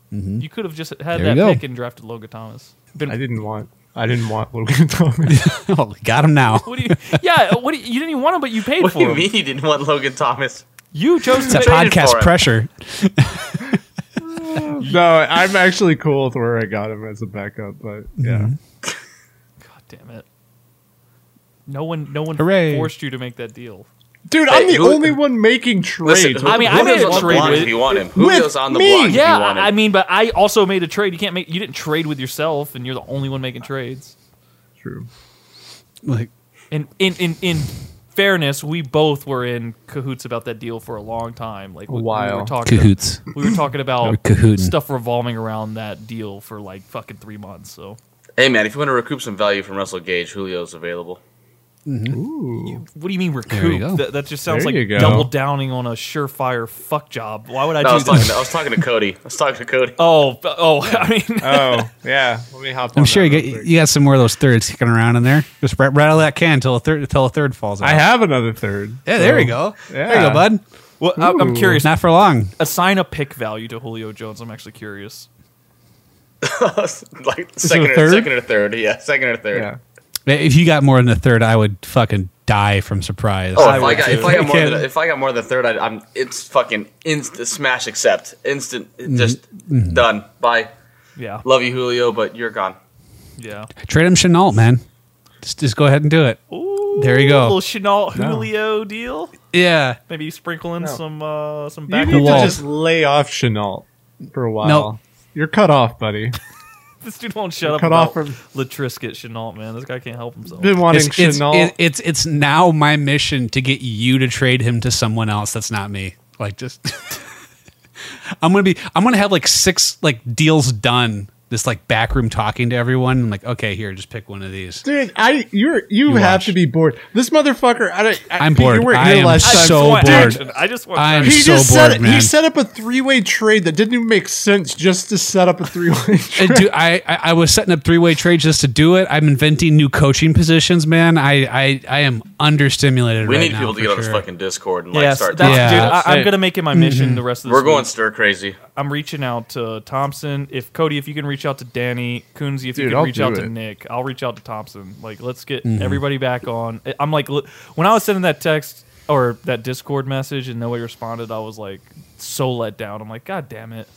Speaker 2: You could have just had
Speaker 1: Mm-hmm. There you
Speaker 2: that
Speaker 1: go.
Speaker 2: pick and drafted Logan Thomas. Been-
Speaker 3: I didn't want. I didn't want Logan Thomas.
Speaker 1: oh, got him now.
Speaker 2: what do you? Yeah, what do you, you didn't even want him, but you paid
Speaker 4: What
Speaker 2: for
Speaker 4: do you
Speaker 2: him.
Speaker 4: mean he didn't want Logan Thomas?
Speaker 2: You chose
Speaker 1: It's
Speaker 2: to
Speaker 1: a
Speaker 2: pay.
Speaker 4: Traded for
Speaker 1: podcast
Speaker 4: him.
Speaker 1: pressure. Mm-hmm.
Speaker 3: no, I'm actually cool with where I got him as a backup, but yeah.
Speaker 2: God Damn it. No one, no one
Speaker 1: Hooray.
Speaker 2: forced you to make that deal.
Speaker 3: Dude,
Speaker 4: Hey,
Speaker 3: I'm the
Speaker 4: who-
Speaker 3: only one making trades.
Speaker 4: Listen, who,
Speaker 2: I mean, I
Speaker 4: who
Speaker 2: made
Speaker 4: goes
Speaker 2: a
Speaker 4: on the
Speaker 2: trade
Speaker 4: block
Speaker 2: with-
Speaker 4: if you want him? Who
Speaker 3: with
Speaker 4: goes on the
Speaker 3: me.
Speaker 4: block if
Speaker 2: Yeah,
Speaker 4: you want him?
Speaker 2: I mean, but I also made a trade. You can't make, you didn't trade with yourself, and you're the only one making trades.
Speaker 3: True.
Speaker 1: Like,
Speaker 2: And in in in fairness, we both were in cahoots about that deal for a long time. Like we, we
Speaker 3: while.
Speaker 2: were talking.
Speaker 1: cahoots.
Speaker 2: We were talking
Speaker 1: Or
Speaker 2: about
Speaker 1: cahooting.
Speaker 2: stuff revolving around that deal for like fucking three months. So
Speaker 4: hey man, if you want to recoup some value from Russell Gage, Julio's available.
Speaker 3: Ooh.
Speaker 2: what do you mean
Speaker 1: There you
Speaker 2: recoup?
Speaker 1: go.
Speaker 2: That, that just sounds
Speaker 3: There you go.
Speaker 2: like double downing on a surefire fuck job. Why would I
Speaker 4: No, I
Speaker 2: do
Speaker 4: was talking.
Speaker 2: that?
Speaker 4: To, I was talking to Cody. I was talking to Cody.
Speaker 2: Oh, f- oh, I mean,
Speaker 3: Oh, yeah. Let me hop on
Speaker 1: I'm sure
Speaker 3: that
Speaker 1: you got
Speaker 3: real quick.
Speaker 1: you got some more of those thirds kicking around in there. Just r- rattle that can until a third until a third falls out.
Speaker 3: I have another third.
Speaker 1: Yeah, there
Speaker 3: so-
Speaker 1: we go. There you
Speaker 3: Yeah.
Speaker 1: go, bud.
Speaker 2: well, I, I'm
Speaker 3: Ooh.
Speaker 2: curious.
Speaker 1: Not for long.
Speaker 2: Assign a pick value to Julio Jones. I'm actually curious.
Speaker 4: like second
Speaker 3: a
Speaker 4: or
Speaker 3: third?
Speaker 4: second or third. Yeah, second or third.
Speaker 3: Yeah.
Speaker 1: If you got more than a third, I would fucking die from surprise.
Speaker 4: Oh,
Speaker 2: I
Speaker 4: if I,
Speaker 2: would
Speaker 4: got,
Speaker 2: too.
Speaker 4: if I got more
Speaker 1: Can't-
Speaker 4: than if I got more than a third, I'd, I'm it's fucking instant smash accept instant
Speaker 2: Mm-hmm.
Speaker 4: just done bye.
Speaker 2: Yeah,
Speaker 4: Love you, Julio, but you're gone.
Speaker 2: yeah.
Speaker 1: Trade him Chenault, man. Just just go ahead and do it.
Speaker 2: Ooh,
Speaker 1: There you go.
Speaker 2: Little Chenault
Speaker 3: No.
Speaker 2: Julio deal.
Speaker 1: Yeah.
Speaker 2: Maybe you sprinkle in
Speaker 3: No.
Speaker 2: some uh, some
Speaker 3: You
Speaker 2: back.
Speaker 3: need
Speaker 1: wall.
Speaker 3: to just lay off Chenault for a while.
Speaker 1: No.
Speaker 3: You're cut off, buddy.
Speaker 2: This dude won't shut up.
Speaker 3: Cut
Speaker 2: about
Speaker 3: off from-
Speaker 2: Latrisket Chenault, man. This guy can't help himself.
Speaker 3: Been wanting
Speaker 1: It's it's,
Speaker 3: Chenault.
Speaker 1: it- it's it's now my mission to get you to trade him to someone else that's not me. Like just I'm gonna be I'm gonna have like six like deals done. This like backroom talking to everyone. I'm like, okay, here, just pick one of these.
Speaker 3: Dude, I you're you, have
Speaker 1: watch.
Speaker 3: to be bored. This motherfucker. I, don't- I,
Speaker 1: I'm
Speaker 3: Pete,
Speaker 1: bored.
Speaker 3: You weren't
Speaker 1: I
Speaker 3: here
Speaker 1: am
Speaker 3: last time.
Speaker 1: so
Speaker 2: want
Speaker 1: bored.
Speaker 2: action. I just want.
Speaker 1: I'm
Speaker 2: action.
Speaker 3: He
Speaker 1: so
Speaker 3: just
Speaker 1: bored,
Speaker 3: set he
Speaker 1: man.
Speaker 3: set up a three way trade that didn't even make sense just to set up a three way trade.
Speaker 1: And dude, Uh, I, I I was setting up three way trades just to do it. I'm inventing new coaching positions, man. I I, I am understimulated.
Speaker 4: We
Speaker 1: right
Speaker 4: need
Speaker 1: now
Speaker 4: people to
Speaker 1: for
Speaker 4: get on this
Speaker 1: sure.
Speaker 4: fucking Discord and like
Speaker 2: Yes,
Speaker 4: start.
Speaker 2: that's,
Speaker 4: talking.
Speaker 1: Yeah. Mm-hmm.
Speaker 2: dude. I,
Speaker 3: Hey.
Speaker 2: I'm gonna make it my mission the rest of this.
Speaker 4: We're going
Speaker 2: week.
Speaker 4: stir crazy.
Speaker 2: I'm reaching out to Thompson. If Cody, if you can reach out to Danny Kunze, if you
Speaker 3: Dude,
Speaker 2: can
Speaker 3: I'll
Speaker 2: reach
Speaker 3: do
Speaker 2: out to
Speaker 3: it.
Speaker 2: Nick, I'll reach out to Thompson. Like, let's get everybody back on. I- I'm like, li- when I was sending that text or that Discord message and nobody responded, I was like so let down. I'm like, God damn it!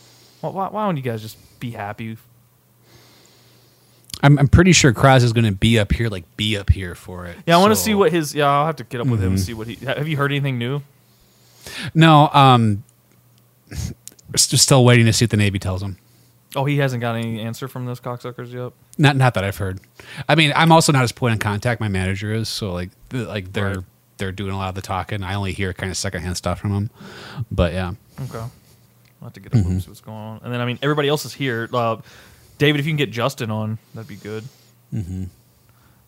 Speaker 2: Why, why, why don't you guys just be happy?
Speaker 1: I'm I'm pretty sure Kraz is going to be up here, like be up here for it.
Speaker 2: Yeah, I want to
Speaker 1: So-
Speaker 2: see what his. Yeah, I'll have to get up with him and see what he. Have you heard anything new?
Speaker 1: No, um, we're st- still waiting to see what the Navy tells him.
Speaker 2: Oh, he hasn't got any answer from those cocksuckers yet.
Speaker 1: Not not that I've heard. I mean, I'm also not his point of contact. My manager is so like th- like they're
Speaker 2: Right.
Speaker 1: they're doing a lot of the talking. I only hear kind of secondhand stuff from him. But yeah,
Speaker 2: Okay. I'll have to get
Speaker 1: Mm-hmm.
Speaker 2: up and see what's going on. And then, I mean, everybody else is here. Uh, David, if you can get Justin on, that'd be good.
Speaker 1: Mm-hmm.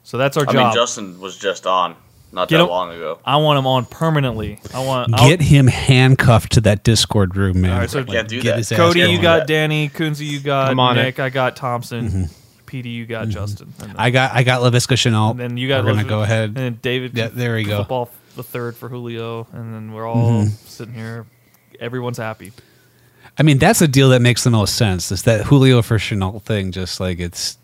Speaker 2: So that's our
Speaker 4: I
Speaker 2: job.
Speaker 4: mean, Justin was just on not
Speaker 2: Get
Speaker 4: that
Speaker 2: him-
Speaker 4: long ago.
Speaker 2: I want him on permanently. I want I'll-
Speaker 1: get him handcuffed to that Discord room, man.
Speaker 2: All right, so
Speaker 4: Can't do
Speaker 1: get
Speaker 4: that.
Speaker 1: his ass
Speaker 2: Cody, you
Speaker 1: going.
Speaker 2: got Danny. Kunze, you got
Speaker 3: I'm on it.
Speaker 2: Nick. I got Thompson. PD, you got Justin. And then,
Speaker 1: Mm-hmm. I got I got Lavisca Chanel.
Speaker 2: and then you got.
Speaker 1: We're gonna
Speaker 2: Elizabeth-
Speaker 1: go
Speaker 2: And
Speaker 1: ahead.
Speaker 2: then David.
Speaker 1: Yeah,
Speaker 2: can
Speaker 1: there we go. Mm-hmm.
Speaker 2: Flip off the third for Julio, and then we're all sitting here. Everyone's happy.
Speaker 1: I mean, that's a deal that makes the most sense. Is that Julio for Chanel thing? Just like it's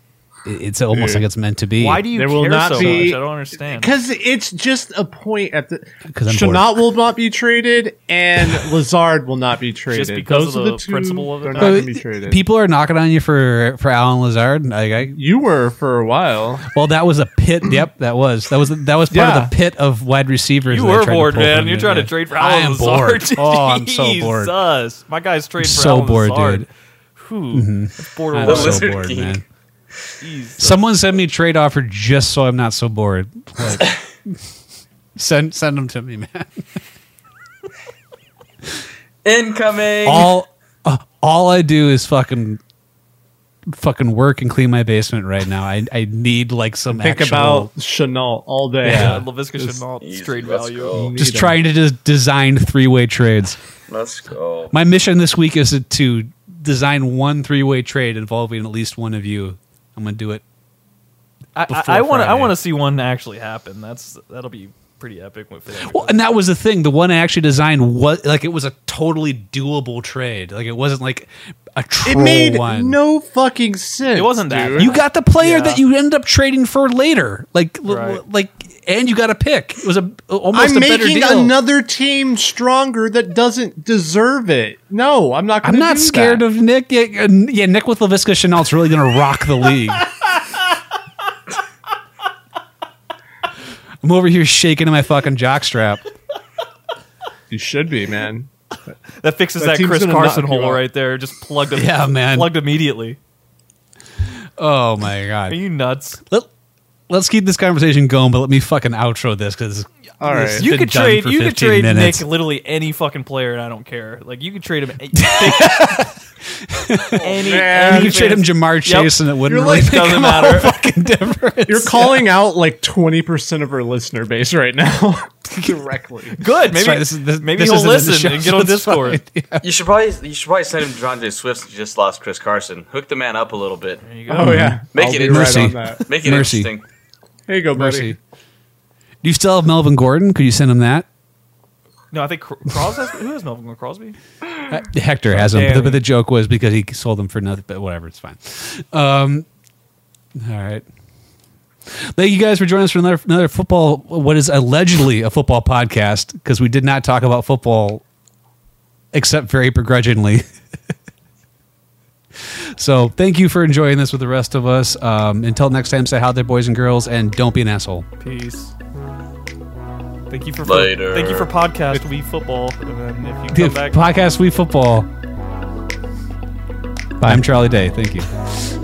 Speaker 1: it- it's almost
Speaker 3: Dude.
Speaker 1: like it's meant to be.
Speaker 2: Why do you
Speaker 3: There
Speaker 2: care
Speaker 3: will not
Speaker 2: so
Speaker 3: be-
Speaker 2: much? I don't understand.
Speaker 3: Because it's just a point at the.
Speaker 1: 'Cause I'm
Speaker 3: Chenault will not be traded, and Lazard will not be traded.
Speaker 2: because
Speaker 3: Those
Speaker 2: of
Speaker 3: are
Speaker 2: the
Speaker 3: the two
Speaker 2: principle of it?
Speaker 3: They're not
Speaker 2: But
Speaker 3: going to be traded.
Speaker 1: people are knocking on you for for Alan Lazard. Like I,
Speaker 3: you were for a while.
Speaker 1: Well, that was a pit. yep, that was that was that was part
Speaker 3: Yeah.
Speaker 1: of the pit of wide receivers.
Speaker 2: You
Speaker 1: that I
Speaker 2: were
Speaker 1: tried to
Speaker 2: bored,
Speaker 1: pull
Speaker 2: man.
Speaker 1: from
Speaker 2: You're
Speaker 1: the-
Speaker 2: trying to trade for
Speaker 1: I
Speaker 2: Alan
Speaker 1: am
Speaker 2: Lazard.
Speaker 1: bored. Oh, I'm so bored.
Speaker 2: Jesus. My guy's trading for
Speaker 1: So
Speaker 2: Alan
Speaker 1: bored,
Speaker 2: Lazard.
Speaker 1: dude. Mm-hmm.
Speaker 2: Whew. That's
Speaker 1: I'm
Speaker 2: borderline.
Speaker 1: so
Speaker 4: Lizard
Speaker 1: bored,
Speaker 4: geek.
Speaker 1: man.
Speaker 2: Jesus.
Speaker 1: Someone send me a trade offer just so I'm not so bored. Like, send send them to me, man.
Speaker 4: Incoming.
Speaker 1: All uh, all I do is fucking fucking work and clean my basement right now. I I need like some
Speaker 3: Think
Speaker 1: actual-
Speaker 3: about Chenault all day.
Speaker 1: Yeah.
Speaker 2: LaVisca
Speaker 3: Just-
Speaker 2: Chenault,
Speaker 4: Jeez,
Speaker 2: trade
Speaker 4: let's
Speaker 2: value.
Speaker 4: Go.
Speaker 1: just
Speaker 3: Need 'em.
Speaker 1: trying to just design three way trades.
Speaker 4: Let's go.
Speaker 1: My mission this week is to design one three way trade involving at least one of you. I'm gonna do it.
Speaker 2: I- I,
Speaker 1: Before
Speaker 2: I want to. I
Speaker 1: Friday.
Speaker 2: want to see one actually happen. That's that'll be pretty epic. With that.
Speaker 1: Well, and that was the thing. The one I actually designed was like it was a totally doable trade. Like it wasn't like a
Speaker 3: It
Speaker 1: troll
Speaker 3: made
Speaker 1: one.
Speaker 3: no fucking sense.
Speaker 2: It wasn't that
Speaker 3: dude.
Speaker 2: bad.
Speaker 1: you got the player
Speaker 2: Yeah.
Speaker 1: that you end up trading for later. Like l-
Speaker 2: Right.
Speaker 1: l- like and you got a pick. It was a almost
Speaker 3: I'm
Speaker 1: a better
Speaker 3: making
Speaker 1: deal.
Speaker 3: another team stronger that doesn't deserve it. No, I'm not. Gonna
Speaker 1: I'm not
Speaker 3: do
Speaker 1: scared
Speaker 3: that.
Speaker 1: of Nick. Yeah, uh, yeah, Nick with LaVisca Chanel's really going to rock the league. I'm over here shaking in my fucking jockstrap.
Speaker 3: You should be, man.
Speaker 2: That fixes
Speaker 3: That
Speaker 2: that,
Speaker 3: team's
Speaker 2: Chris
Speaker 3: gonna
Speaker 2: Carson
Speaker 3: knock you
Speaker 2: hole
Speaker 3: out.
Speaker 2: right there. Just plugged. It,
Speaker 1: Yeah, man.
Speaker 2: Plugged immediately.
Speaker 1: Oh my
Speaker 2: Are
Speaker 1: god.
Speaker 2: you nuts?
Speaker 1: Let, us keep this conversation going, but let me fucking outro this because
Speaker 3: All right.
Speaker 2: You
Speaker 1: been
Speaker 2: could
Speaker 1: done
Speaker 2: trade.
Speaker 1: for
Speaker 2: You could
Speaker 1: 15
Speaker 2: trade
Speaker 1: minutes.
Speaker 2: Nick literally any fucking player, and I don't care. Like you could trade him. any, any,
Speaker 3: man.
Speaker 1: you could trade him Jamar Chase and it wouldn't
Speaker 3: You're
Speaker 1: really
Speaker 3: like-
Speaker 1: make
Speaker 2: doesn't
Speaker 1: him a whole
Speaker 2: matter.
Speaker 1: fucking difference.
Speaker 3: You're calling out like 20% of our listener base right now directly.
Speaker 1: That's
Speaker 2: Good. Maybe
Speaker 1: right, this is- this-
Speaker 2: maybe
Speaker 1: this
Speaker 2: he'll
Speaker 1: isn't in the
Speaker 2: listen
Speaker 1: show,
Speaker 2: and
Speaker 1: so
Speaker 2: get on
Speaker 1: it's
Speaker 2: Discord.
Speaker 1: fine.
Speaker 4: You should probably you should probably send him to DeAndre Swift. since you Just lost Chris Carson. Hook the man up a little bit.
Speaker 2: There you go.
Speaker 3: Oh, yeah.
Speaker 4: Make
Speaker 3: I'll
Speaker 4: it
Speaker 3: be
Speaker 1: interesting.
Speaker 3: Right on that.
Speaker 4: Make it
Speaker 1: Mercy.
Speaker 4: interesting.
Speaker 3: There you go, buddy.
Speaker 1: Mercy. Do you still have Melvin Gordon? Could you send him that?
Speaker 2: No, I think Cro- Crosby. Who has Melvin Gordon? Crosby?
Speaker 1: Uh, Hector has him,
Speaker 2: damn
Speaker 1: but, but
Speaker 2: it.
Speaker 1: the joke was because he sold them for nothing. But whatever, it's fine. Um, all right. Thank you guys for joining us for another another football. What is allegedly a football podcast because we did not talk about football, except very begrudgingly. so thank you for enjoying this with the rest of us. Um, until next time, stay out there, boys and girls, and don't be an asshole.
Speaker 2: Peace. Thank you for
Speaker 4: Later.
Speaker 2: thank you for podcast we football, and then if you come back.
Speaker 1: Podcast we football. Bye. I'm Charlie Day. Thank you.